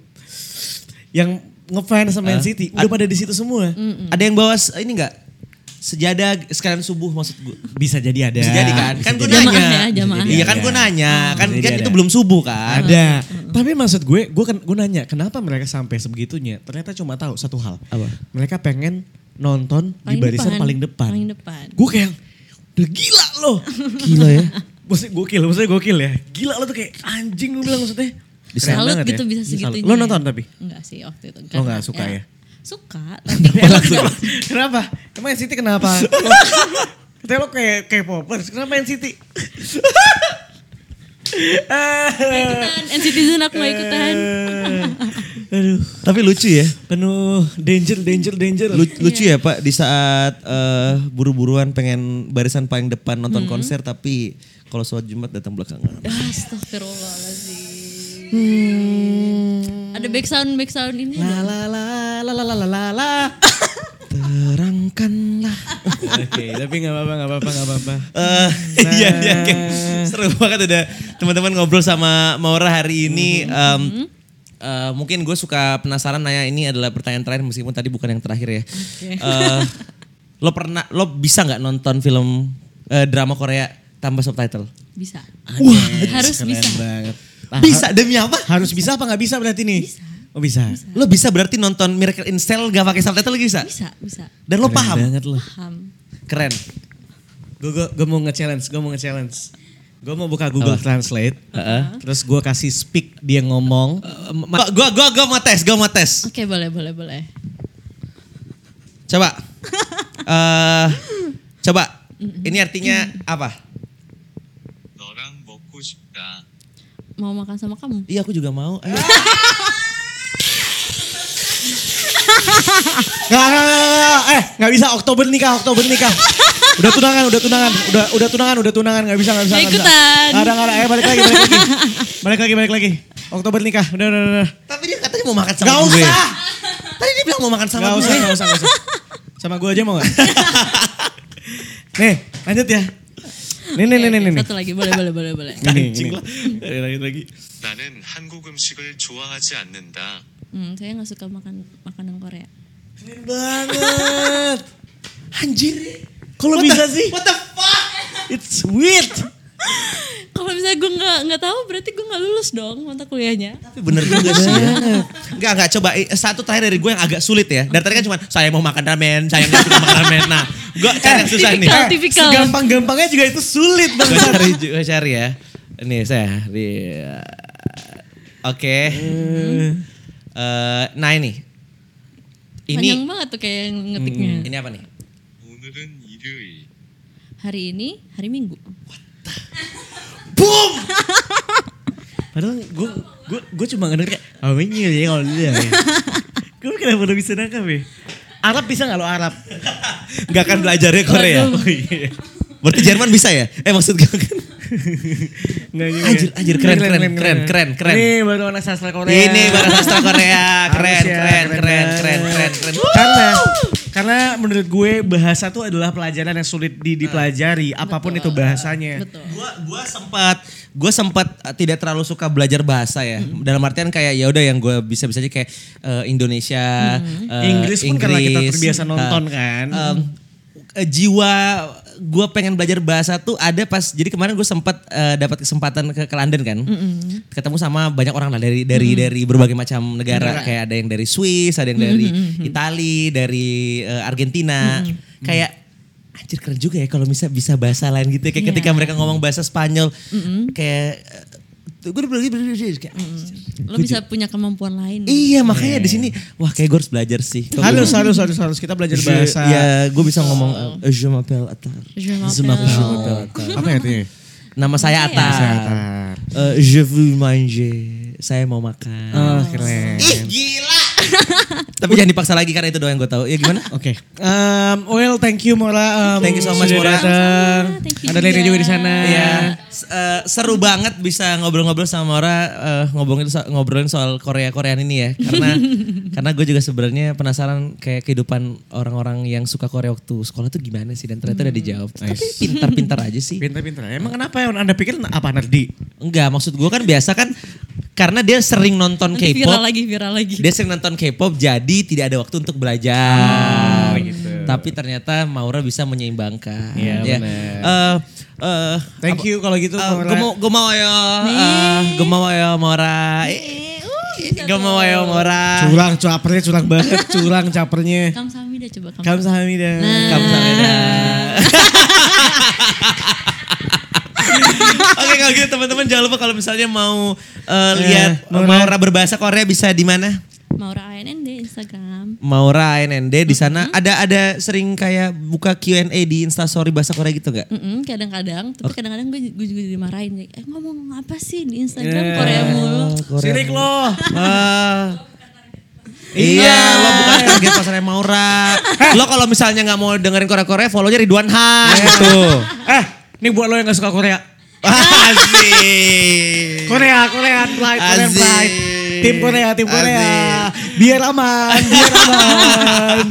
[SPEAKER 5] yang ngefans sama NCT udah pada di situ semua.
[SPEAKER 1] Ada yang bawa s- ini enggak? Sejadah sekalian subuh maksud gue.
[SPEAKER 5] Bisa jadi ada.
[SPEAKER 1] Bisa jadi kan?
[SPEAKER 5] Bisa
[SPEAKER 1] Kan gue
[SPEAKER 5] jadi.
[SPEAKER 1] nanya.
[SPEAKER 2] Jamaah ya, jamaah.
[SPEAKER 1] Iya kan
[SPEAKER 5] Ada.
[SPEAKER 1] gue nanya. Kan,
[SPEAKER 5] Bisa
[SPEAKER 1] kan
[SPEAKER 5] jadi
[SPEAKER 1] itu
[SPEAKER 5] ada.
[SPEAKER 1] belum subuh kan?
[SPEAKER 5] Ada. Tapi maksud gue, gue kan gue nanya kenapa mereka sampai sebegitunya? Ternyata cuma tahu satu hal.
[SPEAKER 1] Apa?
[SPEAKER 5] Mereka pengen nonton di
[SPEAKER 2] Paling
[SPEAKER 5] barisan
[SPEAKER 2] depan.
[SPEAKER 5] paling depan.
[SPEAKER 2] Paling depan.
[SPEAKER 5] Gue kayak udah gila loh.
[SPEAKER 1] Gila ya.
[SPEAKER 5] maksudnya gokil, maksudnya gokil ya. Gila lo tuh kayak anjing gue bilang maksudnya. Keren
[SPEAKER 2] Salut
[SPEAKER 5] banget ya.
[SPEAKER 2] gitu bisa
[SPEAKER 5] Salut.
[SPEAKER 2] segitunya.
[SPEAKER 5] Lo nonton tapi?
[SPEAKER 2] Enggak sih waktu itu.
[SPEAKER 5] Lo nggak suka ya?
[SPEAKER 2] Suka. Tapi
[SPEAKER 5] Langsung. kenapa? Emang NCT kenapa? Lo- Katanya lo kayak kayak popers, kenapa NCT?
[SPEAKER 2] ikutan. NCT Zone aku mau ikutan.
[SPEAKER 5] Aduh,
[SPEAKER 1] Tapi lucu ya.
[SPEAKER 5] penuh danger, danger, danger.
[SPEAKER 1] Lu- lucu ya Pak di saat eh, buru-buruan pengen barisan paling depan nonton
[SPEAKER 5] Mm-hmm.
[SPEAKER 1] konser tapi kalau sholat Jumat datang belakangan.
[SPEAKER 2] Ah, Astagfirullahaladzim.
[SPEAKER 5] Hmm.
[SPEAKER 2] Ada back sound back sound ini.
[SPEAKER 5] La la la la la la la la la.
[SPEAKER 1] Terangkanlah.
[SPEAKER 5] Oke, tapi nggak apa-apa, nggak apa-apa, nggak apa-apa. Nah.
[SPEAKER 1] Eh, iya iya oke. seru banget udah teman-teman ngobrol sama Maura hari ini.
[SPEAKER 5] Mm-hmm.
[SPEAKER 1] Em, eh, mungkin gue suka penasaran nanya ini adalah pertanyaan terakhir meskipun tadi bukan yang terakhir ya. Eh, lo pernah lo bisa nggak nonton film eh, drama Korea tanpa subtitle?
[SPEAKER 2] Bisa.
[SPEAKER 5] Wah,
[SPEAKER 2] Harus
[SPEAKER 5] keren
[SPEAKER 2] bisa.
[SPEAKER 5] Banget.
[SPEAKER 1] Bisa demi apa?
[SPEAKER 5] Harus bisa apa nggak bisa berarti nih? Bisa. Oh bisa.
[SPEAKER 1] Lo bisa berarti nonton Miracle in Cell gak pakai subtitle lagi bisa?
[SPEAKER 2] Bisa, bisa.
[SPEAKER 1] Dan lo
[SPEAKER 5] Keren
[SPEAKER 1] paham?
[SPEAKER 5] banget lo.
[SPEAKER 2] Paham.
[SPEAKER 1] Keren.
[SPEAKER 5] Gue gue mau nge-challenge, gue mau nge-challenge. Gue mau buka Google Translate. Terus gue kasih speak dia ngomong.
[SPEAKER 1] Gue gua gua gua mau tes, gua mau tes.
[SPEAKER 2] Oke, boleh, boleh, boleh.
[SPEAKER 1] Coba. eh coba. Ini artinya apa?
[SPEAKER 3] 너랑 먹고 싶다.
[SPEAKER 2] Mau makan sama kamu?
[SPEAKER 1] Iya aku juga mau. Ayo.
[SPEAKER 5] Nggak, nggak, nggak, nggak, nggak. Eh, nggak bisa. Oktober nikah, Oktober nikah. Udah tunangan, udah tunangan, udah udah tunangan, udah tunangan, nggak bisa, nggak bisa. nggak bisa.
[SPEAKER 2] Ikutan.
[SPEAKER 5] Nggak ada, nggak ada. Eh, balik lagi, balik lagi, balik lagi, balik lagi. Oktober nikah, udah, udah, udah.
[SPEAKER 1] Tapi dia katanya mau makan sama
[SPEAKER 5] Gak
[SPEAKER 1] gue.
[SPEAKER 5] usah.
[SPEAKER 1] Tadi dia bilang mau makan sama
[SPEAKER 5] Gak
[SPEAKER 1] gue.
[SPEAKER 5] usah, gak usah, gak usah. Sama gue aja mau gak? nih, lanjut ya. Nih, nih, nih, nih, nih. nih.
[SPEAKER 2] Satu lagi, boleh, boleh, boleh, boleh.
[SPEAKER 5] Anjing lah. Lanjut lagi.
[SPEAKER 3] 나는 한국 음식을 좋아하지 않는다.
[SPEAKER 2] Hmm, saya nggak suka makan makanan Korea.
[SPEAKER 5] Keren banget.
[SPEAKER 1] Anjir.
[SPEAKER 5] Kalau bisa sih,
[SPEAKER 1] What the fuck?
[SPEAKER 5] it's weird.
[SPEAKER 2] Kalau misalnya gue nggak nggak nggak tahu berarti gue nggak lulus dong mata kuliahnya.
[SPEAKER 1] Tapi bener juga sih
[SPEAKER 5] Iya.
[SPEAKER 1] ya. Enggak, enggak. Coba eh, satu terakhir dari gue yang agak sulit ya. Dari tadi kan cuma saya mau makan ramen, saya nggak suka makan ramen. Nah, gue
[SPEAKER 5] Eh,
[SPEAKER 1] cari yang susah nih. Eh,
[SPEAKER 2] Tipikal, tipikal.
[SPEAKER 5] Gampang-gampangnya juga itu sulit
[SPEAKER 1] Gue cari, gue cari ya. Ini saya. Di, Oke.
[SPEAKER 5] Hmm.
[SPEAKER 1] Eh, nah ini.
[SPEAKER 2] Panjang
[SPEAKER 1] Ini. Hmm.
[SPEAKER 2] banget tuh kayak ngetiknya.
[SPEAKER 1] Ini apa nih?
[SPEAKER 3] 오늘은 일요일.
[SPEAKER 2] Hari ini hari Minggu.
[SPEAKER 1] Boom!
[SPEAKER 5] Padahal gue gue gue cuma ngedenger kayak aminyil ya kalau dia. Gue kenapa udah bisa nangkap ya? Arab bisa gak lo Arab?
[SPEAKER 1] Gak akan belajarnya Korea. Oh, iya.
[SPEAKER 2] Waduh.
[SPEAKER 1] Berarti Jerman bisa ya? Eh maksud gue kan.
[SPEAKER 5] Nggak juga.
[SPEAKER 1] Anjir, anjir, keren, keren, keren, keren, keren.
[SPEAKER 5] Ini baru anak sastra Korea.
[SPEAKER 1] Ini baru sastra Korea. Keren,
[SPEAKER 5] Harus ya,
[SPEAKER 1] keren, keren,
[SPEAKER 5] banget.
[SPEAKER 1] keren, keren, keren.
[SPEAKER 5] Karena karena menurut gue bahasa tuh adalah pelajaran yang sulit di, dipelajari apapun itu bahasanya.
[SPEAKER 2] Betul.
[SPEAKER 1] gua gua sempat gua sempat eh, tidak terlalu suka belajar bahasa ya dalam artian kayak ya udah yang gua bisa bisanya kayak eh, Indonesia eh,
[SPEAKER 5] Inggris pun karena kita
[SPEAKER 1] Inggris,
[SPEAKER 5] terbiasa
[SPEAKER 1] eh,
[SPEAKER 5] nonton kan.
[SPEAKER 1] em, eh, jiwa gua pengen belajar bahasa tuh ada pas jadi kemarin gue sempat eh, dapat kesempatan ke, ke London kan ketemu sama banyak orang lah dari dari dari berbagai macam negara kayak ada yang dari Swiss ada yang dari Itali dari eh, Argentina kayak anjir keren juga ya kalau bisa bisa bahasa lain gitu ya. kayak ketika mereka ngomong bahasa Spanyol kayak eh, gue udah belajar belajar- kayak anjir.
[SPEAKER 2] Lo bisa punya kemampuan lain.
[SPEAKER 1] iya makanya di sini wah kayak gue harus belajar sih Kalau
[SPEAKER 5] Harus
[SPEAKER 1] gua-
[SPEAKER 5] harus harus harus kita belajar
[SPEAKER 1] Je-
[SPEAKER 5] bahasa.
[SPEAKER 1] ya gue bisa ngomong eh, je m'appelle Atar
[SPEAKER 2] Je
[SPEAKER 1] Je
[SPEAKER 2] m'appelle-
[SPEAKER 1] m'appelle Atar
[SPEAKER 5] Apa ya artinya?
[SPEAKER 1] nama saya Atar Eh, je veux manger saya mau makan
[SPEAKER 5] Oh, keren.
[SPEAKER 1] tapi jangan dipaksa lagi karena itu doang yang gue tahu ya gimana
[SPEAKER 5] Oke. Um, well, thank you Mora. Um,
[SPEAKER 1] Thank you so much,
[SPEAKER 5] sudah
[SPEAKER 1] Mora.
[SPEAKER 5] datang.
[SPEAKER 2] Sama-sama, thank you
[SPEAKER 5] Ada Lena
[SPEAKER 2] juga.
[SPEAKER 5] juga di sana.
[SPEAKER 1] Iya, s- eh, seru banget bisa ngobrol-ngobrol sama Mora eh, ngobrolin so- ngobrolin soal Korea Korean ini ya, karena karena gue juga sebenarnya penasaran kayak kehidupan orang-orang yang suka Korea waktu sekolah tuh gimana sih dan ternyata udah dijawab. Tapi pintar-pintar aja sih.
[SPEAKER 5] Pintar-pintar. Emang kenapa ya? Anda pikir apa nerdi?
[SPEAKER 1] Enggak, maksud gue kan biasa kan karena dia sering nonton
[SPEAKER 2] Nanti viral
[SPEAKER 1] K-pop,
[SPEAKER 2] lagi, viral lagi.
[SPEAKER 1] dia sering nonton K-pop jadi tidak ada waktu untuk
[SPEAKER 2] Ah,
[SPEAKER 1] belajar.
[SPEAKER 2] gitu.
[SPEAKER 1] Tapi ternyata Maura bisa menyeimbangkan.
[SPEAKER 5] Iya,
[SPEAKER 1] Ya. Eh,
[SPEAKER 5] benar.
[SPEAKER 1] eh,
[SPEAKER 5] Thank you kalau gitu Mora.
[SPEAKER 1] Gue mau, gue mau yo, gue mau yo Mora,
[SPEAKER 2] Eh, uh,
[SPEAKER 1] gue mau yo Mora.
[SPEAKER 5] Curang, capernya curang banget, curang capernya.
[SPEAKER 2] Kamsahamnida coba kamsahamnida.
[SPEAKER 5] Kamsahamnida.
[SPEAKER 1] Nah. Kamsahamnida. Oke kalau gitu teman-teman jangan lupa kalau misalnya mau eh, lihat
[SPEAKER 5] Iya, Maura.
[SPEAKER 1] Maura berbahasa Korea bisa di mana?
[SPEAKER 2] Maura ANN di Instagram.
[SPEAKER 1] Maura ANND
[SPEAKER 2] Mm-hmm.
[SPEAKER 1] di sana ada ada sering kayak buka Q&A di Instastory bahasa Korea gitu nggak?
[SPEAKER 2] Mm-mm, kadang-kadang, tapi kadang-kadang gue, gue juga dimarahin. kayak, Eh ngomong apa sih di Instagram
[SPEAKER 1] Eh.
[SPEAKER 2] Korea mulu?
[SPEAKER 5] Sirik lo.
[SPEAKER 1] Ah. Iya, lo bukan target pasarnya Maura. lo kalau misalnya nggak mau dengerin Korea-Korea, follownya Ridwan Han.
[SPEAKER 5] Iya,
[SPEAKER 1] Gitu.
[SPEAKER 5] Eh, ini buat lo yang gak suka Korea.
[SPEAKER 1] Asik.
[SPEAKER 5] Korea, Korean Pride, Korean
[SPEAKER 1] Asik.
[SPEAKER 5] Pride. Tim Korea, tim Korea. Biar aman, biar aman.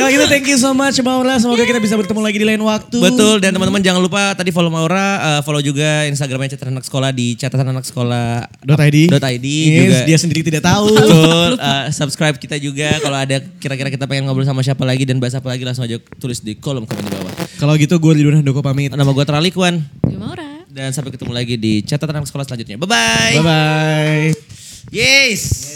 [SPEAKER 5] Kalau gitu thank you so much Maura. Semoga kita bisa bertemu lagi di lain waktu.
[SPEAKER 1] Betul dan teman-teman jangan lupa tadi follow Maura, eh, follow juga Instagramnya catatan anak sekolah di catatan anak sekolah
[SPEAKER 5] Dot ID.
[SPEAKER 1] Dot ID
[SPEAKER 5] Yes,
[SPEAKER 1] juga.
[SPEAKER 5] Dia sendiri tidak tahu.
[SPEAKER 1] Betul, eh, subscribe kita juga kalau ada kira-kira kita pengen ngobrol sama siapa lagi dan bahas apa lagi langsung aja tulis di kolom komen di bawah.
[SPEAKER 5] Kalau gitu gue Ridwan Handoko pamit.
[SPEAKER 1] Nama gue Tralikwan
[SPEAKER 2] Gue Maura.
[SPEAKER 1] dan sampai ketemu lagi di catatan anak sekolah selanjutnya. Bye bye.
[SPEAKER 5] Bye bye.
[SPEAKER 1] Yes.